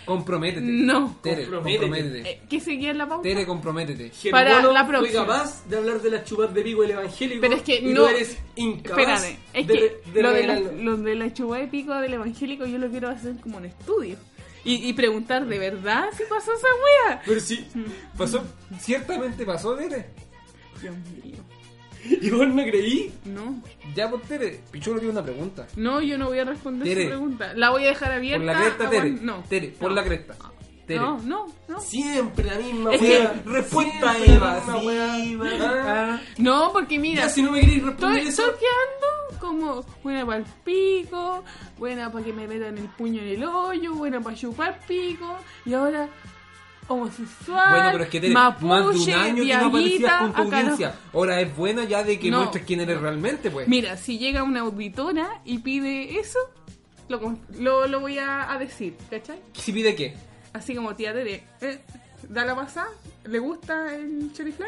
S1: Comprométete.
S2: No.
S1: Tere,
S3: Comprométete.
S1: comprométete.
S2: Eh, ¿Qué seguía en la pauta?
S1: Tere, comprométete.
S2: Para
S3: Germano
S2: la
S3: fue
S2: próxima.
S3: capaz de hablar de las chupas de pico del evangélico.
S2: Pero es que
S3: y
S2: no-
S3: tú eres incapaz
S2: Espérame, es
S3: de,
S2: que
S3: re- de
S2: lo, de la,
S3: revelarlo.
S2: lo de la chupa de pico del evangélico yo lo quiero hacer como un estudio. Y, y preguntar, ¿de verdad si pasó esa wea?
S1: Pero sí,
S2: Mm.
S1: pasó. Ciertamente pasó, Tere.
S2: Dios mío.
S3: ¿Y vos no creí?
S2: No,
S1: Ya, pues, Tere. Picholo tiene una pregunta.
S2: no, yo no voy a responder
S1: Tere.
S2: su pregunta. La voy a dejar abierta.
S1: Por la cresta,
S2: aguan-
S1: Tere.
S2: No.
S1: Tere, por
S2: no.
S1: la cresta. Tere.
S2: No, no, no.
S3: Siempre la misma
S2: Es que-
S3: weá.
S1: Respuesta
S3: Siempre la misma
S1: evasiva.
S3: weá.
S1: Ah,
S2: No, porque mira,
S3: Ya, si no me queréis responder
S2: Estoy,
S3: eso,
S2: estoy quedando como buena para el pico, buena para que me metan el puño en el hoyo, buena para chupar pico, y ahora homosexual,
S1: Bueno, pero es que Tere,
S2: mapuche,
S1: más de un año que no aparecías
S2: diaguita,
S1: con tu
S2: acá no.
S1: audiencia. Ahora es buena ya de que
S2: No.
S1: muestres quién eres realmente, pues.
S2: Mira, si llega una auditora y pide eso, lo, con- lo, lo voy a, a decir, ¿cachai?
S1: Si pide qué.
S2: Así como tía Tere, eh, da la pasada, le gusta el chorifly,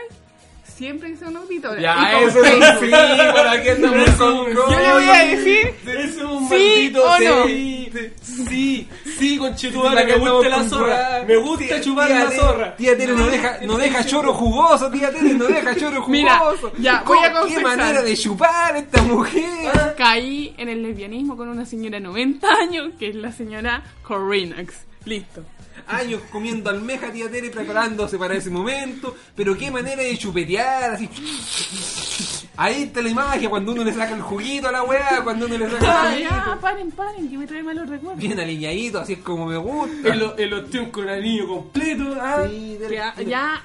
S2: siempre que sea una auditora. Y con Facebook.
S1: sí, para que andamos con
S2: Yo le voy a decir
S3: es un
S2: ¿Sí
S3: maldito
S2: o no?
S3: sí. Sí, sí,
S1: Para
S3: conchetumare,
S1: que
S3: me gusta
S1: andamos
S3: la
S1: con
S3: zorra.
S1: weá.
S3: Me gusta chupar
S1: Tía
S3: la
S1: Tere-
S3: zorra.
S1: Tía Tere no deja, no deja choro jugoso, tía Tere no deja choro jugoso.
S2: Mira, ya, voy a
S1: ¿Cómo- ¿Qué
S2: confesar.
S1: manera de chupar esta mujer?
S3: Ah,
S2: caí en el lesbianismo con una señora de 90 años, que es la señora Corinax. Listo.
S1: Años comiendo almeja, tía Tere, preparándose para ese momento. Pero qué manera de chupetear, así. Ahí está la imagen cuando uno le saca el juguito a la weá, cuando uno le saca
S2: Ah,
S1: el
S2: ya,
S1: juguito.
S2: paren, paren, que me trae malos recuerdos.
S1: Bien alineadito, así es como me gusta.
S3: El, el ostión con anillo completo. ah.
S1: Sí, Tere,
S2: Ya,
S1: Tere.
S2: ya.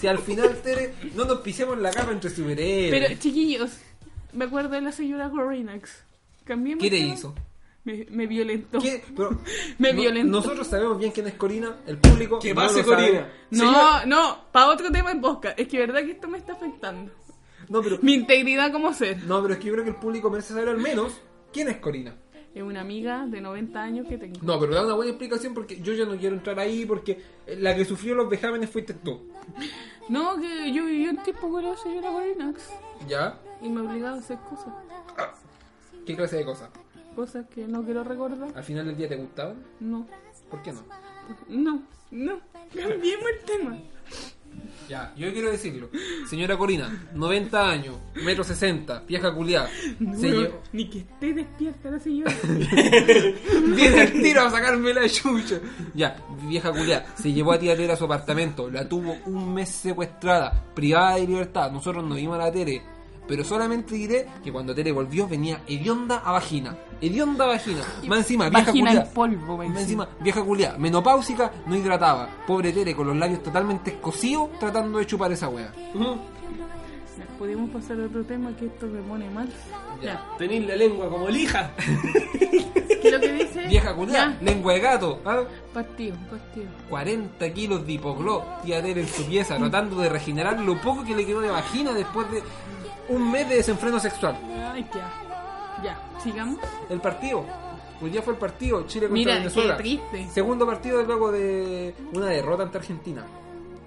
S1: Si al final, Tere, no nos pisemos la capa entre superhéroes.
S2: Pero, chiquillos, me acuerdo de la señora Gorinax. Cambiemos
S1: ¿Qué te
S2: de-
S1: hizo?
S2: Me, me violentó.
S1: ¿Qué? Pero-
S2: Me
S1: no-
S2: violentó.
S1: Nosotros sabemos bien quién es Corina, el público.
S3: Que
S1: no
S3: pase
S1: lo sabe.
S3: Corina.
S2: No,
S1: Señor-
S2: no, para otro tema en podcast. Es que verdad que esto me está afectando.
S1: no, pero,
S2: Mi integridad como ser.
S1: no, pero es que yo creo que el público merece saber al menos quién es Corina.
S2: Es una amiga de 90 años que tengo.
S1: No, pero da una buena explicación porque yo ya no quiero entrar ahí porque la que sufrió los vejámenes fuiste tú.
S2: No, que yo vivía en tiempo con la señora Gorinax.
S1: ¿Ya?
S2: Y me obligaba a hacer cosas.
S1: ¿Qué clase de cosas?
S2: Cosas que no quiero recordar.
S1: ¿Al final del día te gustaban?
S2: No,
S1: ¿Por qué no?
S2: no, no. Cambiemos el tema.
S1: Ya, yo quiero decirlo. Señora Corina, 90 años, metro 60, vieja culiada. Se
S2: Bueno,
S1: llevó.
S2: Ni que esté despierta la señora.
S1: Viene el tiro a sacarme la chucha. Ya, vieja culiada. Se llevó a tía Tere a su apartamento. La tuvo un mes secuestrada, privada de libertad. Nosotros no vimos a la Tere. Pero solamente diré que cuando Tere volvió venía hedionda a vagina. Hedionda a vagina. Más encima, vieja
S2: Vagina
S1: culiada.
S2: en polvo, me
S1: Más
S2: dice.
S1: encima, vieja culiada. Menopáusica, no hidrataba. Pobre Tere con los labios totalmente escocidos tratando de chupar esa wea.
S2: Ya, Podemos pasar a otro tema que esto me pone mal. Ya.
S3: Tenéis la lengua como lija.
S2: ¿Qué es lo que dice?
S1: Vieja culiada,
S2: Ya.
S1: lengua de gato. ¿ah?
S2: Partido, partido.
S1: 40 kilos de hipogló tía Tere en su pieza, tratando de regenerar lo poco que le quedó de vagina después de un mes de desenfreno sexual.
S2: Ay, qué asco. Ya, sigamos.
S1: El partido. Hoy día fue el partido, Chile contra
S2: Mira,
S1: Venezuela.
S2: qué triste.
S1: Segundo partido luego de una derrota ante Argentina.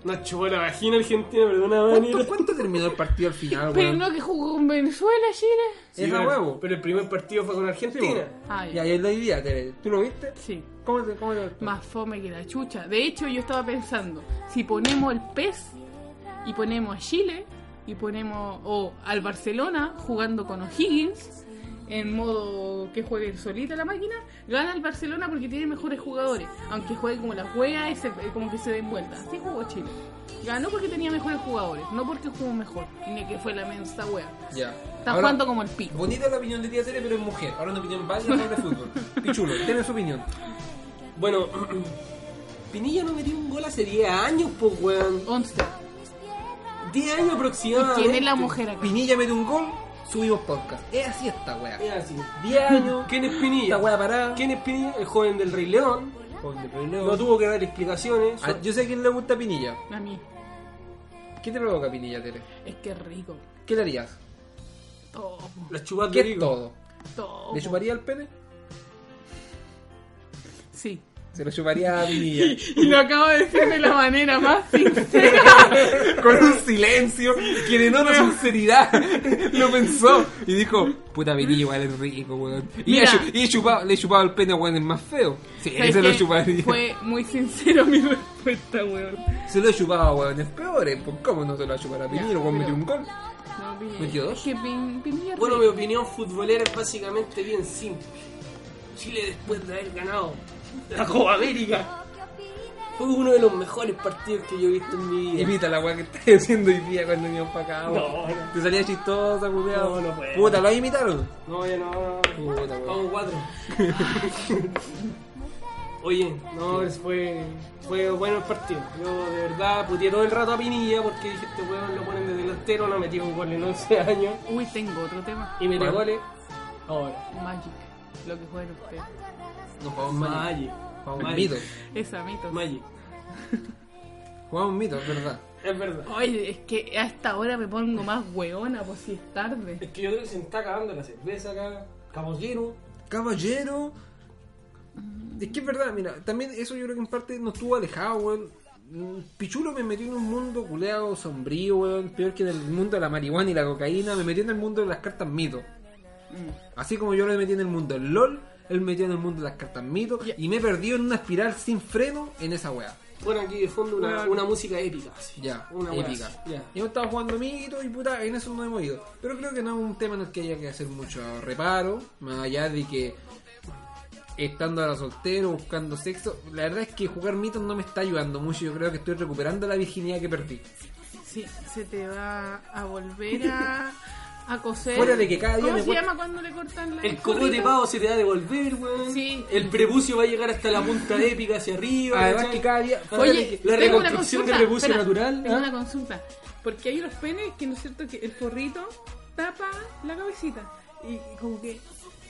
S3: Nos chupó la vagina argentina, pero de una
S1: ¿Cuánto,
S3: manera.
S1: cuánto terminó el partido al final,
S2: Pero
S1: weón?
S2: no que jugó con Venezuela, Chile.
S1: Era
S3: pero-
S1: huevo.
S3: Pero el primer partido fue con Argentina.
S2: Ay,
S1: Y ahí lo día, Tere. ¿Tú lo viste?
S2: sí.
S1: ¿Cómo te, cómo te-
S2: Más fome que la chucha. De hecho, yo estaba pensando, si ponemos el pez y ponemos a Chile y ponemos o al Barcelona jugando con O'Higgins en modo que juegue solita la máquina, gana el Barcelona porque tiene mejores jugadores, aunque juegue como la juega y se- como que se den vuelta. Así jugó Chile. Ganó porque tenía mejores jugadores, no porque jugó mejor, ni que fue la mensa wea.
S1: Ya.
S2: Está
S1: Ahora,
S2: jugando como el pico.
S1: Bonita la opinión de tía Tere, pero es mujer. Ahora una opinión válida sobre fútbol. Pichulo, tiene su opinión.
S3: Bueno, Pinilla no metió un gol hace 10 años, pues, weón.
S2: 11.
S3: 10 años aproximadamente.
S2: ¿Quién es la mujer acá?
S1: Pinilla mete un gol, subimos podcast. Es así esta wea.
S3: Es así. 10 años. ¿Quién es Pinilla?
S1: Esta wea parada.
S3: ¿Quién es Pinilla? El joven del Rey León.
S1: Joder, pero
S3: No tuvo que dar explicaciones.
S1: Ah, yo sé a quién le gusta Pinilla.
S2: A mí.
S1: ¿Qué te provoca Pinilla, Tere?
S2: Es que rico.
S1: ¿Qué le harías?
S2: Todo.
S3: Las chupas
S1: ¿Qué
S3: de
S1: es
S3: rico.
S1: todo?
S2: Todo.
S1: ¿Le chuparía el pene?
S2: Sí.
S1: Se lo chuparía a Pinilla.
S2: Y lo acabo de decir de la manera más sincera.
S1: Con un silencio que denota sinceridad. Lo pensó y dijo: Puta Pinilla, igual es rico, weón. Y,
S2: Mira.
S1: le chu- y chupaba- le chupaba el pene, weón, el más feo. Sí,
S2: ¿Sabes
S1: se lo
S2: qué?
S1: chuparía.
S2: Fue muy sincero mi respuesta, weón.
S1: Se lo chupaba, weón, es peor. eh, pues, ¿Cómo no se lo chupara Pinilla? Weón, metió un gol.
S2: No, Piñera.
S1: ¿Metió dos?
S2: Es que Pin- Piñera
S3: Bueno, mi
S2: rico.
S3: opinión futbolera es básicamente bien simple. Chile después de haber ganado la Copa América fue uno de los mejores partidos que yo he visto en mi vida.
S1: Evita la weá que estás haciendo hoy día cuando venimos para acá.
S3: No,
S1: weón.
S3: no.
S1: Te salía chistosa, culiado.
S3: No, no puede.
S1: Puta, lo imitaron.
S3: No, ya no, no.
S1: Puta, weón.
S3: Vamos cuatro. Oye, no, es- fue, fue bueno el partido. Yo de verdad puteé todo el rato a Pinilla porque dije, este weón lo ponen de delantero, no metió un gol en 11 años
S2: Uy, tengo otro tema.
S3: y mete
S1: ¿Cuál?
S3: goles ahora.
S2: Magic. Lo que juegan ustedes.
S1: Nos jugamos Magic.
S3: Magic.
S1: Jugamos
S3: Magic.
S1: mito.
S2: Esa mito.
S3: Magic.
S1: Jugamos mito, es verdad.
S3: Es verdad.
S2: Oye, es que a esta hora me pongo más weona, pues si es tarde.
S3: Es que yo creo que se me está acabando la cerveza acá. Caballero.
S1: Caballero. Es que es verdad, mira, también eso yo creo que en parte nos estuvo alejado, weón. Mm, Pichulo me metió en un mundo culeado, sombrío, weón. Peor que en el mundo de la marihuana y la cocaína. Me metió en el mundo de las cartas mito. Así como yo lo metí en el mundo del LOL, él me metió en el mundo de las cartas mito.
S2: Ya.
S1: Y me perdió en una espiral sin freno en esa weá.
S3: Ponen aquí de fondo una,
S1: Bueno.
S3: una música épica. así.
S1: Ya,
S3: Una wea
S1: épica.
S3: así, ya.
S1: Y hemos estado jugando amiguitos y puta, en eso no hemos ido. Pero creo que no es un tema en el que haya que hacer mucho reparo, más allá de que estando ahora soltero, buscando sexo. La verdad es que jugar mitos no me está ayudando mucho. Yo creo que estoy recuperando la virginidad que perdí.
S2: Sí, se te va a volver a, a coser.
S1: Fuera de que cada día
S2: ¿Cómo
S1: me
S2: se
S1: cuesta-
S2: llama cuando le cortan la
S6: El cogote pavo se te va a devolver, weón.
S2: Sí.
S6: El prepucio va a llegar hasta la punta épica hacia arriba.
S1: Además
S6: ¿cachai?
S1: que cada día...
S2: Oye,
S6: la
S2: tengo una
S6: reconstrucción
S2: consulta,
S6: del prepucio
S2: espera,
S6: natural,
S2: Tengo
S6: ¿ah?
S2: una consulta. Porque hay unos penes que no es cierto que el forrito tapa la cabecita. Y como que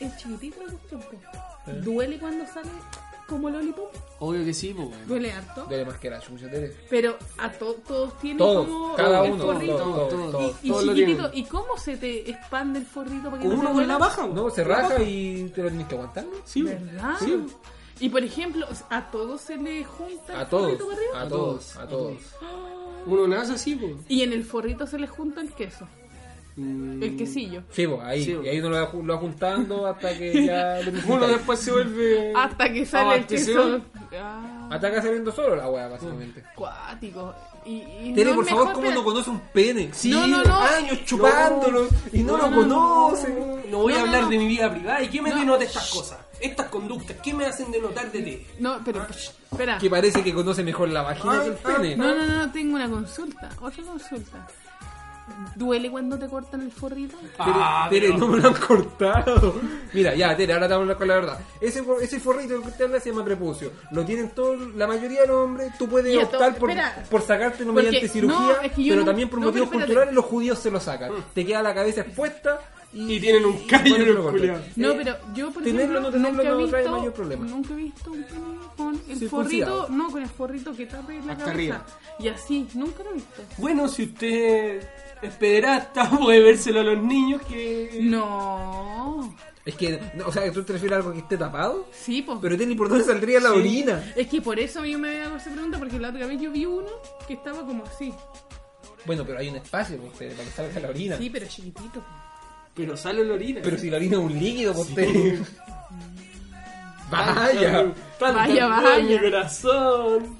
S2: es chiquitito el cuestión.
S1: Eh.
S2: po. Duele cuando sale como lollipop.
S6: Obvio que sí, po, weón.
S2: Duele harto.
S1: Dele más que la chucha, dele.
S2: Pero a to- todos tienen como
S1: Todos, cada
S2: el
S1: uno,
S2: forrito.
S1: todos, todos,
S3: Y-
S1: todos.
S2: y
S3: todos lo
S2: chiquitito, ¿y cómo se te expande el forrito para que
S6: Con uno
S2: no se
S6: con la
S2: duela?
S6: baja, weón.
S1: No, se raja y te lo tienes que aguantar. ¿no?
S6: Sí, weón.
S2: ¿Verdad?
S6: Sí.
S2: Y por ejemplo, ¿a todos se le junta
S1: A
S2: el forrito
S1: todos, Ah.
S2: para arriba?
S1: a todos, a todos.
S6: Uno nace así, po.
S2: Y en el forrito se le junta el queso,
S6: Mm.
S2: el quesillo.
S1: Sí, pues ahí,
S6: Sí, pues.
S1: y ahí uno lo va, ju- lo va juntando hasta que ya lo necesita.
S6: Uno después se vuelve.
S2: Hasta
S1: Ah,
S2: que sale el queso.
S6: abastecido.
S2: Ah,
S1: Hasta acá saliendo solo la weá, básicamente.
S2: acuático. Y, y
S1: Tere,
S2: no
S1: por
S2: es
S1: favor,
S2: mejor,
S1: ¿cómo no
S2: espera.
S1: conoce un pene? Sí,
S2: No, no, no.
S1: años chupándolo y
S2: No,
S1: no, lo
S2: no,
S1: conoce.
S3: No voy
S2: No,
S3: a
S2: no,
S3: hablar
S2: no.
S3: de mi vida privada. ¿Y qué me
S2: No.
S3: denota estas cosas? Estas conductas, ¿qué me hacen denotar de ti?
S2: No,
S1: Ah,
S2: pero psh, espera.
S1: Que parece que conoce mejor la vagina que el pene.
S2: No, no, no, tengo una consulta, otra consulta. ¿Duele cuando te cortan el forrito?
S1: Tere,
S3: Ah,
S1: Tere, no me lo han cortado. Mira, ya, Tere, ahora te vamos a hablar con la verdad. Ese, for- ese forrito del que usted habla se llama prepucio. Lo tienen todos, la mayoría de los hombres. Tú puedes
S2: Y a to-
S1: optar por,
S2: espera.
S1: por sacártelo
S2: Porque-
S1: mediante cirugía,
S2: no, es que yo
S1: pero
S2: no-
S1: también por
S2: no, pero
S1: motivos
S2: espérate.
S1: culturales los judíos se lo sacan. Te queda la cabeza expuesta y,
S6: Y tienen un callo
S1: y por eso
S6: en
S1: lo
S6: el
S1: cortan.
S6: culiao.
S2: No,
S1: Eh,
S2: pero yo por
S1: tenerlo o
S2: ejemplo
S1: no tenerlo
S2: nunca he
S1: no trae
S2: visto
S1: mayor problema.
S2: nunca he visto un pene con el
S1: Circuncidado.
S2: forrito, no con el forrito que tape la cabeza.
S6: arriba.
S2: Y así, nunca lo he visto.
S6: Bueno, si usted es pederasta, puede vérselo a los niños que.
S2: No.
S1: Es que, no, o sea, ¿tú te refieres a algo que esté tapado?
S2: Sí, pues.
S1: Pero Tere, ¿y ¿por dónde saldría la orina?
S2: Es que por eso yo me hago esa pregunta porque la otra vez yo vi uno que estaba como así.
S1: Bueno, pero hay un espacio pues, Tere, para que salga la orina.
S2: Sí, pero chiquitito.
S6: Pero sale la orina.
S1: Pero si la orina es un líquido, pues Tere. Vaya.
S6: Tanto
S2: Vaya,
S6: dolor en
S2: vaya.
S6: mi corazón.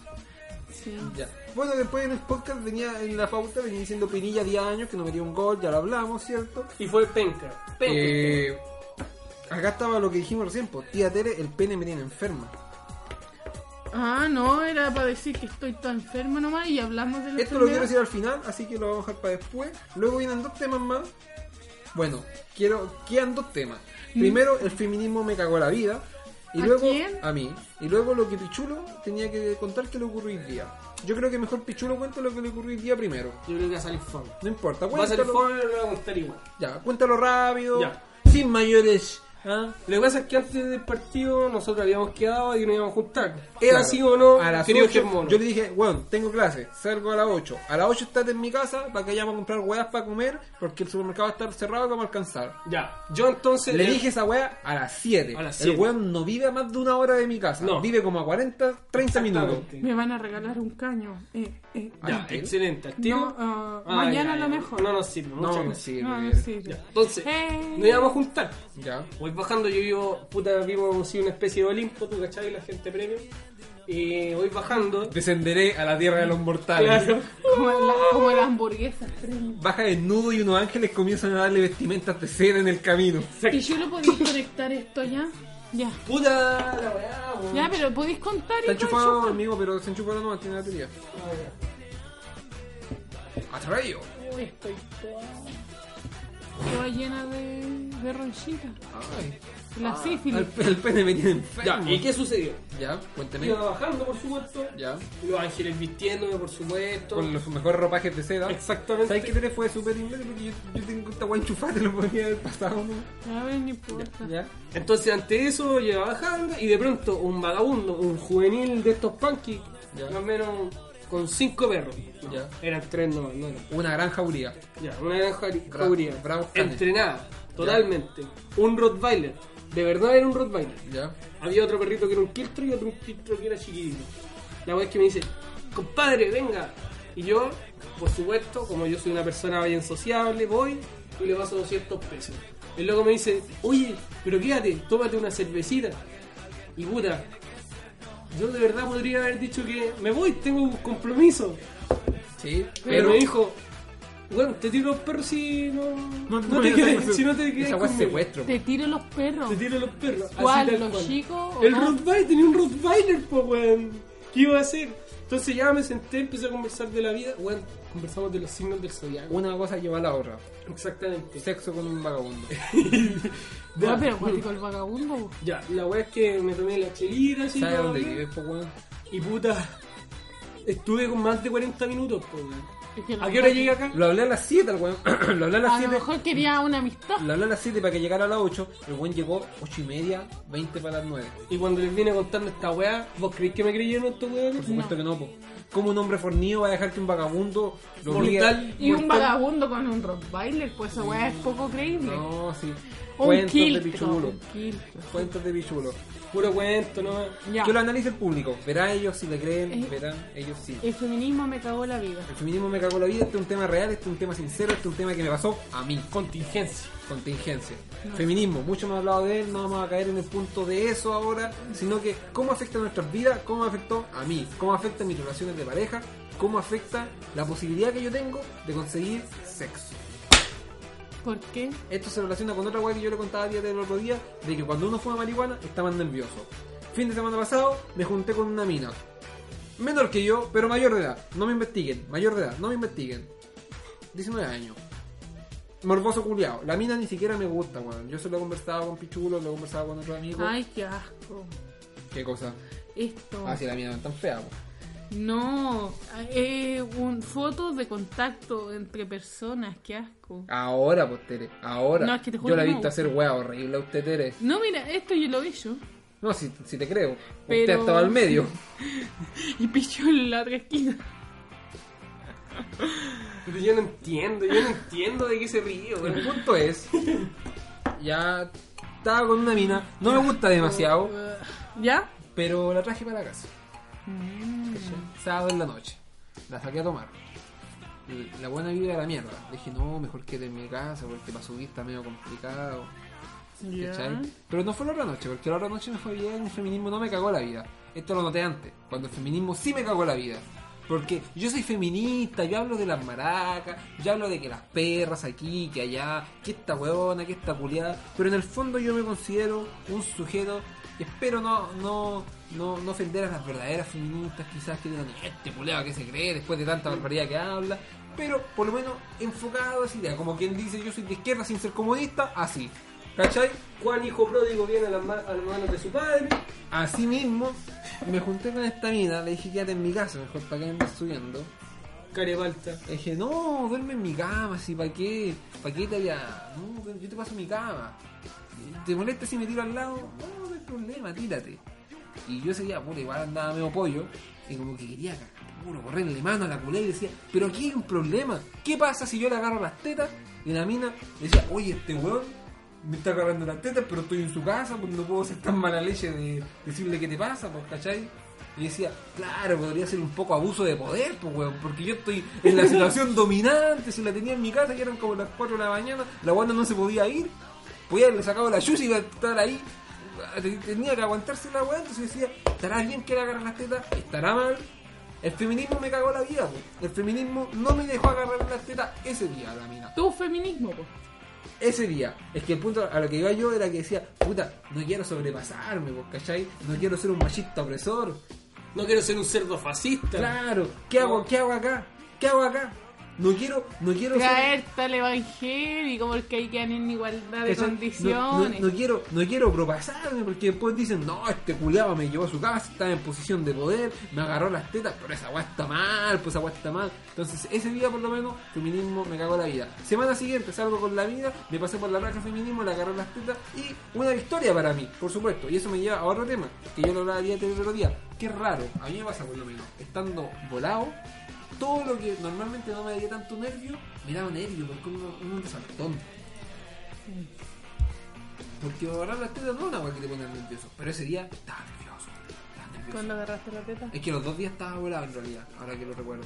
S2: Sí.
S1: Ya. Bueno, después en el podcast venía en la pauta, venía diciendo Pinilla 10 años que no metía un gol, ya lo hablamos, ¿cierto?
S3: Y fue penca. penca.
S1: Eh, acá estaba lo que dijimos recién, pues tía Tere, el pene me tiene enferma.
S2: Ah, no, era para decir que estoy tan enferma nomás y hablamos de la
S1: Esto lo
S2: enfermedad.
S1: quiero decir al final, así que lo vamos a dejar para después. Luego vienen dos temas más. Bueno, quiero quedan dos temas. Primero, el feminismo me cagó la vida. Y
S2: Mm. ¿A
S1: luego,
S2: quién?
S1: a mí. Y luego lo que Pichulo tenía que contar que le ocurrió hoy día. Yo creo que mejor Pichulo cuenta lo que le ocurrió hoy día primero.
S3: Yo creo que va a salir fome.
S1: No importa,
S3: Va a salir
S1: cuéntalo.
S3: fome, pero lo voy a contar igual.
S1: Ya, cuéntalo rápido.
S3: Ya.
S1: Sin mayores.
S3: ¿Ah? Lo que pasa es que antes del partido nosotros habíamos quedado y nos íbamos a juntar. ¿Era
S1: Claro.
S3: así o no?
S1: A las
S3: querido
S1: 8,
S3: Germono?
S1: yo le dije, bueno, tengo clase, salgo a las 8. A las 8 estás en mi casa para que vayamos a comprar huevas para comer porque el supermercado va a estar cerrado y vamos a alcanzar.
S3: Ya. Yo entonces.
S1: Le dije esa weá a las 7.
S3: A las
S1: El
S3: siete.
S1: weón no vive a más de una hora de mi casa.
S3: No.
S1: Vive como a 40, 30 minutos.
S3: Exactamente.
S2: Me van a regalar un caño. Eh, eh.
S3: Ya,
S1: Ay,
S3: excelente. al tiro.
S2: No, ah,
S3: Ah,
S2: mañana
S3: ya, ya.
S2: lo mejor. Ah,
S3: No nos sirve, muchas
S1: No,
S3: gracias.
S1: sí,
S2: No, no
S1: no,
S2: sirve.
S3: Ya, Entonces,
S2: Eh.
S3: nos íbamos a juntar.
S1: Ya.
S3: Voy bajando, yo vivo, puta, vivo así una especie de Olimpo, tú cachai, la gente premium. Y voy bajando.
S1: Descenderé a la tierra de los mortales.
S3: Claro.
S2: Como, la, como las hamburguesas.
S1: Baja desnudo y unos ángeles comienzan a darle vestimentas de cera en el camino.
S2: Y yo lo podéis conectar esto ya. Ya.
S3: Puta la weá, weón.
S2: Ya, pero podéis contar
S1: Está
S2: y
S1: enchufado, amigo, pero se enchufa no, tiene batería. Atraído.
S2: Uy, estoy toda, toda llena de, de ronchita.
S1: Ay.
S2: La sífilis.
S1: El, el pene me tiene
S3: Ya,
S1: enfermo.
S3: ¿y qué sucedió?
S1: Ya, cuénteme.
S3: Iba bajando, por supuesto.
S1: Ya.
S3: Los ángeles vistiéndome, por supuesto.
S1: Con los mejores ropajes de seda.
S3: Exactamente.
S1: ¿Sabes qué Tere fue súper imbécil? Porque yo, yo tengo esta guay enchufada, te lo podría haber pasado, ¿no?
S2: A ver, no importa.
S1: Ya.
S3: Entonces, ante eso, yo iba bajando y de pronto un vagabundo, un juvenil de estos punkies,
S1: Ya.
S3: más o menos con cinco perros. No,
S1: Ya.
S3: Eran tres nomás, no eran.
S1: Una gran jauría.
S3: Ya, una granja
S1: Bra-
S3: jauría.
S1: bravos canes.
S3: Entrenada, totalmente. Un Rottweiler. De verdad era un Rottweiler.
S1: Ya.
S3: Había otro perrito que era un Kiltro y otro un Kiltro que era chiquitito. La wea es que me dice, compadre, venga. Y yo, por supuesto, como yo soy una persona bien sociable, voy y le paso 200 pesos. El loco me dice, oye, pero quédate, tómate una cervecita. Y puta, yo de verdad podría haber dicho que me voy, tengo un compromiso.
S1: Sí.
S3: Pero,
S1: Pero,
S3: me dijo, Bueno, te tiro los perros si no.
S5: No,
S3: No,
S5: no,
S3: te
S5: no,
S3: quedes,
S5: no,
S3: si no te quedas.
S1: Esa weá es
S3: conmigo.
S1: secuestro.
S2: Te tiro los perros.
S3: Te tiro los perros. así
S2: ¿Cuál?
S3: tal
S2: ¿Los
S3: cual.
S2: chicos? o
S3: El
S2: Oh, no?
S3: Rottweiler, tenía un Rottweiler, po, weón. ¿Qué iba a hacer? Entonces ya me senté, empecé a conversar de la vida. Weón, conversamos de los signos del zodiaco.
S1: Una cosa lleva a la otra.
S3: Exactamente.
S1: Sexo con un vagabundo.
S2: No, Ah, pero cuático el vagabundo. po.
S3: Ya, la weá es que me tomé la chelita, así
S1: ¿Sabes
S3: todo
S1: dónde
S3: bien.
S1: vives, po, weón?
S3: Y puta, estuve con más de 40 minutos, po, weón.
S2: Es que a lo
S3: ¿A qué hora
S2: mejor-
S3: llegué acá?
S1: Lo hablé a las 7, el weón. Lo hablé a las
S2: A lo
S1: 7.
S2: mejor quería una amistad.
S1: Lo hablé a las 7 para que llegara a las 8. El weón llegó 8 y media, 20 para las 9.
S3: Y cuando les vine contando esta weá, ¿vos creéis que me creyeron estos
S1: Por
S3: weones?
S1: supuesto
S2: No.
S1: que no, po. ¿Cómo un hombre fornido va a dejar que un vagabundo lo obligue a-
S3: Mortal.
S2: Y un vagabundo con un rottweiler, pues esa weá es poco creíble.
S1: No, sí.
S2: O un
S1: Cuentos de
S2: kiltro,
S1: pichulo.
S2: un kiltro.
S1: Cuentos de pichulo.
S3: Puro cuento, ¿no?
S2: Ya.
S1: Que lo analice el público. Verá ellos si le creen,
S2: Eh.
S1: verán ellos sí.
S2: El feminismo me cagó la vida.
S1: El feminismo me cagó la vida, este es un tema real, este es un tema sincero, este es un tema que me pasó a mí. Contingencia. Contingencia. Feminismo, mucho hemos hablado de él, no vamos a caer en el punto de eso ahora, sino que cómo afecta a nuestras vidas, cómo afectó a mí, cómo afecta a mis relaciones de pareja, cómo afecta la posibilidad que yo tengo de conseguir sexo.
S2: ¿Por qué?
S1: Esto se relaciona con otra weá que yo le contaba a día del otro día, de que cuando uno fuma marihuana está más nervioso. Fin de semana pasado me junté con una mina. Menor que yo, pero mayor de edad. No me investiguen. Mayor de edad, no me investiguen. 19 años. Morboso culiao. La mina ni siquiera me gusta, weón. Yo se lo he conversado con Pichulo, lo he conversado con otro amigo.
S2: Ay, Oh. qué asco.
S1: ¿Qué cosa?
S2: Esto.
S1: Ah, si la mina no es tan fea, weón.
S2: No, eh, un, fotos de contacto entre personas, qué asco.
S1: Ahora, pues, Tere. Ahora.
S2: No, es que te juro
S1: yo la he
S2: que no
S1: visto
S2: me
S1: hacer weá horrible a usted, Tere.
S2: No, mira, esto yo lo vi yo.
S1: No, si, si te creo. Usted
S2: Pero-
S1: estaba al medio.
S2: Y pichó en la otra esquina.
S3: Pero yo no entiendo, yo no entiendo de qué se ríe, weón.
S1: El punto es, ya estaba con una mina, no me gusta demasiado,
S2: ¿Ya?
S1: pero la traje para la casa. ¿Cachai? Sábado en la noche, la saqué a tomar. La buena vida era la mierda. Le dije, no, mejor quédate en mi casa porque para subir está medio complicado.
S2: ¿Ya?
S1: ¿cachai? Pero no fue la otra noche, porque la otra noche me fue bien, el feminismo no me cagó la vida. Esto lo noté antes, cuando el feminismo sí me cagó la vida. Porque yo soy feminista, yo hablo de las maracas, yo hablo de que las perras aquí, que allá, que esta huevona, que esta culiada. Pero en el fondo yo me considero un sujeto y espero no, no, no, no ofender a las verdaderas feministas, quizás que digan, este culiado que se cree después de tanta barbaridad que habla. Pero por lo menos enfocado a esa idea, como quien dice yo soy de izquierda sin ser comunista, así. ¿Cachai?
S3: Juan, hijo pródigo, viene a las ma- a las manos de su padre.
S1: Así mismo, me junté con esta mina, le dije quédate en mi casa, mejor para que andes subiendo.
S3: Carebalta.
S1: Le dije, no, duerme en mi cama, si para qué, para qué te allá, no, yo te paso mi cama. ¿Te molesta si me tiro al lado? No, no hay problema, tírate. Y yo seguía, puta, igual andaba medio pollo, y como que quería cagar, puro, correrle mano a la culé y decía, pero aquí hay un problema, ¿qué pasa si yo le agarro las tetas? Y la mina decía, oye, este weón me está agarrando las tetas, pero estoy en su casa, pues no puedo ser tan mala leche de decirle qué te pasa, pues, ¿cachai? Y decía, claro, podría ser un poco abuso de poder, pues, weón, porque yo estoy en la situación dominante, si la tenía en mi casa, que eran como las 4 de la mañana, la guana no se podía ir, pues podía haberle sacado la yuya y iba a estar ahí tenía que aguantarse la weá, entonces decía, estará bien que le agarren las tetas, estará mal. El feminismo me cagó la vida, po. el feminismo no me dejó agarrar las tetas ese día, la mina.
S2: Tu feminismo, pues.
S1: Ese día, es que el punto a lo que iba yo era que decía, puta, no quiero sobrepasarme, po, ¿cachai? No quiero ser un machista opresor.
S3: No quiero ser un cerdo fascista.
S1: Claro, ¿qué hago, qué hago acá? ¿Qué hago acá? No quiero, no quiero ser...
S2: Traerte al evangélico porque ahí quedan en igualdad de
S1: ¿Cachai? No,
S2: condiciones.
S1: no- no quiero, no quiero propasarme porque después dicen, no, este culiado me llevó a su casa, estaba en posición de poder, me agarró las tetas, pero esa weá está mal, pues esa weá está mal. Entonces, ese día por lo menos, feminismo me cagó la vida. Semana siguiente salgo con la vida, me pasé por la raja al feminismo, le agarró las tetas y una victoria para mí, por supuesto. Y eso me lleva a otro tema, que yo lo hablaba día anterior, el otro día. Qué raro, a mí me pasa por lo menos, estando volado, todo lo que normalmente no me daría tanto nervio, me daba nervio, porque uno, uno es saltón. Porque agarrar las tetas no es una weá que te pone nervioso. Pero ese día estaba nervioso. Estaba nervioso.
S2: Cuando agarraste la teta.
S1: Es que los dos días estaba volado en realidad, ahora que lo recuerdo.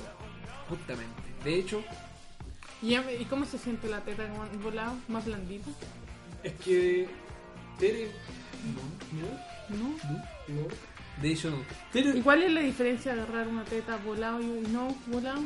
S1: Justamente. De hecho,
S2: ¿Y, y cómo se siente la teta como volado? ¿Más blandita?
S3: Es que. Tere.
S2: ¿No?
S3: No.
S1: de hecho no.
S3: Tere.
S2: ¿Y cuál es la diferencia de agarrar una teta volado y no volado?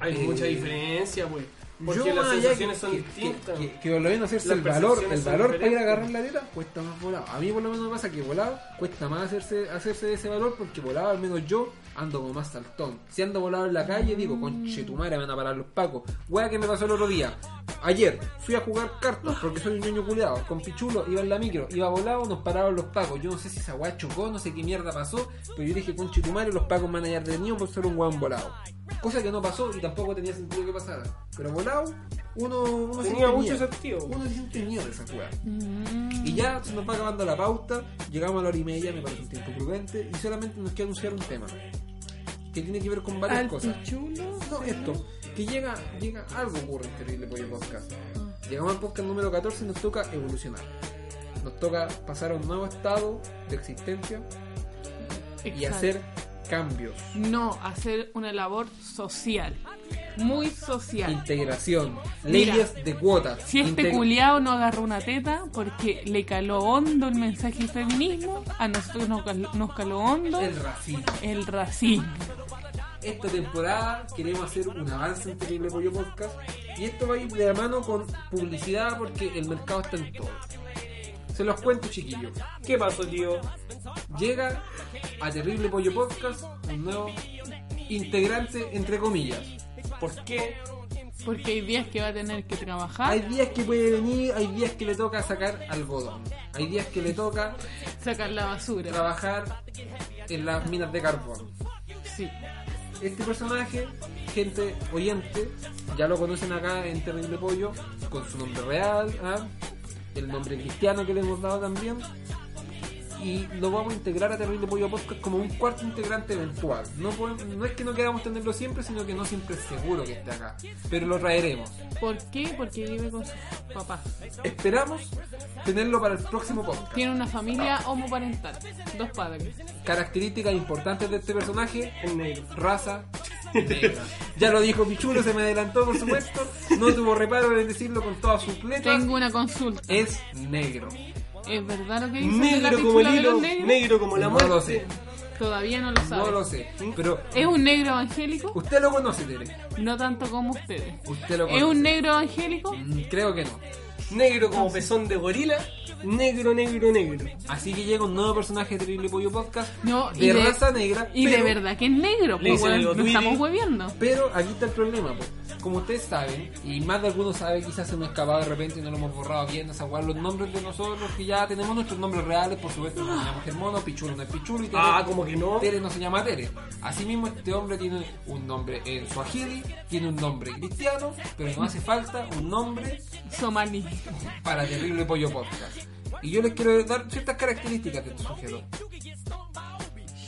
S3: Hay
S1: Eh,
S3: mucha diferencia, güey. Porque
S1: yo,
S3: las
S1: más allá
S3: sensaciones
S1: que-
S3: son
S1: que-
S3: distintas.
S1: Que, que, que por lo menos hacerse
S3: Las
S1: el valor, el
S3: percepciones son
S1: valor para ir a
S3: diferentes.
S1: agarrar la teta cuesta más volado. A mí por lo menos me pasa que volado cuesta más hacerse, hacerse ese valor porque volado al menos yo ando como más saltón. Si ando volado en la calle
S3: Mm.
S1: digo, conche tu madre me van a parar los pacos. Wea que me pasó el otro día. Ayer fui a jugar cartas
S3: Ah.
S1: porque soy un ñoño culeado. Con Pichulo iba en la micro, iba volado, nos pararon los pacos. Yo no sé si esa wea chocó, no sé qué mierda pasó, pero yo dije, conche tu madre, los pacos me van a hallar detenido por ser un weón volado. Cosa que no pasó y tampoco tenía sentido que pasara. Pero volado, uno, uno
S3: Tenía
S1: siente
S3: mucho
S1: miedo.
S3: sentido.
S1: Uno siente miedo de esa weá. Y ya se nos va acabando la pauta, llegamos a la hora y media, me parece un tiempo prudente, y solamente nos queda anunciar un tema. Que tiene que ver con varias
S2: Al
S1: cosas.
S2: pichulo.
S1: No, esto, que llega, llega algo ocurre en Terrible Pollo Podcast. Llegamos al podcast número 14 y nos toca evolucionar. Nos toca pasar a un nuevo estado de existencia y
S2: Exacto.
S1: hacer cambios.
S2: No, hacer una labor social. Muy social.
S1: Integración,
S2: Mira,
S1: leyes de cuotas.
S2: Si este
S1: integ-
S2: culiao no agarró una teta porque le caló hondo el mensaje del feminismo, a nosotros nos caló, nos caló hondo
S1: el racismo.
S2: el racismo.
S1: Esta temporada queremos hacer un avance en Terrible Pollo Podcast y esto va a ir de la mano con publicidad porque el mercado está en todo. Se los cuento, chiquillos.
S3: ¿Qué pasó, tío?
S1: Llega a Terrible Pollo Podcast un nuevo integrante, entre comillas.
S3: ¿Por qué?
S2: Porque hay días que va a tener que
S1: Hay
S2: trabajar,
S1: días que puede venir, hay días que le toca sacar algodón. Hay días que le toca
S2: sacar la basura.
S1: trabajar en las minas de carbón.
S2: Sí.
S1: Este personaje, gente oyente, ya lo conocen acá en Terrible Pollo, con su nombre real, ¿ah? el nombre cristiano que le hemos dado también. Y lo vamos a integrar a Terrible Pollo Podcast como un cuarto integrante eventual. No, podemos- no es que no queramos tenerlo siempre, sino que no siempre es seguro que esté acá. Pero lo traeremos.
S2: ¿Por qué? Porque vive con sus papás.
S1: Esperamos tenerlo para el próximo podcast.
S2: Tiene una familia homoparental, dos padres.
S1: Características importantes de este personaje,
S3: El negro.
S1: raza negra. Ya lo dijo Pichulo, se me adelantó por supuesto. No tuvo reparo en decirlo con todas sus letras.
S2: Tengo una consulta.
S1: Es negro.
S2: ¿Es verdad lo que dice la
S3: Negro
S2: pichula
S3: como el
S2: de
S3: hilo,
S2: los negros?
S3: negro como la
S1: No
S3: muerte.
S1: lo sé,
S2: Todavía no lo sabe.
S1: no lo sé. Pero
S2: ¿Es un negro evangélico?
S1: usted lo conoce, Tere.
S2: No tanto como ustedes.
S1: Usted lo
S2: ¿Es
S1: conoce.
S2: un negro evangélico?
S1: Mm, Creo que no.
S3: Negro como pezón de gorila. Negro, negro, negro.
S1: Así que llega un nuevo personaje de Terrible Pollo Podcast
S2: No,
S1: de, raza negra.
S2: Y
S1: pero-
S2: de verdad que es negro,
S3: Le
S2: pues
S3: dicen
S2: weón,
S3: los
S2: no estamos
S3: Luigi.
S2: hueviando.
S1: Pero aquí está el problema, pues. Como ustedes saben, y más de algunos saben, quizás se nos escapado de repente y no lo hemos borrado bien, esa weá, los nombres de nosotros, que ya tenemos nuestros nombres reales, por supuesto, nos llamamos Germono, Pichulo no es Pichulo, y
S3: Ah,
S1: tenemos-
S3: como que no.
S1: Tere no se llama Tere. Asimismo, este hombre tiene un nombre en suajili, tiene un nombre cristiano, pero no hace falta un nombre
S2: Somalí.
S1: para Terrible Pollo Podcast. Y yo les quiero dar ciertas características de este sujeto.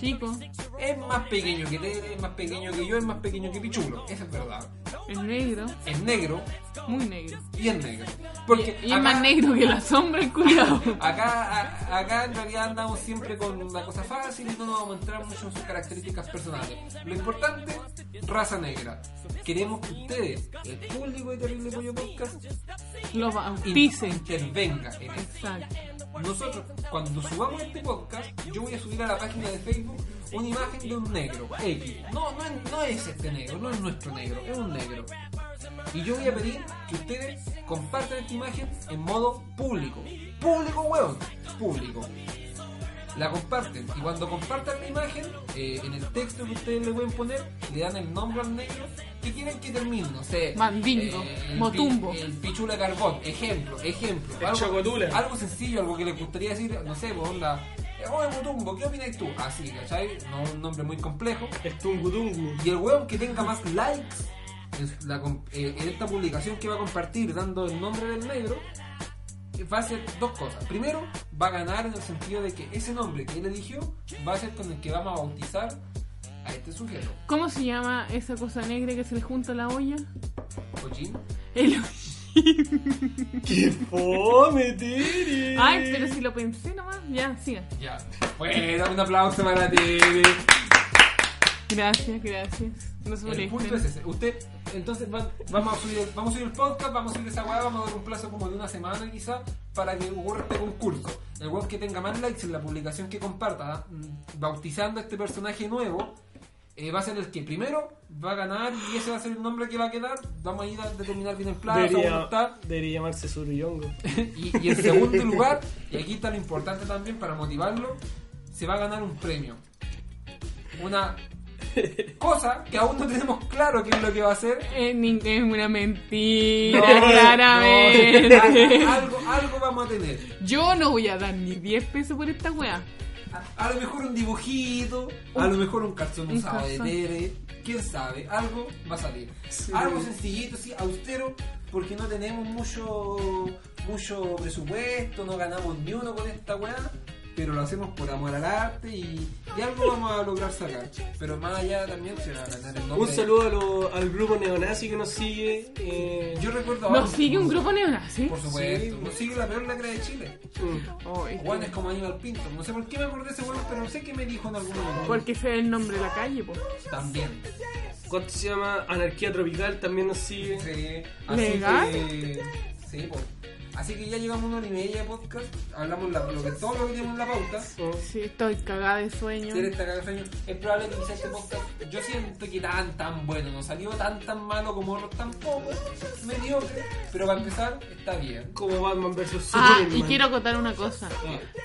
S2: Chico,
S1: Es más pequeño que Tere, es más pequeño que yo, es más pequeño que Pichulo. Esa es verdad.
S2: es negro,
S1: Es negro
S2: muy negro.
S1: y es negro. Porque
S2: y y es más negro que la sombra, el cuidado.
S1: Acá, a- acá en realidad andamos siempre con la cosa fácil y no nos vamos a entrar mucho en sus características personales. Lo importante, raza negra. Queremos que ustedes, el público de Terrible Pollo Podcast,
S2: Los
S1: in-
S2: bauticen.
S1: intervenga en este esto.
S2: Exacto.
S1: Nosotros, cuando subamos este podcast, yo voy a subir a la página de Facebook una imagen de un negro, X. No, no, es- no es este negro, no es nuestro negro, es un negro. Y yo voy a pedir que ustedes compartan esta imagen en modo público. Público, weón, público. La comparten y cuando compartan la imagen, eh, en el texto que ustedes le pueden poner, le dan el nombre al negro que quieren que termine, no sé. eh,
S2: Mandingo,
S1: el pi-
S2: Motumbo.
S1: El pichula carbón, ejemplo, ejemplo.
S3: El chocotula.
S1: Algo sencillo, algo que les gustaría decir, no sé, pues onda. eh, Oye, Mutumbo, ¿qué opinas tú? Así, ¿cachai? No un nombre muy complejo.
S3: El tungutungu.
S1: Y el weón que tenga más likes en, su- la com- eh, en esta publicación que va a compartir dando el nombre del negro, eh, va a hacer dos cosas. Primero, va a ganar en el sentido de que ese nombre que él eligió va a ser con el que vamos a bautizar a este sujeto.
S2: ¿Cómo se llama esa cosa negra que se le junta a la olla?
S1: Oye,
S2: El...
S3: Fome, Tere.
S2: Ay, pero si lo pensé nomás, ya, siga.
S1: ya. Bueno, un aplauso para ti.
S2: Gracias, gracias. No se
S1: El punto es
S2: molesten.
S1: ese. Usted, entonces va- vamos, a subir el, vamos a subir el podcast, vamos a subir esa weá, vamos a dar un plazo como de una semana quizá para que ocurra este concurso. El weón que tenga más likes en la publicación que comparta, mm, bautizando a este personaje nuevo, eh, va a ser el que primero va a ganar y ese va a ser el nombre que va a quedar. Vamos a ir a determinar bien el plazo,
S6: Debería-
S1: voluntad.
S6: Debería llamarse Suruyongo.
S1: Y, y en segundo lugar, y aquí está lo importante también para motivarlo, se va a ganar un premio. Una cosa que aún no tenemos claro qué es lo que va a ser.
S2: Eh, ni- es una mentira,
S1: No,
S2: claramente.
S1: no, algo, algo vamos a tener.
S2: Yo no voy a dar ni 10 pesos por esta weá.
S1: A, a lo mejor un dibujito, a lo mejor un calzón
S2: un
S1: usado de
S2: calzón.
S1: Tere, quién sabe, algo va a salir. Algo sencillito, sí, austero, porque no tenemos mucho mucho presupuesto, no ganamos ni uno con esta weá, pero lo hacemos por amor al arte y, y algo vamos a lograr sacar. Pero más allá también se va a ganar el nombre.
S6: Un saludo a lo- al grupo neonazi que nos sigue. eh,
S1: Yo recuerdo ahora-
S2: Nos sigue un grupo pues. neonazi.
S1: Por supuesto, nos sigue la peor lacra de Chile.
S6: mm,
S2: Ay,
S1: Juan es como Aníbal Pinto. No sé por qué me acordé de ese weón, pero sé que me dijo en algún momento.
S2: porque ese es el nombre de la calle, po.
S1: También.
S6: ¿Cuánto se llama? Anarquía Tropical también nos sigue.
S1: Sí, así
S2: ¿Legal?
S1: que. Sí, pues. Así que ya llevamos una hora y media de podcast. Hablamos la- lo que todo lo que tenemos en la pauta.
S2: Sí, estoy cagada de sueño.
S1: Ser esta cagada de sueño. Es probable que quizás este podcast. Yo siento que tan tan bueno. No salió tan tan malo como otros tampoco. Mediocre. Pero para empezar, está bien.
S6: Como Batman vs.
S2: Ah,
S6: Superman.
S2: y quiero acotar una cosa.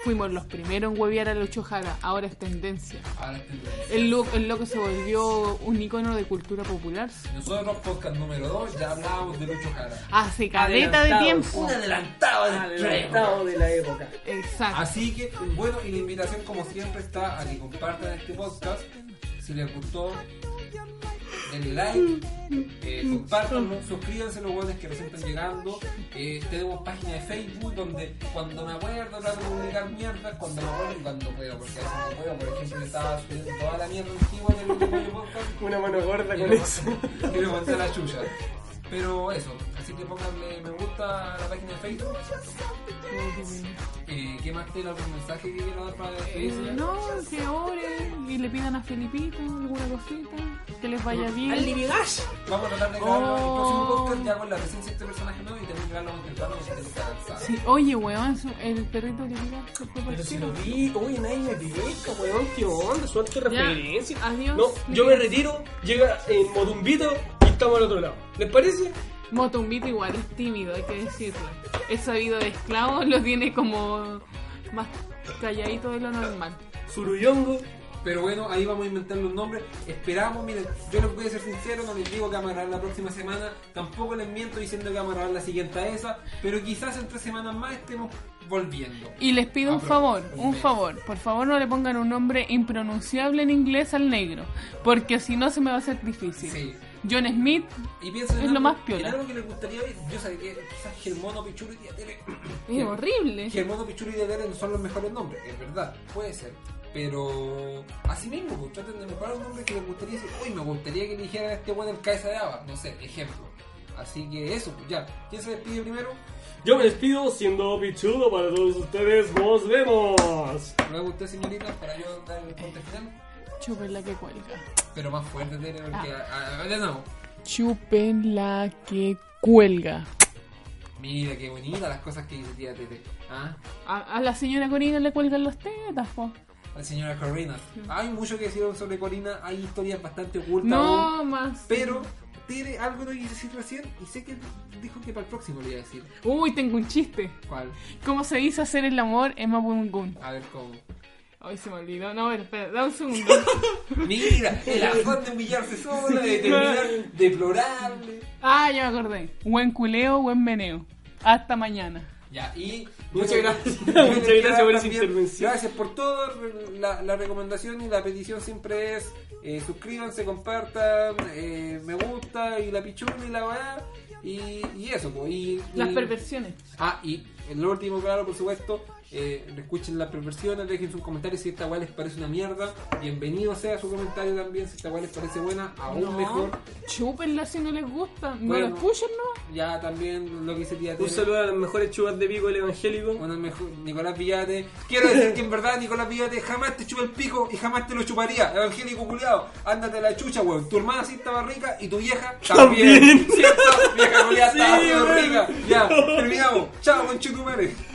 S2: Fuimos los primeros en huevear a Lucho Jara, ahora es tendencia.
S1: Ahora entendemos.
S2: El, look, el loco se volvió un icono de cultura popular.
S1: Nosotros, podcast número 2, ya hablábamos de Lucho Jara.
S2: Hace caleta de tiempo.
S1: Un adelantado del tren.
S6: Adelantado Oh, de la época.
S2: Exacto.
S1: Así que, bueno, y la invitación como siempre está a que compartan este podcast. Si les gustó, denle like, eh, compártanlo, suscríbanse los buenos que recién están llegando. Eh, tenemos página de Facebook donde cuando me acuerdo trato de publicar mierdas, cuando me acuerdo y cuando puedo, porque a veces no puedo, por ejemplo, le estaba subiendo toda la mierda antigua en el último podcast
S6: Una mano gorda
S1: y
S6: con
S1: lo-
S6: eso.
S1: y lo mandé a la chucha. Pero eso, así que pónganle me gusta a la página de Facebook. Eh, ¿Qué más tiene algún mensaje que quieran dar para despedirse?
S2: Eh, No, que oren y le pidan a Felipito alguna cosita, que les vaya bien.
S1: Vamos a tratar de grabar el próximo
S2: Oh.
S1: podcast ya con la presencia de este personaje nuevo y también grabarlo más temprano porque tengo que avanzar.
S2: Sí, oye, weón, su- el perrito de Ligar se fue para
S6: Pero
S2: el
S6: si lo
S2: cielo.
S6: vi, oye, nadie me pesca, weón, qué onda, suerte
S2: Ya,
S6: referencia.
S2: adiós.
S6: No, yo me retiro, llega en Motumbito y estamos al otro lado. ¿Les parece?
S2: Motumbito igual es tímido, hay que decirlo. Es sabido de esclavo, lo tiene como más calladito de lo normal.
S6: Suruyongo,
S1: Pero bueno, ahí vamos a inventar los nombres. Esperamos, miren, yo les voy a ser sincero, no les digo que vamos a grabar la próxima semana, tampoco les miento diciendo que vamos a grabar la siguiente a esa, pero quizás en tres semanas más estemos volviendo.
S2: Y les pido un
S1: Ah, pero-
S2: favor, un favor. Por favor no le pongan un nombre impronunciable en inglés al negro, porque si no se me va a hacer difícil.
S1: Sí.
S2: John Smith,
S1: Y piensen en
S2: Es lo
S1: algo-
S2: más piola.
S1: en algo que les gustaría ver. Yo sabía que quizás Germono Pichurri y Diatere.
S2: es horrible.
S1: Germono Pichurri y Diatere no son los mejores nombres, es verdad, puede ser. Pero así mismo, pues, traten de mejorar un nombre que les gustaría decir. Uy, me gustaría que le dijeran a este weón el cabeza de Ava. No sé, ejemplo. Así que eso, pues ya. ¿Quién se despide primero?
S6: yo me despido siendo pichudo para todos ustedes. ¡Nos vemos!
S1: Luego usted, señorita, para yo dar el corte final.
S2: Chupen la que cuelga.
S1: Pero más fuerte, Tere, porque. a- a- de nuevo.
S2: Chupen la que cuelga.
S1: Mira qué bonita las cosas que dice tía Tere. ¿Ah?
S2: A, a la señora Corina le cuelgan los tetas, po.
S1: La señora Corina. Hay mucho que decir sobre Corina, hay historias bastante ocultas. aún.
S2: No más.
S1: Pero tiene algo que quise decir recién y sé que dijo que para el próximo le iba a decir.
S2: Uy, tengo un chiste.
S1: ¿Cuál?
S2: ¿Cómo se dice hacer el amor en Mapungun?
S1: A ver cómo.
S2: Ay, se me olvidó. No, a ver, espera, da un segundo.
S1: Mira, el afán de humillarse sola, de terminar deplorable.
S2: Ah, ya me acordé. Buen culeo, buen meneo. Hasta mañana.
S1: Ya, y
S6: Muchas gracias.
S1: Yo les
S6: Muchas
S1: quiero
S6: gracias
S1: dar
S6: por esa
S1: también-
S6: intervención.
S1: Gracias por todo. La, la recomendación y la petición siempre es eh, suscríbanse, compartan, eh, me gusta y la pichula y la va y, y eso. po, Y,
S2: Las
S1: y-
S2: perversiones.
S1: Ah, y el último, claro, por supuesto, eh, escuchen las perversiones, dejen sus comentarios si esta weá les parece una mierda. Bienvenido sea su comentario también, si esta weá les parece buena, aún mejor.
S2: Chúpenla si no les gusta. No
S1: Bueno.
S2: lo escuchen, ¿no?
S1: Ya también lo que dice Tía
S6: Un
S1: Tere.
S6: saludo a las mejores chubas de pico del evangélico.
S1: Bueno, el mejor- Nicolás Villate. Quiero decir que en verdad Nicolás Villate jamás te chupa el pico y jamás te lo chuparía. Evangélico culiado, ándate a la chucha, weón. Tu hermana sí estaba rica y tu vieja también.
S6: También.
S1: ¿Cierto? Vieja culiada estaba
S6: Sí,
S1: súper
S6: weón.
S1: rica. Ya, terminamos. Chao, conchetumare.